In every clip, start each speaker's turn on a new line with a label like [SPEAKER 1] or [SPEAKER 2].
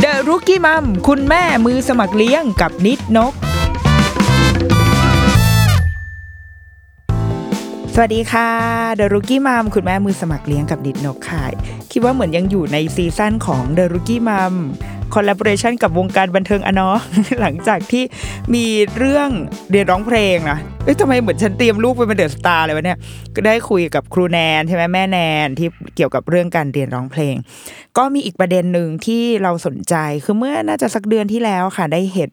[SPEAKER 1] เดอะรุกี้มัมคุณแม่มือสมัครเลี้ยงกับนิดนก สวัสดีค่ะเดอะรุกี้มัมคุณแม่มือสมัครเลี้ยงกับนิดนกค่ะ คิดว่าเหมือนยังอยู่ในซีซั่นของเดอะรุกี้มัมคอลลาบอร์ชันกับวงการบันเทิงอะเนาะ หลังจากที่มีเรื่องเรียนร้องเพลงนะเอ๊ะทำไมเหมือนฉันเตรียมลูกไปเป็นเดอะสตาร์เลยวะเนี่ยก็ได้คุยกับครูแนนใช่ไหมแม่แนนที่เกี่ยวกับเรื่องการเรียนร้องเพลง ก็มีอีกประเด็นหนึ่งที่เราสนใจคือเมื่อน่าจะสักเดือนที่แล้วค่ะได้เห็น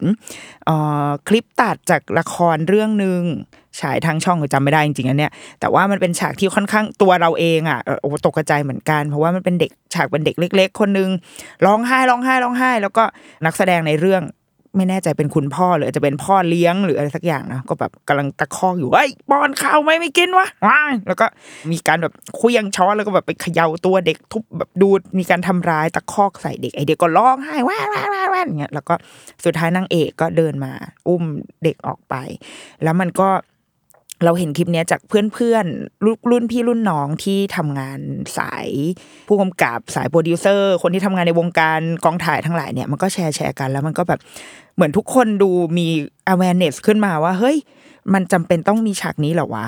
[SPEAKER 1] เอ่อคลิปตัดจากละครเรื่องหนึ่งฉายทางช่องจำไม่ได้จริงๆอันเนี้ยแต่ว่ามันเป็นฉากที่ค่อนข้างตัวเราเองอ่ะเอ่อโอ้ตกใจายเหมือนกัน เพราะว่ามันเป็นเด็กฉากเป็นเด็กเล็ก ๆ คนหนึงร้องไห้ร้องไห้ร้องไห้ แล้วก็นักแสดงในเรื่อง ไม่แน่ใจเป็นคุณพ่อหรืออาจจะเป็นพ่อเลี้ยงหรืออะไรสักอย่างนะก็แบบกำลังตะคอกอยู่เฮ้ยป้อนข้าวไหมไม่กินวะว้ายแล้วก็มีการแบบเคลี้ยงช้อนแล้วก็แบบไปเขย่าตัวเด็กทุบแบบดูดมีการทำร้ายตะคอกใส่เด็กไอเด็กก็ร้องไห้ว้าว้าว้าว้าอย่างเงี้ยแล้วก็สุดท้ายนางเอกก็เดินมา อุ้มเด็กออกไป แล้วมันก็ เราเห็นคลิปเนี้ยจากเพื่อนๆรุ่นรุ่นพี่รุ่นน้องที่ทำงานสายผู้กำกับสายโปรดิวเซอร์ คนที่ทำงานในวงการกองถ่ายทั้งหลายเนี่ยมันก็แชร์แชร์กันแล้วมันก็แบบเหมือนทุกคนดูมี awareness ขึ้นมาว่า เฮ้ย มันจำเป็นต้องมีฉากนี้เหรอวะ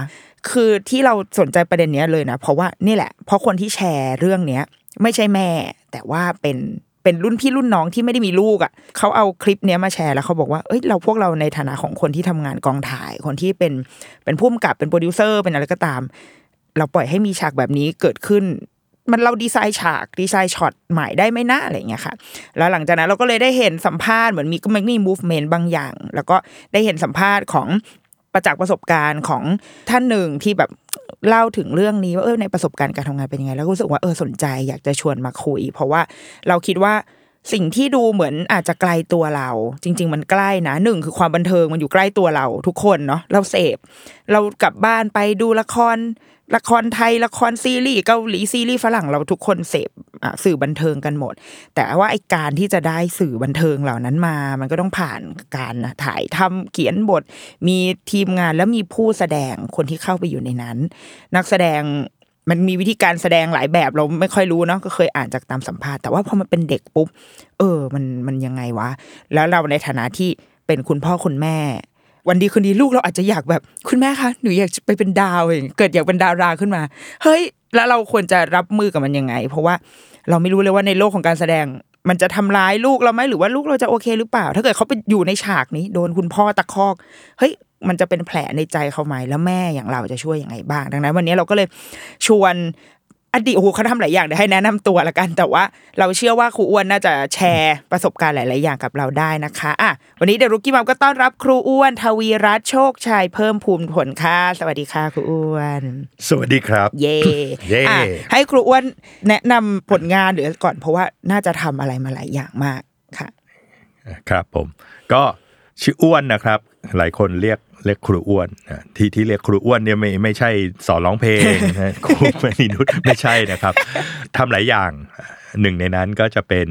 [SPEAKER 1] คือที่เราสนใจประเด็นเนี้ยเลยนะ เพราะว่านี่แหละ เพราะคนที่แชร์เรื่องเนี้ย ไม่ใช่แม่ แต่ว่าเป็นเป็นรุ่นพี่รุ่นน้องที่ไม่ได้มีลูกอ่ะเขาเอาคลิปเนี้ยมาแชร์แล้วเขาบอกว่าเอ้ยเราพวกเราในฐานะของคนที่ทำงานกองถ่าย คนที่เป็นเป็นผู้กำกับเป็นโปรดิวเซอร์เป็นอะไรก็ตาม เราปล่อยให้มีฉากแบบนี้เกิดขึ้น มันเราดีไซน์ฉากดีไซน์ช็อตใหม่ได้ไหมนะอะไรอย่างเงี้ยค่ะ แล้วหลังจากนั้นเราก็เลยได้เห็นสัมภาษณ์เหมือนมีก็มันมี movement บางอย่าง แล้วก็ได้เห็นสัมภาษณ์ของประจากษ์ประสบการณ์ของท่านหนึ่งที่แบบเล่าถึงเรื่องนี้ว่าเออในประสบการณ์การทำงานเป็นยังไง แล้วก็รู้สึกว่าเออสนใจอยากจะชวนมาคุย เพราะว่าเราคิดว่าสิ่งที่ดูเหมือนอาจจะไกลตัวเรา จริง ๆ มันใกล้นะหนึ่งคือความบันเทิงมันอยู่ใกล้ตัวเราทุกคนเนาะเราเสพ เรากลับบ้านไปดูละคร ละครไทยละครซีรีส์เกาหลีซีรีส์ฝรั่งเราทุกคนเสพอ่ะสื่อบันเทิงกันหมด แต่ว่าไอการที่จะได้สื่อบันเทิงเหล่านั้นมา มันก็ต้องผ่านการถ่ายทำเขียนบท มีทีมงานแล้วมีผู้แสดงคนที่เข้าไปอยู่ในนั้น นักแสดงมันมีวิธีการแสดงหลายแบบเราไม่ค่อยรู้เนาะก็เคยอ่านจากตามสัมภาษณ์แต่ว่าพอมันเป็นเด็กปุ๊บ เออ มันมันยังไงวะ แล้วเราในฐานะที่เป็นคุณพ่อคุณแม่ วันดีคืนดีลูกเราอาจจะอยากแบบคุณแม่คะหนูอยากจะไปเป็นดาวอย่างเกิดอยากเป็นดาราขึ้นมา เฮ้ย แล้วเราควรจะรับมือกับมันยังไง เพราะว่าเราไม่รู้เลยว่าในโลกของการแสดง มันจะทำร้ายลูกเราไหมหรือว่าลูกเราจะโอเคหรือเปล่า ถ้าเกิดเขาไปอยู่ในฉากนี้ โดนคุณพ่อตะคอก เฮ้ย มันจะเป็นแผลในใจเขาไหมแล้วแม่อย่างเราจะช่วยยังไงบ้าง ดังนั้น วันนี้เราก็เลยชวน อดีตโอ้โหเขาทำหลายอย่างเดี๋ยวให้แนะนำตัวละกัน แต่ว่าเราเชื่อว่าครูอ้วนน่าจะแชร์ประสบการณ์หลาย ๆ อย่างกับเราได้นะคะอ่ะวันนี้เดรุกี้มัมก็ต้อนรับครูอ้วน ทวีรัตน์โชคชัยเพิ่มภูมิผลค่ะ สวัสดีค่ะครูอ้วน
[SPEAKER 2] สวัสดีครับ
[SPEAKER 1] เย่
[SPEAKER 2] เย่
[SPEAKER 1] อ่ะให้ครูอ้วนแนะนำผลงานหรือก่อนเพราะว่าน่าจะทำอะไรมาหลายอย่างมากค่ะ
[SPEAKER 2] ครับผมก็ชื่ออ้วนนะครับ หลายคนเรียกเรียกครูอ้วนนะที่ที่เรียกครูอ้วนเนี่ยไม่ไม่ใช่สอนร้องเพลง นะ ครูมณีนุชไม่ใช่นะครับทำหลายอย่างหนึ่งในนั้นก็จะเป็น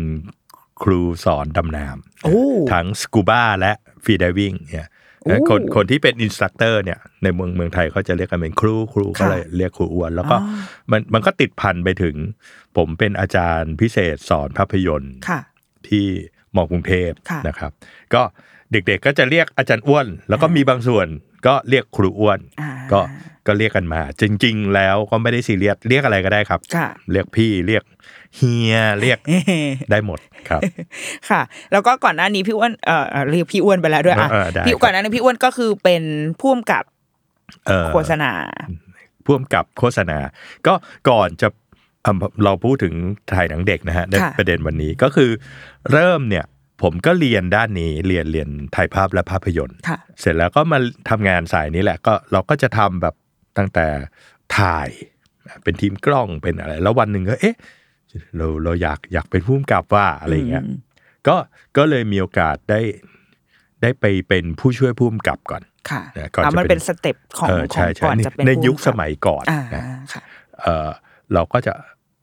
[SPEAKER 2] ครูสอนดำน้
[SPEAKER 1] โอ้
[SPEAKER 2] ำทั้งสกูบ้าและฟรีดิวิ่งเนี่ย
[SPEAKER 1] โอ้
[SPEAKER 2] คนคนที่เป็นอินสตัคเตอร์เนี่ยในเมืองเมืองไทยเขาจะเรียกกันเป็นครูครู
[SPEAKER 1] ค่ะ
[SPEAKER 2] ก็เลยเรียกครูอ้วน แล้วก็มันมันก็ติดพันไปถึง ผมเป็นอาจารย์พิเศษสอนภาพยนตร์
[SPEAKER 1] ค่ะ
[SPEAKER 2] ที่ มอกรุงเทพ
[SPEAKER 1] ค่ะ
[SPEAKER 2] นะครับ ก็เด็กๆก็จะเรียกอาจารย์อ้วน แล้วก็มีบางส่วนก็เรียกครูอ้วน
[SPEAKER 1] อ่า
[SPEAKER 2] ก็ก็เรียกกันมา จริง ๆ แล้วก็ไม่ได้ซีเรียสเรียกอะไรก็ได้ครับ
[SPEAKER 1] ค่ะ
[SPEAKER 2] เรียกพี่เรียกเฮียเรียกได้หมดครับ
[SPEAKER 1] ค่ะ แล้วก็ก่อนหน้านี้พี่อ้วนเอ่อเอ่อเรียกพี่อ้วนไปแล้วด้วยอ่ะ
[SPEAKER 2] เออได้
[SPEAKER 1] พี่
[SPEAKER 2] ครับ
[SPEAKER 1] ก่อนหน้านี้พี่อ้วนก็คือเป็นพ่วมกับ
[SPEAKER 2] เอ่อ
[SPEAKER 1] โฆษณา
[SPEAKER 2] พ่วมกับโฆษณา ก็ก่อนจะเอิ่มเราพูดถึงถ่ายหนังเด็กนะฮะใน
[SPEAKER 1] ค่ะ
[SPEAKER 2] ประเด็นวันนี้ก็คือ เริ่มเนี่ยผมก็เรียนด้านนี้เรียนเรียนถ่ายภาพและภาพยนตร์
[SPEAKER 1] ค่ะ
[SPEAKER 2] เสร็จแล้วก็มาทำงานสายนี้แหละก็เราก็จะทำแบบตั้งแต่ถ่ายเป็นทีมกล้องเป็นอะไร แล้ววันหนึ่งก็เอ๊ะเราเราอยากอยากเป็นผู้กำกับว่าอะไรอย่างเงี้ยก็ก็เลยมีโอกาสได้ได้ไปเป็นผู้ช่วยผู้กำกับก่อน
[SPEAKER 1] ค่ะ
[SPEAKER 2] นะก่อน
[SPEAKER 1] อ่ะ
[SPEAKER 2] จะ
[SPEAKER 1] มัน
[SPEAKER 2] เป็น
[SPEAKER 1] เป็นสเต็ปของ
[SPEAKER 2] เออ
[SPEAKER 1] ของ
[SPEAKER 2] ใช่ใช่
[SPEAKER 1] ก่อน
[SPEAKER 2] ใน
[SPEAKER 1] จะเป็น
[SPEAKER 2] ใน
[SPEAKER 1] ผู้
[SPEAKER 2] ยุค
[SPEAKER 1] กำ
[SPEAKER 2] ส
[SPEAKER 1] กับ
[SPEAKER 2] มัยก่อน
[SPEAKER 1] อ่า
[SPEAKER 2] นะ
[SPEAKER 1] ค่ะ
[SPEAKER 2] เออเราก็จะ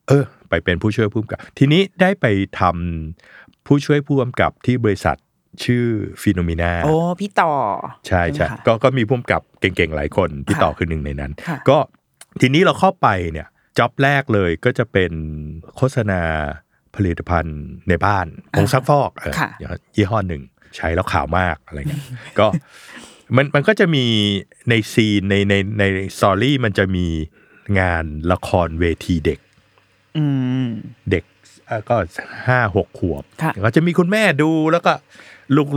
[SPEAKER 2] เออ ไปเป็นผู้ช่วยผู้กำกับ ทีนี้ได้ไปทำผู้ช่วยผู้กำกับที่บริษัทชื่อฟิโนมิน่า
[SPEAKER 1] โอ้พี่ต่อ
[SPEAKER 2] ใช่ใช่
[SPEAKER 1] ไหมคะ
[SPEAKER 2] ก็ก็มีผู้กำกับเก่งๆ หลายคนพี่ต่อคือหนึ่งในนั้น
[SPEAKER 1] ค่ะ
[SPEAKER 2] ก็ทีนี้เราเข้าไปเนี่ยจ็อบแรกเลยก็จะเป็นโฆษณาผลิตภัณฑ์ในบ้านผงซักฟอกเออ
[SPEAKER 1] ค่ะ
[SPEAKER 2] ยี่ห้อหนึ่งใช้แล้วขาวมากอะไรเงี้ยก็มันมันก็จะมีในซีนในในในสตอรี่มันจะมีงานละครเวทีเด็ก
[SPEAKER 1] อืม
[SPEAKER 2] เด็กเอ่อก็ห้าหกขวบ
[SPEAKER 1] ค่ะ
[SPEAKER 2] ก็จะมีคุณแม่ดูแล้วก็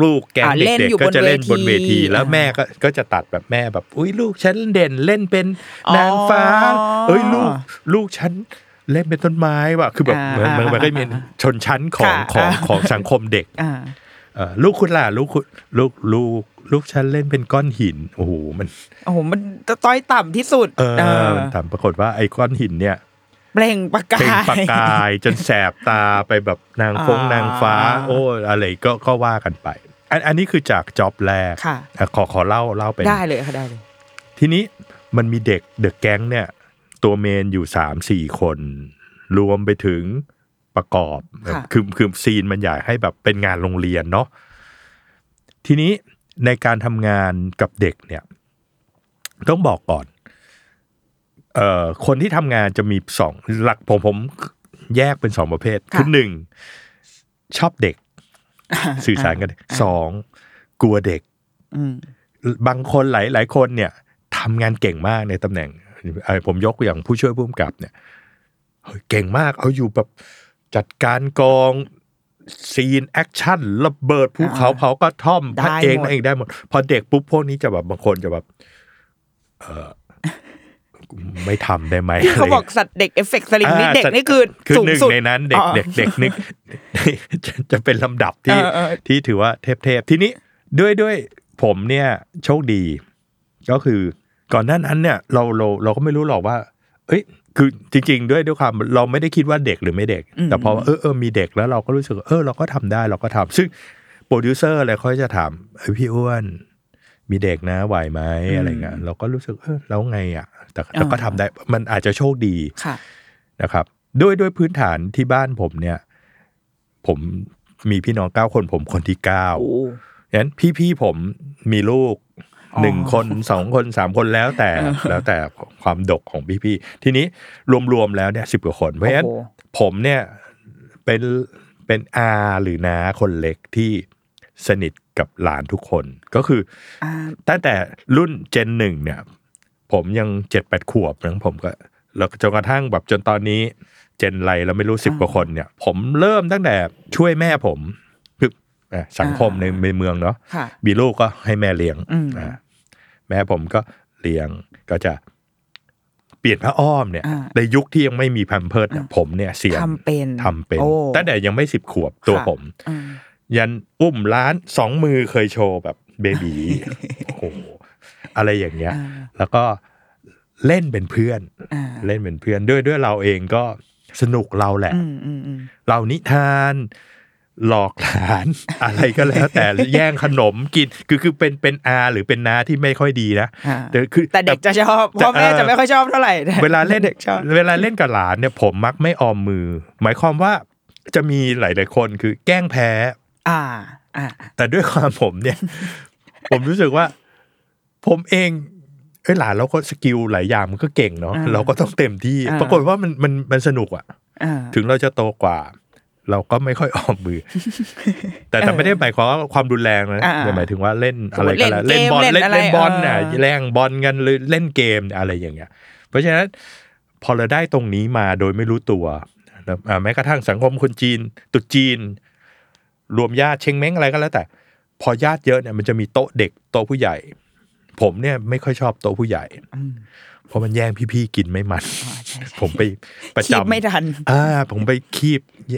[SPEAKER 2] ลูกๆ แกง
[SPEAKER 1] อ่า
[SPEAKER 2] เด็
[SPEAKER 1] เล่
[SPEAKER 2] ก
[SPEAKER 1] นอยู่
[SPEAKER 2] ๆก็จะเล่นบบ น
[SPEAKER 1] น
[SPEAKER 2] เว
[SPEAKER 1] เวที
[SPEAKER 2] ทีแล้ว
[SPEAKER 1] อ่า
[SPEAKER 2] แม่ก็ก็จะตัดแบบแม่แบบ อุ้ยลูกฉันเด่นเล่นเป็นนางฟ้า
[SPEAKER 1] อ๋อ
[SPEAKER 2] เอ้ยลูกลูกฉันเล่นเป็นต้นไม้ว่ะคือแบบ
[SPEAKER 1] อ่า
[SPEAKER 2] เหมือนเหมือนมันก็มีชนชั้นของ
[SPEAKER 1] ค่ะ
[SPEAKER 2] ของ
[SPEAKER 1] อ่า
[SPEAKER 2] ของสังคมเด็ก
[SPEAKER 1] อ่า
[SPEAKER 2] เอ่อลูกคุณล่ะลูกคุณลูกลูกลูกฉันเล่นเป็นก้อนหินโอ้โหมัน
[SPEAKER 1] โอ้โหมันต้อยต่ำที่สุด
[SPEAKER 2] เอ
[SPEAKER 1] เอ
[SPEAKER 2] อ
[SPEAKER 1] อ
[SPEAKER 2] มันถามปรากฏว่าไอ้ก้อนหินเนี่ย
[SPEAKER 1] เปล่งประกา
[SPEAKER 2] เปล่ง
[SPEAKER 1] ย
[SPEAKER 2] ประกายจนแสบตาไปแบบนางฟง
[SPEAKER 1] อ่าน
[SPEAKER 2] นางฟ้า โอ้อะไรก็ก็ว่ากันไป อันอันนี้คือจากจ็อบแรก
[SPEAKER 1] ค่ะ
[SPEAKER 2] อ่ะขอขอเล่าเล่าไป
[SPEAKER 1] ได้เลยค่ะได้เลย
[SPEAKER 2] ทีนี้มันมีเด็กเด็กแก๊งเนี่ย ตัวเมนอยู่สามสี่คน รวมไปถึงประกอบ
[SPEAKER 1] ค่ะ
[SPEAKER 2] คือคือซีนมันอยากให้แบบเป็นงานโรงเรียนเนาะทีนี้ในการทำงานกับเด็กเนี่ย ต้องบอกก่อน เอ่อคนที่ทำงานจะมีสองหลักผมผมแยกเป็นสองประเภท
[SPEAKER 1] ค่ะ
[SPEAKER 2] อหนึ่งชอบ เด็ก สื่อสารกันสองกลัวเด็ก
[SPEAKER 1] อืม
[SPEAKER 2] บางคนหลายหลายคนเนี่ยทำงานเก่งมากในตำแหน่งเอ่อผมยกอย่างผู้ช่วยผู้กำกับเนี่ยเฮ้ยเก่งมาก เอาอยู่แบบจัดการกองซีนแอคชั่นระเบิดภูเขาเผากระท่อมพระเอก
[SPEAKER 1] ได้หมด
[SPEAKER 2] นางเอกได้หมด พอเด็กปุ๊บพวกนี้จะแบบบางคนจะแบบ เออไม่ทำได้ไหม
[SPEAKER 1] ที่เขา
[SPEAKER 2] ะไร
[SPEAKER 1] บอกสัตว์เด็กเอฟเฟกต์สลิงนี่
[SPEAKER 2] อ่า
[SPEAKER 1] เด็ก
[SPEAKER 2] สัตว์
[SPEAKER 1] นี่คือ
[SPEAKER 2] คือ
[SPEAKER 1] สูง
[SPEAKER 2] หนึ่ง
[SPEAKER 1] สุด
[SPEAKER 2] ในนั้นเด็ก
[SPEAKER 1] อ๋อ
[SPEAKER 2] เด็กเด็ก นึก จะจะเป็นลำดับที่
[SPEAKER 1] เออเออ
[SPEAKER 2] ที่ถือว่าเทพเทพทีนี้ด้วยด้วยผมเนี่ยโชคดี ก็คือก่อนหน้านั้นเนี่ยเราเราเราก็ไม่รู้หรอกว่า เอ้ย คือจริง ๆ ด้วยด้วยความเราไม่ได้คิดว่าเด็กหรือไม่เด็ก แต่พอเออเออมีเด็กแล้วเราก็รู้สึกว่าเออเราก็ทำได้เราก็ทำซึ่งโปรดิวเซอร์อะไรเขาจะถามเอ้ยพี่อ้วน มีเด็กนะไหวไหมอะไรเงี้ยเราก็รู้สึกเออแล้วไงอ่ะ แต่แต่ก็ทำได้มันอาจจะโชคดี
[SPEAKER 1] ค่ะ
[SPEAKER 2] นะครับด้วยด้วยพื้นฐานที่บ้านผมเนี่ย ผมมีพี่น้องเก้าคนผมคนที่เก้าฉะนั้นพี่พี่ๆผมมีลูก
[SPEAKER 1] อ๋อ
[SPEAKER 2] หนึ่งคนสองคนสามคนแล้วแต่แล้วแต่ความดกของพี่พี่ๆทีนี้รวมๆแล้วเนี่ยสิบกว่าคน เพราะฉะนั้น
[SPEAKER 1] โอ้โห
[SPEAKER 2] ผมเนี่ยเป็นเป็นอาหรือน้าคนเล็กที่สนิทกับหลานทุกคนก็คือ
[SPEAKER 1] อ่า
[SPEAKER 2] ตั้งแต่รุ่นเจนหนึ่งเนี่ย ผมยังเจ็ดแปดขวบนะผมก็แล้วจนกระทั่งแบบจนตอนนี้ เจนไรเราไม่รู้สิบกว่าคนเนี่ย ผมเริ่มตั้งแต่ช่วยแม่ผมคืออ่ะสังคมในในเมืองเนาะ
[SPEAKER 1] ค่ะ
[SPEAKER 2] มีลูกก็ให้แม่เลี้ยง
[SPEAKER 1] อืม
[SPEAKER 2] อ่ะแม่ผมก็เลี้ยงก็จะเปลี่ยนผ้าอ้อมเนี่ย ในยุคที่ยังไม่มีแพมเพิร์ดผมเนี่ยเสียง
[SPEAKER 1] ทำเป็น
[SPEAKER 2] ทำเป็น
[SPEAKER 1] โอ้
[SPEAKER 2] ตั้งแต่ยังไม่สิบขวบตัว
[SPEAKER 1] ค่ะ
[SPEAKER 2] ผม
[SPEAKER 1] อืม
[SPEAKER 2] ยันอุ้มร้านสองมือเคยโชว์แบบเบบี โอ้โหอะไรอย่างเงี้ย แล้วก็เล่นเป็นเพื่อน
[SPEAKER 1] อ่า
[SPEAKER 2] เล่นเป็นเพื่อนด้วยด้วยเราเองก็สนุกเราแหละ
[SPEAKER 1] อืมอืมอืม
[SPEAKER 2] เรานิทาน หลอกหลาน อะไรก็แล้ว แต่แย่งขนมกินคือคือเป็นเป็นอาหรือเป็นนาที่ไม่ค่อยดีนะ
[SPEAKER 1] อ่า
[SPEAKER 2] แต่คือ
[SPEAKER 1] แต่เด็กจะชอบ
[SPEAKER 2] แต่
[SPEAKER 1] พ่อแม่
[SPEAKER 2] เออ
[SPEAKER 1] จะไม่ค่อยชอบเท่าไหร่
[SPEAKER 2] เวลาเล่น
[SPEAKER 1] เด็กชอบ
[SPEAKER 2] เวลาเล่นกับหลานเนี่ยผมมักไม่ออมมือ หมายความว่าจะมีหลาย ๆ คนคือแกล้งแพ้
[SPEAKER 1] อ่า อ่า
[SPEAKER 2] แต่ด้วยความผมเนี่ย ผมรู้สึกว่า ผมเองเอ้ยหลานเราก็สกิลหลายอย่างมันก็เก่งเนาะ
[SPEAKER 1] อ่า
[SPEAKER 2] เราก็ต้องเต็มที่
[SPEAKER 1] อ่า
[SPEAKER 2] ปรากฏว่ามันมันมันสนุกอะ
[SPEAKER 1] อ่า
[SPEAKER 2] ถึงเราจะโตกว่า เราก็ไม่ค่อยออก มือ แต่แต่ไม่ได้หมายความว่าความรุนแรงนะ
[SPEAKER 1] อ่า
[SPEAKER 2] แต่หมายถึงว่าเล่น
[SPEAKER 1] ส
[SPEAKER 2] อะ
[SPEAKER 1] ม
[SPEAKER 2] ไร
[SPEAKER 1] มุติ
[SPEAKER 2] ก็แล้ว
[SPEAKER 1] เล่
[SPEAKER 2] เล่
[SPEAKER 1] นเกม
[SPEAKER 2] นบอล
[SPEAKER 1] เล่
[SPEAKER 2] เล่
[SPEAKER 1] น
[SPEAKER 2] น
[SPEAKER 1] อะไร
[SPEAKER 2] เล่นบอลน่ะ
[SPEAKER 1] อ่า
[SPEAKER 2] แรงบอลกันหรือเล่นเกมอะไรอย่างเงี้ย เพราะฉะนั้นพอเราได้ตรงนี้มาโดยไม่รู้ตัวแล้วอ่าแม้กระทั่งสังคมคนจีนตรุษจีน รวมญาติเชงเม้งอะไรก็แล้วแต่ พอญาติเยอะเนี่ยมันจะมีโต๊ะเด็กโต๊ะผู้ใหญ่ ผมเนี่ยไม่ค่อยชอบโต๊ะผู้ใหญ่
[SPEAKER 1] อืม
[SPEAKER 2] เพราะมันแย่งพี่ๆกินไม่มัน
[SPEAKER 1] อ๋อใช่ใช่
[SPEAKER 2] ผมไปประ
[SPEAKER 1] คีบ
[SPEAKER 2] จำ
[SPEAKER 1] ไม่ทัน
[SPEAKER 2] อ่าผมไปคีบเย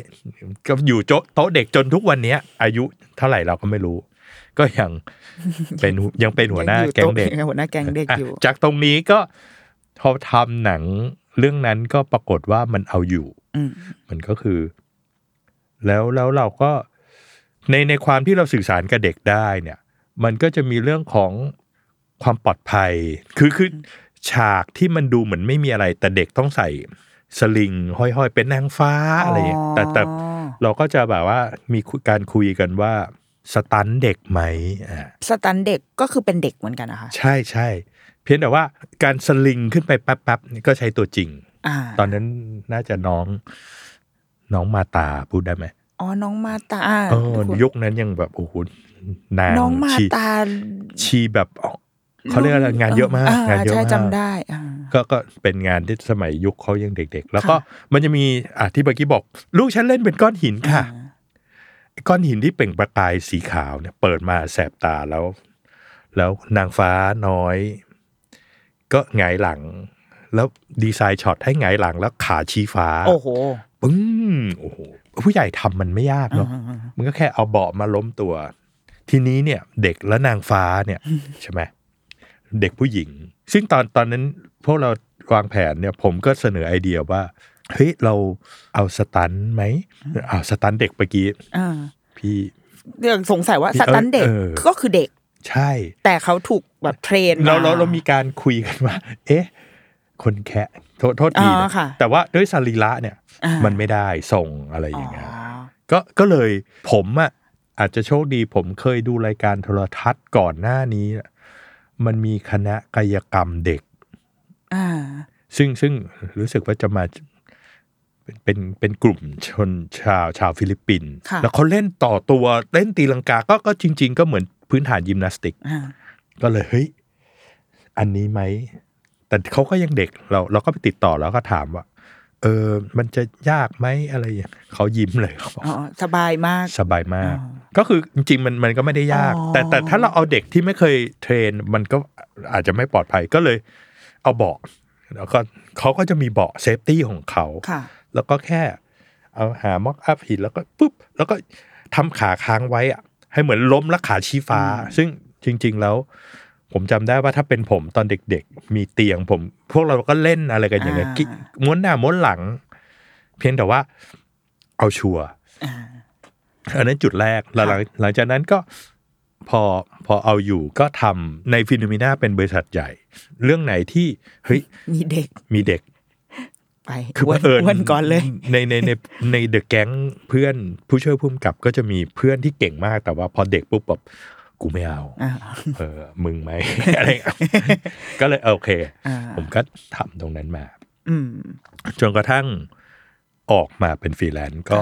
[SPEAKER 2] ก็อยู่โจโต๊ะเด็กจนทุกวันเนี้ย อายุเท่าไหร่เราก็ไม่รู้ ก็ยังเป็นยังเป็นหัวหน้า
[SPEAKER 1] ยังอยู่
[SPEAKER 2] แก๊ง
[SPEAKER 1] โต๊ะ
[SPEAKER 2] เด็ก
[SPEAKER 1] ยังหัวหน้าแก๊งเด็กอยู่
[SPEAKER 2] ะจากตรงนี้ก็พอทำหนังเรื่องนั้นก็ปรากฏว่ามันเอาอยู่
[SPEAKER 1] อืม
[SPEAKER 2] มันก็คือ แล้วแล้วเราก็ในในความที่เราสื่อสารกับเด็กได้เนี่ย มันก็จะมีเรื่องของความปลอดภัย คือคือฉากที่มันดูเหมือนไม่มีอะไร แต่เด็กต้องใส่สลิง ห้อยๆ เป็นนางฟ้าอะไรอย่างเงี้ยแต่แต่
[SPEAKER 1] อ๋อ
[SPEAKER 2] เราก็จะแบบว่ามีคุยการคุยกันว่าสตันเด็กไหมอ่า
[SPEAKER 1] สตันเด็กก็คือเป็นเด็กเหมือนกันนะคะ
[SPEAKER 2] ใช่ใช่เพียงแต่ว่าการสลิงขึ้นไปแป๊บๆนี่ก็ใช้ตัวจริง
[SPEAKER 1] อ่า
[SPEAKER 2] ตอนนั้นน่าจะน้องน้องมาตาพูดได้ไหม
[SPEAKER 1] อ๋อน้องมาตา
[SPEAKER 2] เออยุคนั้นยังแบบโอ้โหนาง
[SPEAKER 1] น้องมา
[SPEAKER 2] ชี
[SPEAKER 1] ตา
[SPEAKER 2] ชีแบบออกเขาเรียกอะไรงานเยอะมากงานเยอะ
[SPEAKER 1] ใช่
[SPEAKER 2] มาก
[SPEAKER 1] จำได้อ่า
[SPEAKER 2] ก็ก็เป็นงานที่สมัยยุคเขายังเด็ก ๆ แล้วก็
[SPEAKER 1] ค่ะ
[SPEAKER 2] มันจะมีอ่ะที่เมื่อกี้บอก ลูกฉันเล่นเป็นก้อนหินค่ะ ก้อนหินที่เปล่งประกายสีขาวเนี่ย เปิดมาแสบตาแล้ว แล้วนางฟ้าน้อย ก็หงายหลัง แล้วดีไซน์ช็อตให้หงายหลังแล้วขาชี้ฟ้า
[SPEAKER 1] โอ้โห
[SPEAKER 2] ปึ้งโอ้โหผู้ใหญ่ทำมันไม่ยากเนาะมันก็แค่เอาเบาะมาล้มตัว ทีนี้เนี่ย เด็กและนางฟ้า เนี่ย ใช่ไหมเด็กผู้หญิง ซึ่งตอนตอนนั้นพวกเราวางแผนเนี่ย ผมก็เสนอไอเดียว่าเฮ้ยเราเอาสตันท์ไหมเอาสตันท์เด็กเมื่อกี้
[SPEAKER 1] อ่า
[SPEAKER 2] พี่
[SPEAKER 1] เรื่องสงสัยว่าสตันเด็ก
[SPEAKER 2] เออ
[SPEAKER 1] ก็คือเด็ก
[SPEAKER 2] ใช่
[SPEAKER 1] แต่เขาถูกแบบเทรน
[SPEAKER 2] เราเรา
[SPEAKER 1] ม
[SPEAKER 2] เรามีการคุยกันว่า เอ๊ะ คนแคะโทษโทษที
[SPEAKER 1] อ๋อ
[SPEAKER 2] นะ
[SPEAKER 1] ค่ะ
[SPEAKER 2] แต่ว่าด้วยสรีระเนี่ย
[SPEAKER 1] อ่ามั
[SPEAKER 2] มันไม่ได้ส่งอะไร
[SPEAKER 1] อ๋
[SPEAKER 2] อ
[SPEAKER 1] อย่าง
[SPEAKER 2] เงี้ยก็ก็เลยผมอะอาจจะโชคดีผมเคยดูรายการโทรทัศน์ก่อนหน้านี้ มันมีคณะกายกรรมเด็ก
[SPEAKER 1] อ่า
[SPEAKER 2] ซึ่งซึ่งรู้สึกว่าจะมาเป็นเป็นเป็นกลุ่มชนชาวชาวฟิลิปปินส์
[SPEAKER 1] ค่ะ
[SPEAKER 2] แล้วเขาเล่นต่อตัวเล่นตีลังกาก็ก็จริง ๆ ก็เหมือนพื้นฐานยิมนาสติก
[SPEAKER 1] อ่า
[SPEAKER 2] ก็เลยเฮ้ย อันนี้ไหม แต่เขาก็ยังเด็กเราเราก็ไปติดต่อแล้วก็ถามว่า เออ มันจะยากไหมอะไรอย่างเขายิ้มเลยเขาบอก
[SPEAKER 1] อ๋อสบายมาก
[SPEAKER 2] สบายมาก ก็คือจริงๆมันมันก็ไม่ได้ยาก
[SPEAKER 1] อ๋อ
[SPEAKER 2] แต่แต่ถ้าเราเอาเด็กที่ไม่เคยเทรน มันก็อาจจะไม่ปลอดภัยก็เลย เอาเบาะแล้วก็เขาก็จะมีเบาะเซฟตี้ของเขา
[SPEAKER 1] ค่ะ
[SPEAKER 2] แล้วก็แค่เอาหาม็อกอัพหินแล้วก็ปุ๊บ แล้วก็ทำขาค้างไว้อะให้เหมือนล้มแล้วขาชี้ฟ้า ซึ่งจริง ๆแล้ว ผมจำได้ว่าถ้าเป็นผมตอนเด็กๆ มีเตียงผม พวกเราก็เล่นอะไรกันอย่างเงี้ย
[SPEAKER 1] อ่า
[SPEAKER 2] กิม้วนหน้าม้วนหลัง เพียงแต่ว่าเอาชัวร์
[SPEAKER 1] อ่า
[SPEAKER 2] อันนั้นจุดแรกแล้วหลังหลังจากนั้นก็พอพอเอาอยู่ก็ทำในฟิโนมิน่าเป็นบริษัทใหญ่ เรื่องไหนที่เฮ้ย
[SPEAKER 1] มีเด็ก
[SPEAKER 2] มีเด็ก
[SPEAKER 1] ไป
[SPEAKER 2] คือ
[SPEAKER 1] ว
[SPEAKER 2] บั
[SPEAKER 1] น
[SPEAKER 2] งเอิญ
[SPEAKER 1] วนก่อนเลย
[SPEAKER 2] ในในในในเดอะแก๊งเพื่อนผู้ช่วยผู้กำกับก็จะมีเพื่อนที่เก่งมากแต่ว่าพอเด็กปุ๊บแบบกูไม่เอา
[SPEAKER 1] อ่า
[SPEAKER 2] เออมึงไหม อะไรอย่างเงี้ยก็เลยโอเค
[SPEAKER 1] อ่า
[SPEAKER 2] ผมก็ทำตรงนั้นมา
[SPEAKER 1] อืม
[SPEAKER 2] จนกระทั่งออกมาเป็นฟรีแลนซ์ก็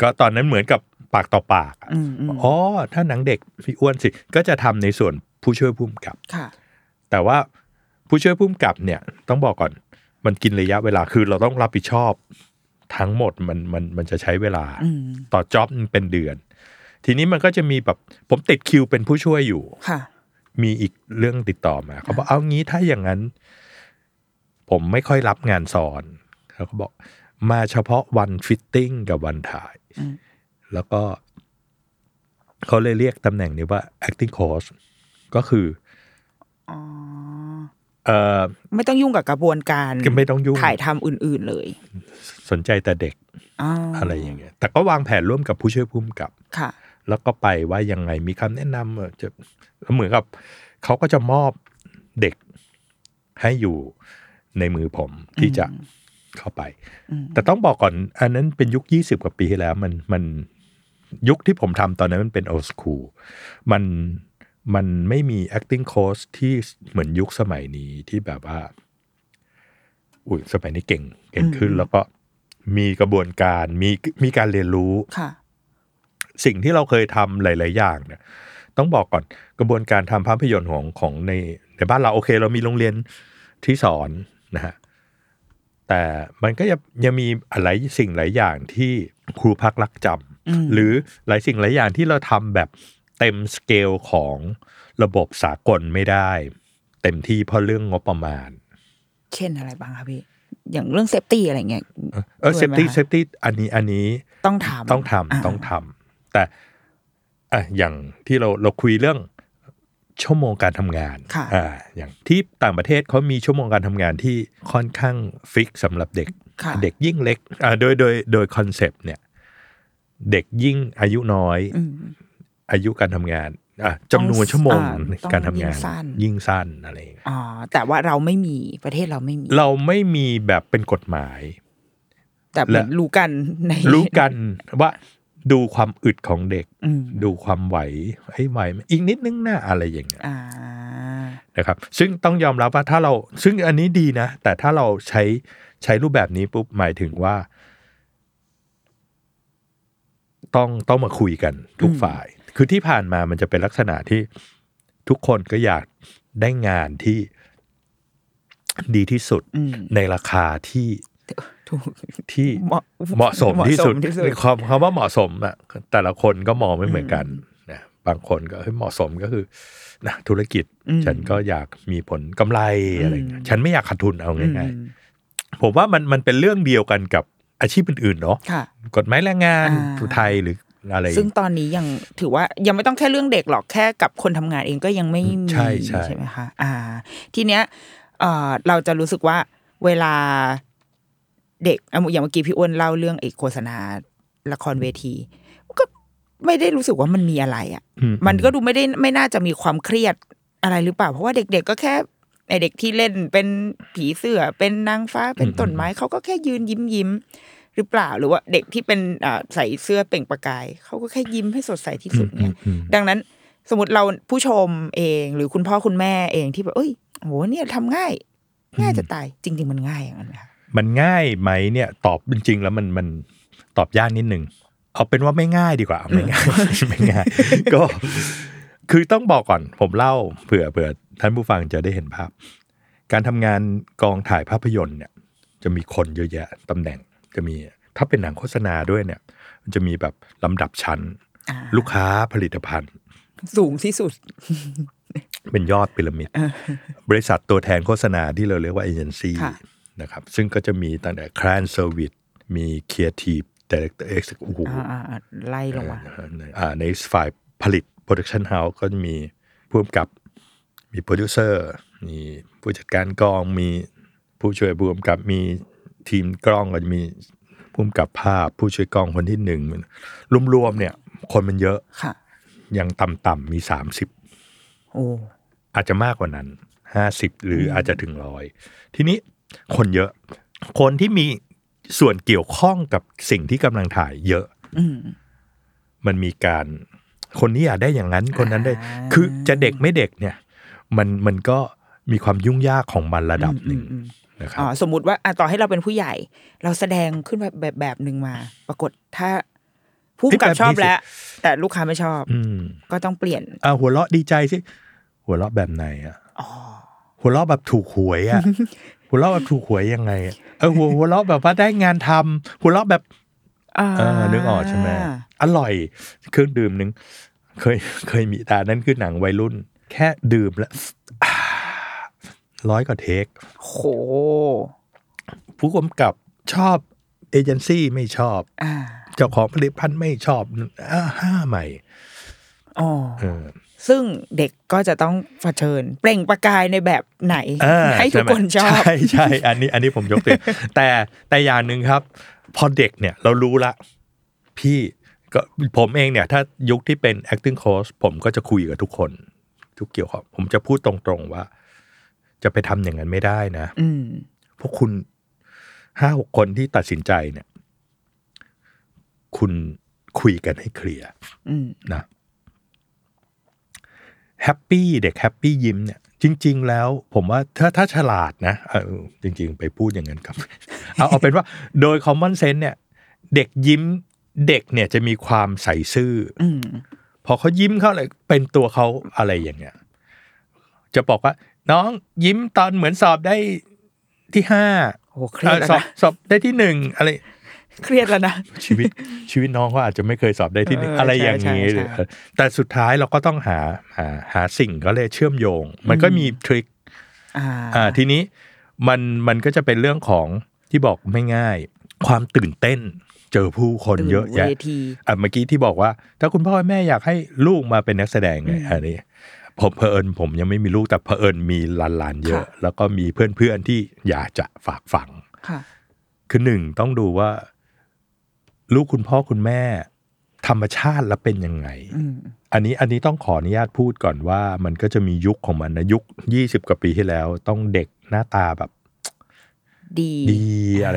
[SPEAKER 2] ก็ตอนนั้นเหมือนกับปากต่อปากอะ
[SPEAKER 1] อืมอืม
[SPEAKER 2] อ๋อถ้าหนังเด็กพี่อ้วนสิ ก็จะทำในส่วนผู้ช่วยผู้กำกับ
[SPEAKER 1] ค่ะ
[SPEAKER 2] แต่ว่าผู้ช่วยผู้กำกับเนี่ยต้องบอกก่อนมันกินระยะเวลาคือเราต้องรับผิดชอบทั้งหมดมันมันมันจะใช้เวลา
[SPEAKER 1] อืม
[SPEAKER 2] ต่อจ็อบมันเป็นเดือน ทีนี้มันก็จะมีแบบผมติดคิวเป็นผู้ช่วยอยู่
[SPEAKER 1] ค่ะ
[SPEAKER 2] มีอีกเรื่องติดต่อมาเขาบอกเอางี้ถ้าอย่างนั้น ผมไม่ค่อยรับงานสอนเขาก็บอกมาเฉพาะวันฟิตติ้งกับวันถ่าย
[SPEAKER 1] อืม
[SPEAKER 2] แล้วก็เขาเลยเรียกตำแหน่งนี้ว่า acting coach ก็คือ
[SPEAKER 1] อ๋อ
[SPEAKER 2] เอ่อ
[SPEAKER 1] ไม่ต้องยุ่งกับกระบวนการ
[SPEAKER 2] ก็ไม่ต้องยุ่ง
[SPEAKER 1] ถ่ายทำอื่น ๆเลย
[SPEAKER 2] สนใจแต่เด็ก
[SPEAKER 1] อ๋ออ
[SPEAKER 2] อะไรอย่างเงี้ย แต่ก็วางแผนร่วมกับผู้ช่วยผู้กำกับ
[SPEAKER 1] ค่ะ
[SPEAKER 2] แล้วก็ไปว่ายังไงมีคำแนะนำเออจะเหมือนกับเขาก็จะมอบเด็กให้อยู่ในมือผมที่จะเข้าไป แต่ต้องบอกก่อน อันนั้นเป็นยุค 20 กว่าปีที่แล้ว มันมันยุคที่ผมทำตอนนั้นมันเป็น old school มันมันไม่มี acting coach ที่เหมือนยุคสมัยนี้ที่แบบว่า อุ้ยสมัยนี้เก่งเก่งขึ้นแล้วก็ มีกระบวนการมีมีการเรียนรู้
[SPEAKER 1] ค่ะ
[SPEAKER 2] สิ่งที่เราเคยทำหลาย ๆ อย่างเนี่ยต้องบอกก่อนกระบวนการทำภาพยนตร์ของของในในบ้านเราโอเค เรามีโรงเรียนที่สอนนะฮะแต่มันก็ยังยังมีอะไรสิ่งหลายอย่างที่ครูพักรักจำ
[SPEAKER 1] อืม
[SPEAKER 2] หรือหลายสิ่งหลายอย่างที่เราทำแบบเต็มสเกลของระบบสากลไม่ได้ เต็มที่เพราะเรื่องงบประมาณ
[SPEAKER 1] เช่นอะไรบ้างคะพี่ อย่างเรื่องเซฟตี้อะไรเงี้ย
[SPEAKER 2] เออ
[SPEAKER 1] ด้
[SPEAKER 2] เซ
[SPEAKER 1] วย
[SPEAKER 2] ฟ
[SPEAKER 1] ไหม
[SPEAKER 2] ตี้
[SPEAKER 1] คะ
[SPEAKER 2] เซฟตี้อันนี้อันนี้
[SPEAKER 1] ต้องถาม
[SPEAKER 2] ต้องทำ
[SPEAKER 1] า
[SPEAKER 2] ต้องทำแต่อ่ะอย่างที่เราเราคุยเรื่องชั่วโมงการทำงาน
[SPEAKER 1] ค่ะ
[SPEAKER 2] อ่าอย่างที่ต่างประเทศเขามีชั่วโมงการทำงานที่ค่อนข้างฟิกสำหรับเด็ก
[SPEAKER 1] ค่ะ
[SPEAKER 2] เด็กยิ่งเล็กอ่าโดยโดยโดยคอนเซปต์เนี่ยเด็กยิ่งอายุน้อย
[SPEAKER 1] อืม
[SPEAKER 2] อายุการทำงานอ่ะจำนวนชั่วโมง
[SPEAKER 1] อ่าต้อง
[SPEAKER 2] การทำงาน
[SPEAKER 1] ยิ่งสั้น
[SPEAKER 2] ยิ่งสั้นอะไรอย่างเงี้ย
[SPEAKER 1] อ๋อแต่ว่าเราไม่มีประเทศเราไม่มี
[SPEAKER 2] เราไม่มีแบบเป็นกฎหมาย
[SPEAKER 1] แต่เหมือน
[SPEAKER 2] และ
[SPEAKER 1] รู้กันใน
[SPEAKER 2] รู้กันว่าดูความอึดของเด็ก
[SPEAKER 1] อืม
[SPEAKER 2] ดูความไหวเฮ้ยไหวไหมอีกนิดนึงนะอะไรอย่างเงี้ย
[SPEAKER 1] อ่า
[SPEAKER 2] นะครับ ซึ่งต้องยอมรับว่าถ้าเรา ซึ่งอันนี้ดีนะ แต่ถ้าเราใช้ใช้รูปแบบนี้ปุ๊บหมายถึงว่า ต้องต้องมาคุยกันทุก
[SPEAKER 1] อืม
[SPEAKER 2] ฝ่าย คือที่ผ่านมามันจะเป็นลักษณะที่ทุกคนก็อยากได้งานที่ดีที่สุด
[SPEAKER 1] อืม
[SPEAKER 2] ในราคาที่
[SPEAKER 1] ถูก
[SPEAKER 2] ที่
[SPEAKER 1] เหมาะ
[SPEAKER 2] เหมาะสมที่สุด
[SPEAKER 1] เหมาะสมที่สุด
[SPEAKER 2] ความคำว่าเหมาะสมอ่ะแต่ละคนก็มองไม่เหมือนกันนะบางคนก็เฮ้ยเหมาะสมก็คือนะธุรกิจ
[SPEAKER 1] อืม
[SPEAKER 2] ฉันก็อยากมีผลกำไรอะไรเงี้ยฉันไม่อยากขาดทุนเอา
[SPEAKER 1] อืม
[SPEAKER 2] ง่ายๆผมว่ามันมันเป็นเรื่องเดียวกันกับอาชีพอื่นๆเนาะ
[SPEAKER 1] ค่ะ
[SPEAKER 2] กฎหมายแรงงาน
[SPEAKER 1] อ่า
[SPEAKER 2] ผู้ไทยหรืออะไร
[SPEAKER 1] ซึ่งตอนนี้ยังถือว่ายังไม่ต้องแค่เรื่องเด็กหรอกแค่กับคนทำงานเองก็ยังไม่มี
[SPEAKER 2] ใช่ใช่
[SPEAKER 1] ไหมคะอ่า ทีเนี้ยเอ่อเราจะรู้สึกว่าเวลาเด็กอ่ะอย่างเมื่อกี้พี่อ้วนเล่าเรื่องไอ้โฆษณาละครเวที ก็ไม่ได้รู้สึกว่ามันมีอะไรอ่ะ
[SPEAKER 2] อื
[SPEAKER 1] มันก็ดูไม่ได้ไม่น่าจะมีความเครียดอะไรหรือเปล่า เพราะว่าเด็ก ๆ ก็แค่ไอเด็กที่เล่นเป็นผีเสื้อเป็นนางฟ้าเป็นต้นไม้เขาก็แค่ยืนยิ้มยิ้มๆหรือเปล่าหรือว่าเด็กที่เป็นอ่าใส่เสื้อเปล่งประกายเขาก็แค่ยิ้มให้สดใสที่
[SPEAKER 2] อื
[SPEAKER 1] สุด
[SPEAKER 2] มอื
[SPEAKER 1] เนี่
[SPEAKER 2] ม
[SPEAKER 1] ย
[SPEAKER 2] อืม
[SPEAKER 1] ดังนั้นสมมติเราผู้ชมเองหรือคุณพ่อคุณแม่เองที่แบบเอ้ยโหเนี่ยทำง่าย ง่ายจะตายจริง ๆ มันง่ายอย่างนั้นไหมคะ
[SPEAKER 2] มันง่ายไหมเนี่ย ตอบจริง ๆ แล้วมันมันตอบยากนิดหนึ่งเอาเป็นว่าไม่ง่ายดีกว่าไม่ง่าย ไม่ง่าย ก็ คือต้องบอกก่อน ผมเล่าเผื่อเผื่อท่านผู้ฟังจะได้เห็นภาพ การทำงานกองถ่ายภาพยนตร์เนี่ย จะมีคนเยอะแยะตำแหน่ง จะมีถ้าเป็นหนังโฆษณาด้วยเนี่ย มันจะมีแบบลำดับชั้น
[SPEAKER 1] อ่า
[SPEAKER 2] ลูกค้าผลิตภัณฑ์
[SPEAKER 1] สูงที่สุด
[SPEAKER 2] เป็นยอดพีระมิด บริษัทตัวแทนโฆษณาที่เราเรียกว่าเอเจนซี่
[SPEAKER 1] ค่ะ
[SPEAKER 2] นะครับ ซึ่งก็จะมีตั้งแต่คลานเซอร์วิสมีเคียร์ทีฟเดเรคเตอร์เอ็กซ์โอ้โห
[SPEAKER 1] อ่าอ่าอ่าไล่ลงมา
[SPEAKER 2] อ่าในฝ่ายผลิตโปรดักชันเฮาส์ก็จะมีผู้กำกับ มีโปรดิวเซอร์ มีผู้จัดการกล้อง มีผู้ช่วยผู้กำกับมีทีมกล้องก็จะมีผู้กำกับภาพ ผู้ช่วยกล้องคนที่หนึ่งรวมๆเนี่ย คนมันเยอะ
[SPEAKER 1] ค่ะ
[SPEAKER 2] ยังต่ำๆมีสามสิบ
[SPEAKER 1] โอ้
[SPEAKER 2] อาจจะมากกว่านั้นห้าสิบหรืออาจจะถึงร้อยทีนี้คนเยอะ คนที่มีส่วนเกี่ยวข้องกับสิ่งที่กำลังถ่ายเยอะ
[SPEAKER 1] อืม
[SPEAKER 2] มันมีการคนนี้อยากได้อย่างนั้นคนนั้นได้
[SPEAKER 1] อ่า
[SPEAKER 2] คือจะเด็กไม่เด็กเนี่ย มันมันก็มีความยุ่งยากของมันระดับหนึ่ง
[SPEAKER 1] อืมอืม
[SPEAKER 2] นะครั
[SPEAKER 1] อ๋
[SPEAKER 2] บ
[SPEAKER 1] อสมมติว่าอ่ะต่อให้เราเป็นผู้ใหญ่ เราแสดงขึ้นแบบแบบแบบหนึ่งมา ปรากฏถ้าผู้กำกับ
[SPEAKER 2] เอ้ยแบบ
[SPEAKER 1] ชอบ
[SPEAKER 2] นี้สิ
[SPEAKER 1] แล้ว แต่ลูกค้าไม่ชอบ
[SPEAKER 2] อืม
[SPEAKER 1] ก็ต้องเปลี่ยน
[SPEAKER 2] อ่าหัวเราะดีใจสิหัวเราะแบบไหนอะ
[SPEAKER 1] อ๋อ
[SPEAKER 2] หัวเราะแบบถูกหวย อะ หัวเราะแบบถูกหวยยังไงอะเออหัวหัวเราะแบบว่าได้งานทำหัวเราะแบบ
[SPEAKER 1] อ่า
[SPEAKER 2] เออนึกออกใช่ไหมอร่อย เครื่องดื่มหนึ่งเคยเคยมีตานั่นคือหนังวัยรุ่น แค่ดื่มแล้วอ่าร้อยกว่าเทค
[SPEAKER 1] โห
[SPEAKER 2] ผู้กำกับชอบเอเจนซี่ไม่ชอบ
[SPEAKER 1] อ่า
[SPEAKER 2] เจ้าของผลิตภัณฑ์ไม่ชอบอาห้าใหม่
[SPEAKER 1] อ๋อ
[SPEAKER 2] เออ
[SPEAKER 1] ซึ่งเด็กก็จะต้องเผชิญ เปล่งประกายในแบบไหน
[SPEAKER 2] อ่า
[SPEAKER 1] ให้ทุก
[SPEAKER 2] ช่ไม
[SPEAKER 1] คนชอบ
[SPEAKER 2] ใช่ใช่อันนี้อันนี้ผมยกตัวอย่าง แต่แต่อย่างหนึ่งครับ พอเด็กเนี่ยเรารู้ละ พี่ก็ผมเองเนี่ย ถ้ายุคที่เป็น acting coach ผมก็จะคุยกับทุกคน ทุกเกี่ยวข้องผมจะพูดตรงๆว่า จะไปทำอย่างนั้นไม่ได้นะ
[SPEAKER 1] อืม
[SPEAKER 2] พวกคุณห้าหกคนที่ตัดสินใจเนี่ย คุณคุยกันให้เคลียร์
[SPEAKER 1] อืม
[SPEAKER 2] นะแฮปปี้เด็กแฮปปี้ยิ้มเนี่ยจริง ๆ แล้ว ผมว่าถ้าถ้าฉลาดนะเออจริง ๆ ไปพูดอย่างนั้นกับ เอาเอาเป็นว่าโดย common sense เนี่ย เด็กยิ้มเด็กเนี่ยจะมีความใสซื่ออ
[SPEAKER 1] อืม
[SPEAKER 2] พอเขายิ้มเขาเลยเป็นตัวเขาอะไรอย่างเงี้ย จะบอกว่า น้องยิ้มตอนเหมือนสอบได้ที่ห้า
[SPEAKER 1] โอ้เครียด
[SPEAKER 2] เอ่
[SPEAKER 1] แล้
[SPEAKER 2] อ
[SPEAKER 1] ว
[SPEAKER 2] สอบ
[SPEAKER 1] นะ
[SPEAKER 2] สอบได้ที่หนึ่งอะไร
[SPEAKER 1] เครียดแล้วนะ
[SPEAKER 2] ชีวิต ชีวิตน้องเขาอาจจะไม่เคยสอบได้ที่หนึ่ง
[SPEAKER 1] เออ
[SPEAKER 2] อะไรอย่างนี้
[SPEAKER 1] ใช่ใช่ใช่
[SPEAKER 2] แต่สุดท้ายเราก็ต้องหาหาหาสิ่งก็เลยเชื่อมโยง มันก็มีทริค
[SPEAKER 1] อ่า
[SPEAKER 2] อ่าทีนี้มันมันก็จะเป็นเรื่องของที่บอกไม่ง่าย ความตื่นเต้น เจอผู้คนเยอะแยะ
[SPEAKER 1] เวที
[SPEAKER 2] อ่ะเมื่อกี้ที่บอกว่า ถ้าคุณพ่อแม่อยากให้ลูกมาเป็นนักแสดงเนี่ยอันนี้ผมเพอเอิญผมยังไม่มีลูกแต่เพอเอิญมีหลานๆเยอะ
[SPEAKER 1] ค่ะ
[SPEAKER 2] แล้วก็มีเพื่อนๆที่อยากจะฝากฝัง
[SPEAKER 1] ค่ะ
[SPEAKER 2] คือหนึ่งต้องดูว่า ลูกคุณพ่อคุณแม่ ธรรมชาติแล้วเป็นยังไง
[SPEAKER 1] อืม
[SPEAKER 2] อันนี้อันนี้ต้องขออนุญาตพูดก่อนว่า มันก็จะมียุคของมันนะยุคยี่สิบกว่าปีที่แล้ว ต้องเด็กหน้าตาแบบ
[SPEAKER 1] ดี
[SPEAKER 2] ดีอะไร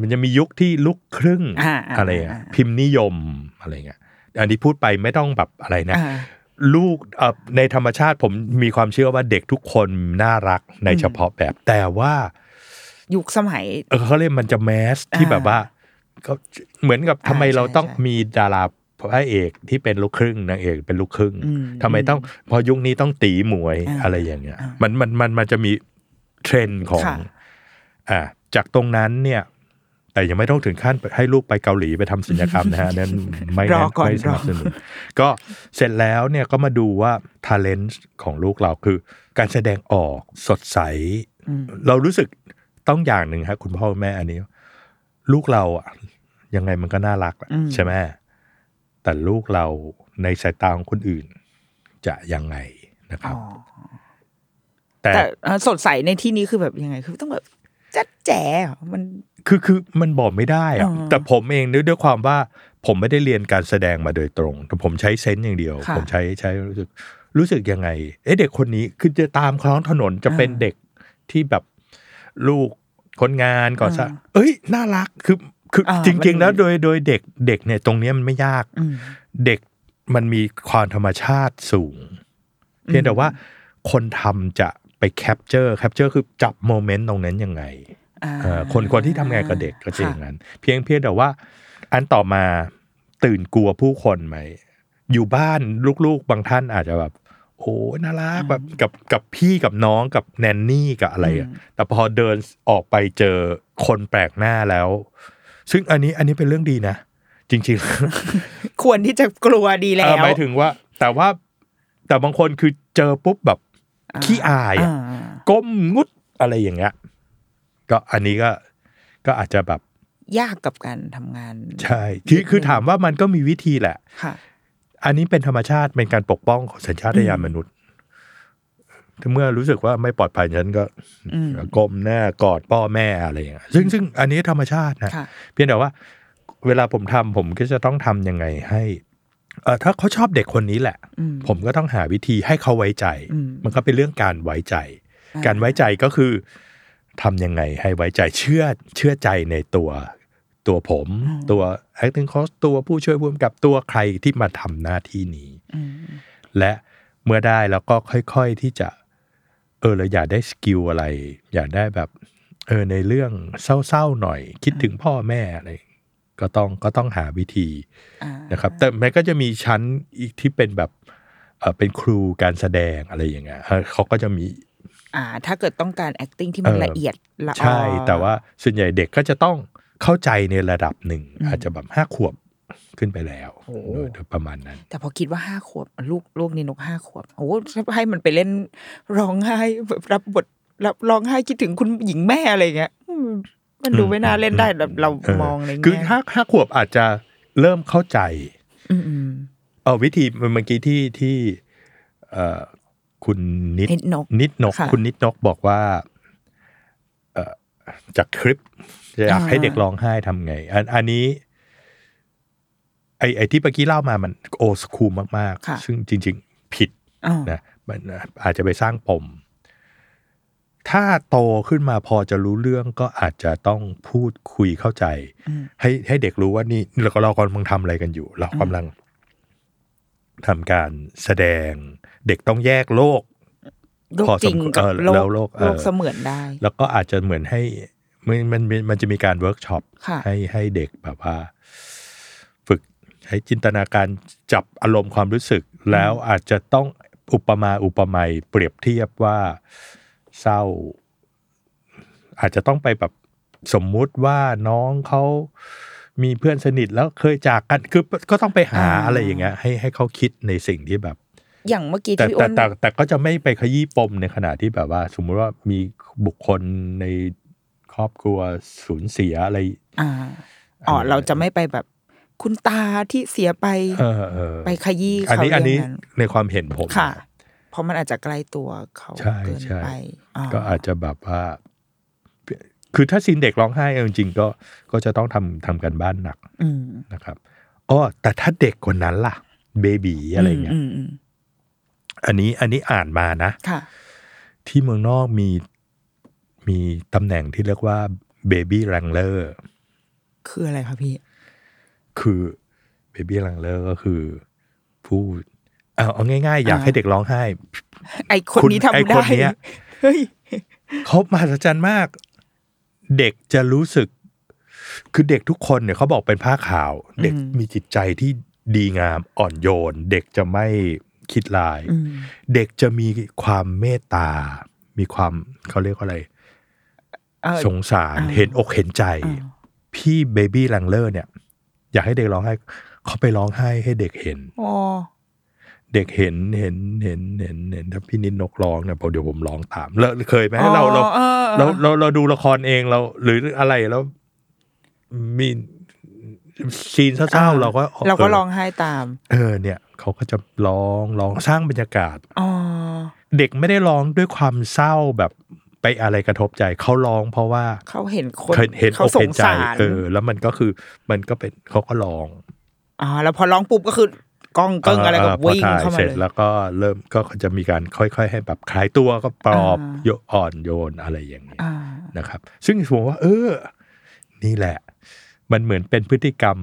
[SPEAKER 2] มันจะมียุคที่ลูกครึ่ง
[SPEAKER 1] อ่าอ่า
[SPEAKER 2] อะไรอะ
[SPEAKER 1] อ่า
[SPEAKER 2] พิมพ์นิยมอะไรเงี้ยอันนี้พูดไปไม่ต้องแบบอะไรนะ
[SPEAKER 1] อ่า
[SPEAKER 2] ลูกเอ่อในธรรมชาติผมมีความเชื่อว่าเด็กทุกคนน่ารักใน
[SPEAKER 1] อืม
[SPEAKER 2] เฉพาะแบบ แต่ว่า
[SPEAKER 1] ยุคสมัย
[SPEAKER 2] เออเขาเรียกมันจะแมสที่
[SPEAKER 1] อ่า
[SPEAKER 2] แบบว่าเขาเหมือนกับ
[SPEAKER 1] อ่า
[SPEAKER 2] ทำไมเรา
[SPEAKER 1] ใช่
[SPEAKER 2] ต้อง
[SPEAKER 1] ใช่
[SPEAKER 2] มีดาราพระเอกที่เป็นลูกครึ่งนางเอกเป็นลูกครึ่ง
[SPEAKER 1] อืม
[SPEAKER 2] ทำไมต้องพอยุคนี้ต้องตีหมวย
[SPEAKER 1] อ่า
[SPEAKER 2] อะไรอย่างเงี้ย
[SPEAKER 1] อ่ามั
[SPEAKER 2] มันมันมันมันจะมีเทรนด์ของ
[SPEAKER 1] ค่ะ
[SPEAKER 2] อ่าจากตรงนั้นเนี่ย แต่ยังไม่ต้องถึงขั้นให้ลูกไปเกาหลีไปทำศัลยกรรม นะฮะ นั่นไม่
[SPEAKER 1] รอก่อน
[SPEAKER 2] ไม่สนับสนุนก็เสร็จแล้วเนี่ยก็มาดูว่าท ALENT ของลูกเราคือ การแสดงออกสดใส
[SPEAKER 1] อืม
[SPEAKER 2] เรารู้สึกต้องอย่างหนึ่งครับคุณพ่อคุณแม่อันนี้ ลูกเราอะยังไงมันก็น่ารักอะ
[SPEAKER 1] อืม
[SPEAKER 2] ใช่ไหมแต่ลูกเราในสายตาของคนอื่น จะยังไงนะค
[SPEAKER 1] อ๋
[SPEAKER 2] รั
[SPEAKER 1] อบ
[SPEAKER 2] แต่
[SPEAKER 1] แต่เอ่อสดใสในที่นี้คือแบบยังไง คือต้องแบบจัดแจ๋เหรอมัน
[SPEAKER 2] คือคือมันบอกไม่ได้อะ
[SPEAKER 1] อ๋อ
[SPEAKER 2] แต่ผมเองด้วยด้วยความว่าผมไม่ได้เรียนการแสดงมาโดยตรง แต่ผมใช้เซนส์อย่างเดียว
[SPEAKER 1] ค่ะ
[SPEAKER 2] ผมใช้ใช้รู้สึก รู้สึกยังไง เอ๊ะเด็กคนนี้คือจะตามคล้องถนนจะเป็น
[SPEAKER 1] อ่า
[SPEAKER 2] เด็กที่แบบลูกคนงานก่อสร้าง
[SPEAKER 1] อ่า
[SPEAKER 2] เอ้ยน่ารักคือคืออา จริง ๆ แล้ว
[SPEAKER 1] มัน
[SPEAKER 2] โดยโดยเด็กเด็กเนี่ยตรงเนี้ยมันไม่ยาก
[SPEAKER 1] อืม
[SPEAKER 2] เด็กมันมีความธรรมชาติสูง เพียงแต่ว่าคนทำจะไปแคปเจอร์แคปเจอร์คือจับโมเมนต์ตรงนั้นยังไง
[SPEAKER 1] อ่า
[SPEAKER 2] เอ่อคนคนที่ทำงานกับเด็กก็จะ
[SPEAKER 1] ค่ะ
[SPEAKER 2] อย่างนั้น เพียงเพียงแต่ว่า อันต่อมาตื่นกลัวผู้คนไหม อยู่บ้านลูกๆ บางท่านอาจจะแบบ โอ้ยน่ารักแบบกับกับพี่กับน้องกับแนนนี่กับอะไรอะแต่พอเดินออกไปเจอคนแปลกหน้าแล้ว ซึ่งอันนี้อันนี้เป็นเรื่องดีนะ จริงๆ
[SPEAKER 1] ควรที่จะกลัวดีแล้ว
[SPEAKER 2] เออหมายถึงว่า แต่ว่าแต่บางคนคือเจอปุ๊บแบบขี้อายอะ
[SPEAKER 1] อ่า
[SPEAKER 2] ก้มงุดอะไรอย่างเงี้ยก็อันนี้ก็ก็อาจจะแบบ
[SPEAKER 1] ยากกับการทำงาน
[SPEAKER 2] ใช่คือคือถามว่ามันก็มีวิธีแหละ
[SPEAKER 1] ค่ะ
[SPEAKER 2] อันนี้เป็นธรรมชาติเป็นการปกป้องของสัญชาตญาณมนุษย์ถ้าเมื่อรู้สึกว่าไม่ปลอดภัยฉันก็
[SPEAKER 1] อืม
[SPEAKER 2] ก้มหน้ากอดพ่อแม่อะไรอย่างเงี้ยซึ่งซึ่งอันนี้ธรรมชาตินะ
[SPEAKER 1] ค่ะ
[SPEAKER 2] เพียงแต่ว่า เวลาผมทำผมก็จะต้องทำยังไงให้เออถ้าเขาชอบเด็กคนนี้แหละ
[SPEAKER 1] อืม
[SPEAKER 2] ผมก็ต้องหาวิธีให้เขาไว้ใจ
[SPEAKER 1] อืม
[SPEAKER 2] มันก็เป็นเรื่องการไว้ใจ การไว้ใจก็คือทำยังไงให้ไว้ใจเชื่อเชื่อใจในตัวตัวผม ตัว acting coach ตัวผู้ช่วยผู้กำกับตัวใครที่มาทำหน้าที่นี้
[SPEAKER 1] อืม
[SPEAKER 2] และเมื่อได้แล้วก็ค่อยๆที่จะ เออเราอยากได้สกิลอะไร อยากได้แบบ เออในเรื่องเศร้าๆหน่อย คิดถึงพ่อแม่อะไรก็ต้องก็ต้องหาวิธี
[SPEAKER 1] อ่า
[SPEAKER 2] นะครับ แต่มันก็จะมีชั้นอีกที่เป็นแบบเออเป็นครูการแสดงอะไรอย่างเงี้ยเออเขาก็จะมี
[SPEAKER 1] อ่า ถ้าเกิดต้องการ acting ที่มัน
[SPEAKER 2] เออ
[SPEAKER 1] ละเอียดละออ
[SPEAKER 2] ใช่ แต่ว่าส่วนใหญ่เด็กก็จะต้องเข้าใจในระดับหนึ่ง อาจจะแบบห้าขวบขึ้นไปแล้ว
[SPEAKER 1] โอ้โห
[SPEAKER 2] โดยโดยประมาณนั้น
[SPEAKER 1] แต่พอคิดว่าห้าขวบลูกลูกนี่นกห้าขวบโอ้โหถ้าให้มันไปเล่นร้องไห้แบบรับบทรับร้องไห้คิดถึงคุณหญิงแม่อะไรเงี้ยอืมมันดูไม่น่าเล่นได้แบบเรา
[SPEAKER 2] เออ
[SPEAKER 1] มองใน
[SPEAKER 2] คือ
[SPEAKER 1] แง่
[SPEAKER 2] ห้าห้าขวบอาจจะเริ่มเข้าใจ
[SPEAKER 1] อืมอืม
[SPEAKER 2] เออวิธีเมื่อกี้ที่ที่เอ่อคุณนิด
[SPEAKER 1] นิดนก
[SPEAKER 2] นิดนก
[SPEAKER 1] ค่ะ
[SPEAKER 2] คุณนิดนกบอกว่าเอ่อจากคลิปจะอยาก
[SPEAKER 1] อ่า
[SPEAKER 2] ให้เด็กร้องไห้ทำไง อันอันนี้ ไอไอที่เมื่อกี้เล่ามามันโอสคูลมาก
[SPEAKER 1] ค่ะ
[SPEAKER 2] ๆ ซึ่งจริง ๆ ผิด
[SPEAKER 1] อ๋อ
[SPEAKER 2] นะมันอาจจะไปสร้างปม ถ้าโตขึ้นมาพอจะรู้เรื่องก็อาจจะต้องพูดคุยเข้าใจ
[SPEAKER 1] อืม
[SPEAKER 2] ให้ให้เด็กรู้ว่านี่เราเรากำลังทำอะไรกันอยู่ เรากำลังทำการแสดง เด็กต้องแยกโลก
[SPEAKER 1] โรค
[SPEAKER 2] พอสม
[SPEAKER 1] จริง
[SPEAKER 2] ควร
[SPEAKER 1] กับ
[SPEAKER 2] เออ
[SPEAKER 1] โร
[SPEAKER 2] แล้ว
[SPEAKER 1] ค
[SPEAKER 2] โรคเออ
[SPEAKER 1] โรคเสมือนได้
[SPEAKER 2] แล้วก็อาจจะเหมือนให้ มันมันมันมันจะมีการเวิร์กช็อป
[SPEAKER 1] ค่ะ
[SPEAKER 2] ให้ให้เด็กแบบว่า ฝึกให้จินตนาการจับอารมณ์ความรู้สึก แล้วอาจจะต้องอุปมาอุปไมยเปรียบเทียบว่าเศร้า อาจจะต้องไปแบบสมมุติว่าน้องเขามีเพื่อนสนิทแล้วเคยจากกันคือก็ต้องไปหา
[SPEAKER 1] อ่า
[SPEAKER 2] อะไรอย่างเงี้ยให้ให้เขาคิดในสิ่งที่แบบ
[SPEAKER 1] อย่างเมื่อกี้
[SPEAKER 2] แต่
[SPEAKER 1] ที่พี่
[SPEAKER 2] แต่
[SPEAKER 1] อ้น
[SPEAKER 2] แต่แต่ก็จะไม่ไปขยี้ปมในขณะที่แบบว่า สมมุติว่ามีบุคคลในครอบครัวสูญเสียอะไร
[SPEAKER 1] อ่าอ๋อ
[SPEAKER 2] เออ
[SPEAKER 1] เราจะไม่ไปแบบคุณตาที่เสียไป
[SPEAKER 2] เออเออ
[SPEAKER 1] ไปขยี้
[SPEAKER 2] อัน
[SPEAKER 1] เขา
[SPEAKER 2] นี้
[SPEAKER 1] เรื่
[SPEAKER 2] อัน
[SPEAKER 1] อง
[SPEAKER 2] นี้
[SPEAKER 1] นั้น
[SPEAKER 2] ในความเห็นผม
[SPEAKER 1] ค่ะ เพราะมันอาจจะใกล้ตัวเขา
[SPEAKER 2] ใช่
[SPEAKER 1] เกิน
[SPEAKER 2] ใช่
[SPEAKER 1] ไปอ่
[SPEAKER 2] ก็อาจจะแบบว่า คือถ้าซีนเด็กร้องไห้เอาจริงๆก็ก็จะต้องทำทำกันบ้านหนัก
[SPEAKER 1] อืม
[SPEAKER 2] นะครับอ๋อแต่ถ้าเด็กกว่านั้นล่ะ เบบีอะไรเงี้ย
[SPEAKER 1] มมอืม
[SPEAKER 2] อันนี้อันนี้อ่านมานะ
[SPEAKER 1] ค่ะ
[SPEAKER 2] ที่เมืองนอกมีมีตำแหน่งที่เรียกว่าเบบี้แรงเลอร์
[SPEAKER 1] คืออะไรคะพี่
[SPEAKER 2] คือเบบี้ลังเลอร์ก็คือพูดเอาเอาง่ายๆ อยากให้เด็กร้องไห้
[SPEAKER 1] ไอคนนี้ทำ
[SPEAKER 2] ไอ้
[SPEAKER 1] ได้
[SPEAKER 2] คนเนี้ย
[SPEAKER 1] เฮ้ย
[SPEAKER 2] เขามหัศจรรย์มาก เด็กจะรู้สึก คือเด็กทุกคนเนี่ยเขาบอกเป็นผ้าขาว เด็กมีจิตใจที่ดีงามอ่อนโยน เด็กจะไม่คิดลาย
[SPEAKER 1] อืม
[SPEAKER 2] เด็กจะมีความเมตตา มีความเขาเรียกว่าอะไร
[SPEAKER 1] เออ
[SPEAKER 2] สงสาร
[SPEAKER 1] อ่า
[SPEAKER 2] เห็นอกเห็นใจ
[SPEAKER 1] อ่า
[SPEAKER 2] พี่เบบี้ลังเลอร์เนี่ย อยากให้เด็กร้องไห้เขาไปร้องไห้ให้เด็กเห็น
[SPEAKER 1] อ๋อ
[SPEAKER 2] เด็กเห็นเห็นเห็นเห็นเห็นถ้าพี่นิดนกร้องเนี่ยพอเดี๋ยวผมร้องตามแล้วเคยไหมเราเรา
[SPEAKER 1] อ๋อออ
[SPEAKER 2] เราเราเราดูละครเองเรา หรืออะไรแล้วมีซีนเศร้าๆเราก็
[SPEAKER 1] เราก็ร้องไห้ตาม
[SPEAKER 2] เออเนี่ยเขาก็จะร้องร้องสร้างบรรยากาศ
[SPEAKER 1] อ๋อ
[SPEAKER 2] เด็กไม่ได้ร้องด้วยความเศร้าแบบไปอะไรกระทบใจเขาร้องเพราะว่า
[SPEAKER 1] เขาเห็นคน
[SPEAKER 2] เห็นเห็น
[SPEAKER 1] เขา
[SPEAKER 2] อก
[SPEAKER 1] ส
[SPEAKER 2] เห็
[SPEAKER 1] ง
[SPEAKER 2] นใจ
[SPEAKER 1] สาร
[SPEAKER 2] เออ แล้วมันก็คือมันก็เป็นเขาก็ร้อง
[SPEAKER 1] อ๋อแล้วพอร้องปุ๊บก็คือกล้องเกิ้งอะไรก็
[SPEAKER 2] พ
[SPEAKER 1] วิ่ง
[SPEAKER 2] ถ่ย
[SPEAKER 1] เข้ามา
[SPEAKER 2] เสร็จ
[SPEAKER 1] เลย
[SPEAKER 2] แล้วก็เริ่มก็จะมีการค่อยๆ ให้แบบคลายตัวก็ปลอบ
[SPEAKER 1] อ่า
[SPEAKER 2] โยนอ่อนโยนอะไรอย่างนี้ย
[SPEAKER 1] อ่า
[SPEAKER 2] นะครับ ซึ่งผมว่า เออ นี่แหละ มันเหมือนเป็นพฤติกรรม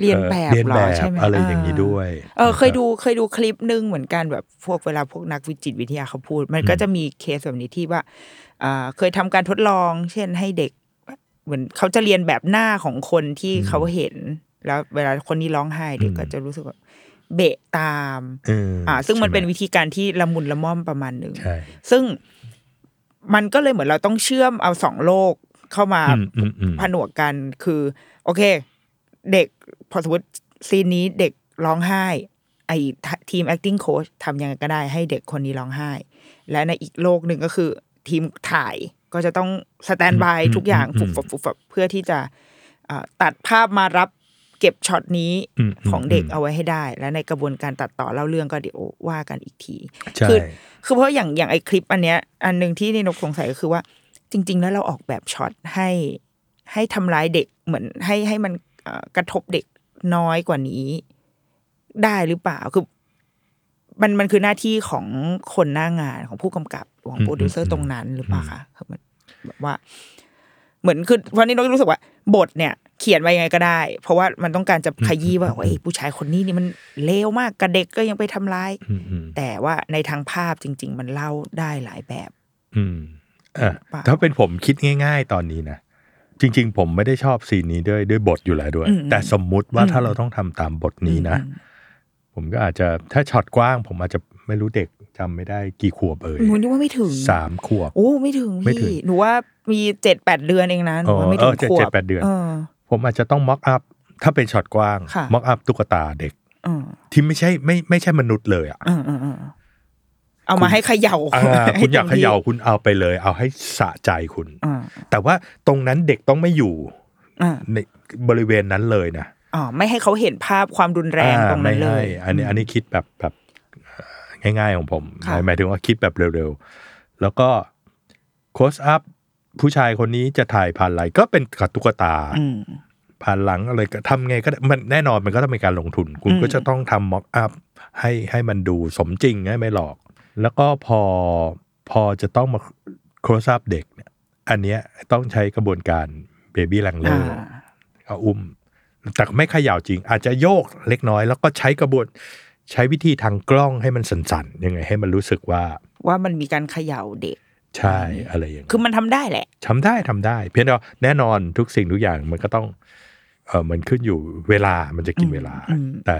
[SPEAKER 1] เรียนแบบ
[SPEAKER 2] อ่อเรียนแบ
[SPEAKER 1] เหรอใช่
[SPEAKER 2] บ
[SPEAKER 1] ไหม
[SPEAKER 2] อะไรอย่างนี้
[SPEAKER 1] อ่า
[SPEAKER 2] ด้วย
[SPEAKER 1] เออเคย
[SPEAKER 2] นะครับ
[SPEAKER 1] ดูเคยดูคลิปหนึ่งเหมือนกันแบบพวกเวลาพวกนักวิจิตรวิทยาเขาพูด มันก็จะมีเคสแบบนี้ที่ว่าอ่าเคยทำการทดลอง เช่นให้เด็ก เหมือนเขาจะเรียนแบบหน้าของคนที่เขาเห็น แล้วเวลาคนนี้ร้องไห้เด็ก
[SPEAKER 2] อืม
[SPEAKER 1] ก็จะรู้สึกแบบเบะตาม
[SPEAKER 2] เอออ่า
[SPEAKER 1] อ่า ซึ่งมันเป็น
[SPEAKER 2] ใช่ไห
[SPEAKER 1] วิธีการที่ละมุนละม่อมประมาณหนึ่ง
[SPEAKER 2] ใช่
[SPEAKER 1] ซึ่งมันก็เลยเหมือนเราต้องเชื่อมเอาสองโลกเข้ามา
[SPEAKER 2] อืมอืมอืม
[SPEAKER 1] ผนวกกันคือ โอเค เด็กพอสมมติซีนนี้เด็กร้องไห้ไอทีม acting coach ทำยังไงก็ได้ให้เด็กคนนี้ร้องไห้ และในอีกโลกหนึ่งก็คือ ทีมถ่ายก็จะต้องสแตนบายทุกอย่างฟุบฟับฟุบฟับเพื่อที่จะเอ่อตัดภาพมารับเก็บช็อตนี้
[SPEAKER 2] มม
[SPEAKER 1] ของเด็กเอาไว้ให้ได้ และในกระบวนการตัดต่อเล่าเรื่องก็เดี๋ยวว่ากันอีกที
[SPEAKER 2] ใช่
[SPEAKER 1] คือคือเพราะอย่างอย่างไอคลิปอันเนี้ย อันหนึ่งที่ในนกสงสัยก็คือว่า จริง ๆ แล้วเราออกแบบช็อตให้ให้ทำร้ายเด็กเหมือนให้ให้มันเอ่อกระทบเด็กน้อยกว่านี้ ได้หรือเปล่าคือ มันมันคือหน้าที่ของคนหน้างานของผู้กำกับของโปรดิวเซอร์ตรงนั้นหรือเปล่าคะคือมันแบบว่า เหมือนคือวันนี้นกรู้สึกว่า บทเนี่ย เขียนไว้ยังไงก็ได้ เพราะว่ามันต้องการจะขยี้ว่าโอ้ยผู้ชายคนนี้นี่มันเลวมากกับเด็กก็ยังไปทำร้าย
[SPEAKER 2] อืมอืม
[SPEAKER 1] แต่ว่าในทางภาพจริง ๆ มันเล่าได้หลายแบบ
[SPEAKER 2] อืมอ่ะ
[SPEAKER 1] เปล่า
[SPEAKER 2] ถ้าเป็นผมคิดง่าย ๆ ตอนนี้นะจริง ๆ ผมไม่ได้ชอบซีนนี้ด้วยด้วยบทอยู่แล้วด้วย
[SPEAKER 1] อืมอืม
[SPEAKER 2] แต่สมมุติว่า
[SPEAKER 1] อืม
[SPEAKER 2] ถ้าเราต้องทำตามบทนี้นะ ผมก็อาจจะถ้าช็อตกว้าง ผมอาจจะไม่รู้เด็กจำไม่ได้กี่ขวบเอ่ย
[SPEAKER 1] หนูนึกว่าไม่ถึง
[SPEAKER 2] สามขวบ
[SPEAKER 1] โอ้ไม่ถึง
[SPEAKER 2] ไม่ถึง
[SPEAKER 1] พี่หนูว่ามีเจ็ดแปดเดือนเองนะหนูว่า
[SPEAKER 2] อ๋อ
[SPEAKER 1] ไม่ถึง
[SPEAKER 2] เออเจ็ด
[SPEAKER 1] ขวบ
[SPEAKER 2] เจ็ดแปดเดือน
[SPEAKER 1] เออ
[SPEAKER 2] ผมอาจจะต้องม็อกอัพถ้าเป็นช็อตกว้าง
[SPEAKER 1] ค่ะ
[SPEAKER 2] ม็อกอัพตุ๊กตาเด็ก
[SPEAKER 1] เออ
[SPEAKER 2] ที่ไม่ใช่ไม่ไม่ใช่มนุษย์เลยอ่ะ
[SPEAKER 1] เออเออเออเอามาให้เขย่า
[SPEAKER 2] อ่า
[SPEAKER 1] ให้
[SPEAKER 2] คุณอยาก
[SPEAKER 1] ต็ม
[SPEAKER 2] เข
[SPEAKER 1] ที่
[SPEAKER 2] ย่าคุณเอาไปเลย เอาให้สะใจคุณ
[SPEAKER 1] อ่า
[SPEAKER 2] แต่ว่าตรงนั้นเด็กต้องไม่อยู่
[SPEAKER 1] อ่า
[SPEAKER 2] ในบริเวณนั้นเลยนะ
[SPEAKER 1] อ๋อไม่ให้เขาเห็นภาพความรุนแรง
[SPEAKER 2] อ่า
[SPEAKER 1] ตรงนั้น
[SPEAKER 2] ไม่
[SPEAKER 1] เล
[SPEAKER 2] ให้
[SPEAKER 1] ย
[SPEAKER 2] อันนี้อันนี้คิดแบบแบบง่ายๆของผม
[SPEAKER 1] ค่ะ
[SPEAKER 2] หมายถึงว่าคิดแบบเร็วๆ แล้วก็โคสอัพผู้ชายคนนี้จะถ่ายผ่านอะไรก็เป็นกับตุ๊กตา
[SPEAKER 1] อืม
[SPEAKER 2] ผ่านหลังอะไรก็ทำไงก็ได้มันแน่นอนมันก็ต้องมีการลงทุน คุณ
[SPEAKER 1] อืม
[SPEAKER 2] ก็จะต้องทำม็อกอัพให้ให้มันดูสมจริงให้ไม่หลอก แล้วก็พอพอจะต้องมาโครซับเด็กเนี่ยอันเนี้ยต้องใช้กระบวนการเบบี้ลังเล
[SPEAKER 1] อ่า
[SPEAKER 2] เอาอุ้ม แต่ไม่เขย่าจริง อาจจะโยกเล็กน้อย แล้วก็ใช้กระบวนใช้วิธีทางกล้องให้มันสั่นๆยังไงให้มันรู้สึกว่า
[SPEAKER 1] ว่ามันมีการเขย่าเด็ก
[SPEAKER 2] ใช่อะไรอย่าง
[SPEAKER 1] คื
[SPEAKER 2] นี้
[SPEAKER 1] อมันทำได้แหละ
[SPEAKER 2] ทำได้ทำได้ เพียงแต่ว่าแน่นอนทุกสิ่งทุกอย่างมันก็ต้องเออมันขึ้นอยู่เวลามันจะกินเวลา
[SPEAKER 1] อืม
[SPEAKER 2] แต่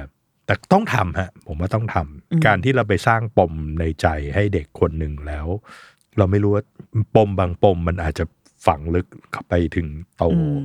[SPEAKER 2] แต่ต้องทำฮะ ผมว่าต้องท
[SPEAKER 1] อืม
[SPEAKER 2] ำการที่เราไปสร้างปมในใจให้เด็กคนหนึ่งแล้ว เราไม่รู้ว่าปมบางปมมันอาจจะฝังลึกเข้าไปถึงโต
[SPEAKER 1] อืม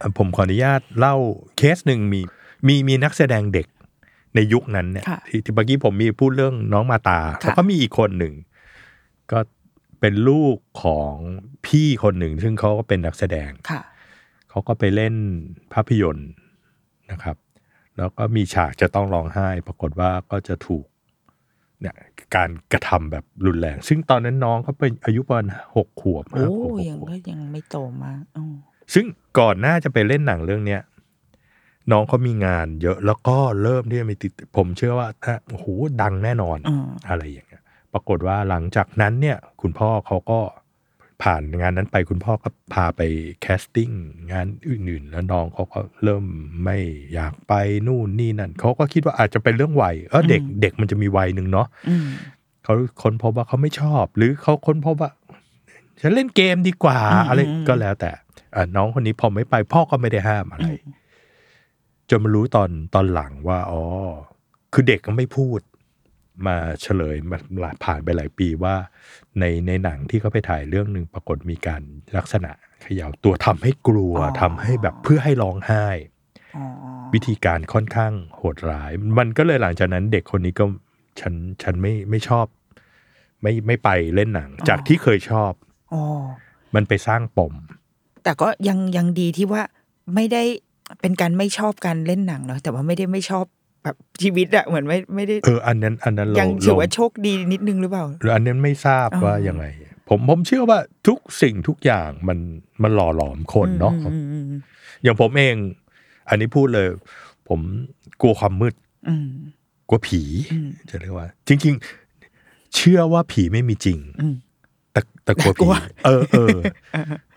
[SPEAKER 2] อ่ะผมขออนุญาตเล่าเคสหนึ่งมีมีมีนักแสดงเด็กในยุคนั้นเนี่ย
[SPEAKER 1] ค่ะ
[SPEAKER 2] ที่ที่เมื่อกี้ผมมีพูดเรื่องน้องมาตา
[SPEAKER 1] ค่ะ
[SPEAKER 2] แล้วก็มีอีกคนหนึ่ง ก็เป็นลูกของพี่คนหนึ่ง ซึ่งเขาก็เป็นนักแสดง
[SPEAKER 1] ค่ะ
[SPEAKER 2] เขาก็ไปเล่นภาพยนตร์นะครับ แล้วก็มีฉากจะต้องร้องไห้ ปรากฏว่าก็จะถูกเนี่ยการกระทำแบบรุนแรง ซึ่งตอนนั้นน้องเขาเป็นอายุประมาณหกขวบ
[SPEAKER 1] โอ้
[SPEAKER 2] ห้าขวบหก
[SPEAKER 1] ยัง
[SPEAKER 2] ขวบ
[SPEAKER 1] ก็ยังไม่โตมากอ๋อ
[SPEAKER 2] ซึ่งก่อนหน้าจะไปเล่นหนังเรื่องเนี้ยน้องเขามีงานเยอะแล้วก็เริ่มที่จะมีติดผมเชื่อว่าถ้าโอ้โหดังแน่นอน
[SPEAKER 1] อ๋อ
[SPEAKER 2] อะไรอย่างเงี้ย ปรากฏว่าหลังจากนั้นเนี่ย คุณพ่อเขาก็ผ่านงานนั้นไปคุณพ่อก็พาไปแคสติ้งงานอื่นๆ แล้วน้องเขาก็เริ่มไม่อยากไปนู่นนี่นั่นเขาก็คิดว่าอาจจะเป็นเรื่องวัยเออเด็กเด็กมันจะมีวัยหนึ่งเนาะ
[SPEAKER 1] อืม
[SPEAKER 2] เขาค้นพบว่าเขาไม่ชอบ หรือเขาค้นพบว่า ฉันเล่นเกมดีกว่า
[SPEAKER 1] อืม
[SPEAKER 2] อะไร
[SPEAKER 1] อืม
[SPEAKER 2] ก็แล้วแต่อ่ะน้องคนนี้พอไม่ไป พ่อก็ไม่ได้ห้ามอะไร จนมารู้ตอนตอนหลังว่าอ๋อคือเด็กก็ไม่พูด มาเฉลยมาผ่านไปหลายปีว่า ในในหนังที่เขาไปถ่ายเรื่องหนึ่งปรากฏมีการลักษณะเขย่าตัวทำให้กลัวทำให้แบบเพื่อให้ร้องไห้
[SPEAKER 1] อ๋อ
[SPEAKER 2] วิธีการค่อนข้างโหดร้าย มันก็เลยหลังจากนั้นเด็กคนนี้ก็ฉันฉันไม่ไม่ชอบ ไม่ไม่ไปเล่นหนัง จากที่เคยชอบ
[SPEAKER 1] อ๋อ
[SPEAKER 2] มันไปสร้างปม
[SPEAKER 1] แต่ก็ยังยังดีที่ว่าไม่ได้เป็นการไม่ชอบการเล่นหนังเนาะแต่ว่าไม่ได้ไม่ชอบแบบชีวิตอะเหมือนไม่ไม่ได้
[SPEAKER 2] เออ อันนั้นอันนั้นเรา
[SPEAKER 1] ยังถือ
[SPEAKER 2] เรา
[SPEAKER 1] ว่าโชคดีนิดนึงหรือเปล่า
[SPEAKER 2] หรืออันนั้นไม่ทราบ
[SPEAKER 1] อ๋อ
[SPEAKER 2] ว่ายังไง ผมผมเชื่อว่าทุกสิ่งทุกอย่างมันมันหล่อหลอมคนเนาะ
[SPEAKER 1] อืมอืมอืม
[SPEAKER 2] อย่างผมเอง อันนี้พูดเลย ผมกลัวความมืด
[SPEAKER 1] อืม
[SPEAKER 2] กลัวผี
[SPEAKER 1] อืม
[SPEAKER 2] จะเรียกว่า จริง ๆ เชื่อว่าผีไม่มีจริง
[SPEAKER 1] อืม
[SPEAKER 2] แต่แต่กลัว
[SPEAKER 1] กลั
[SPEAKER 2] ผี
[SPEAKER 1] ว
[SPEAKER 2] เออเออ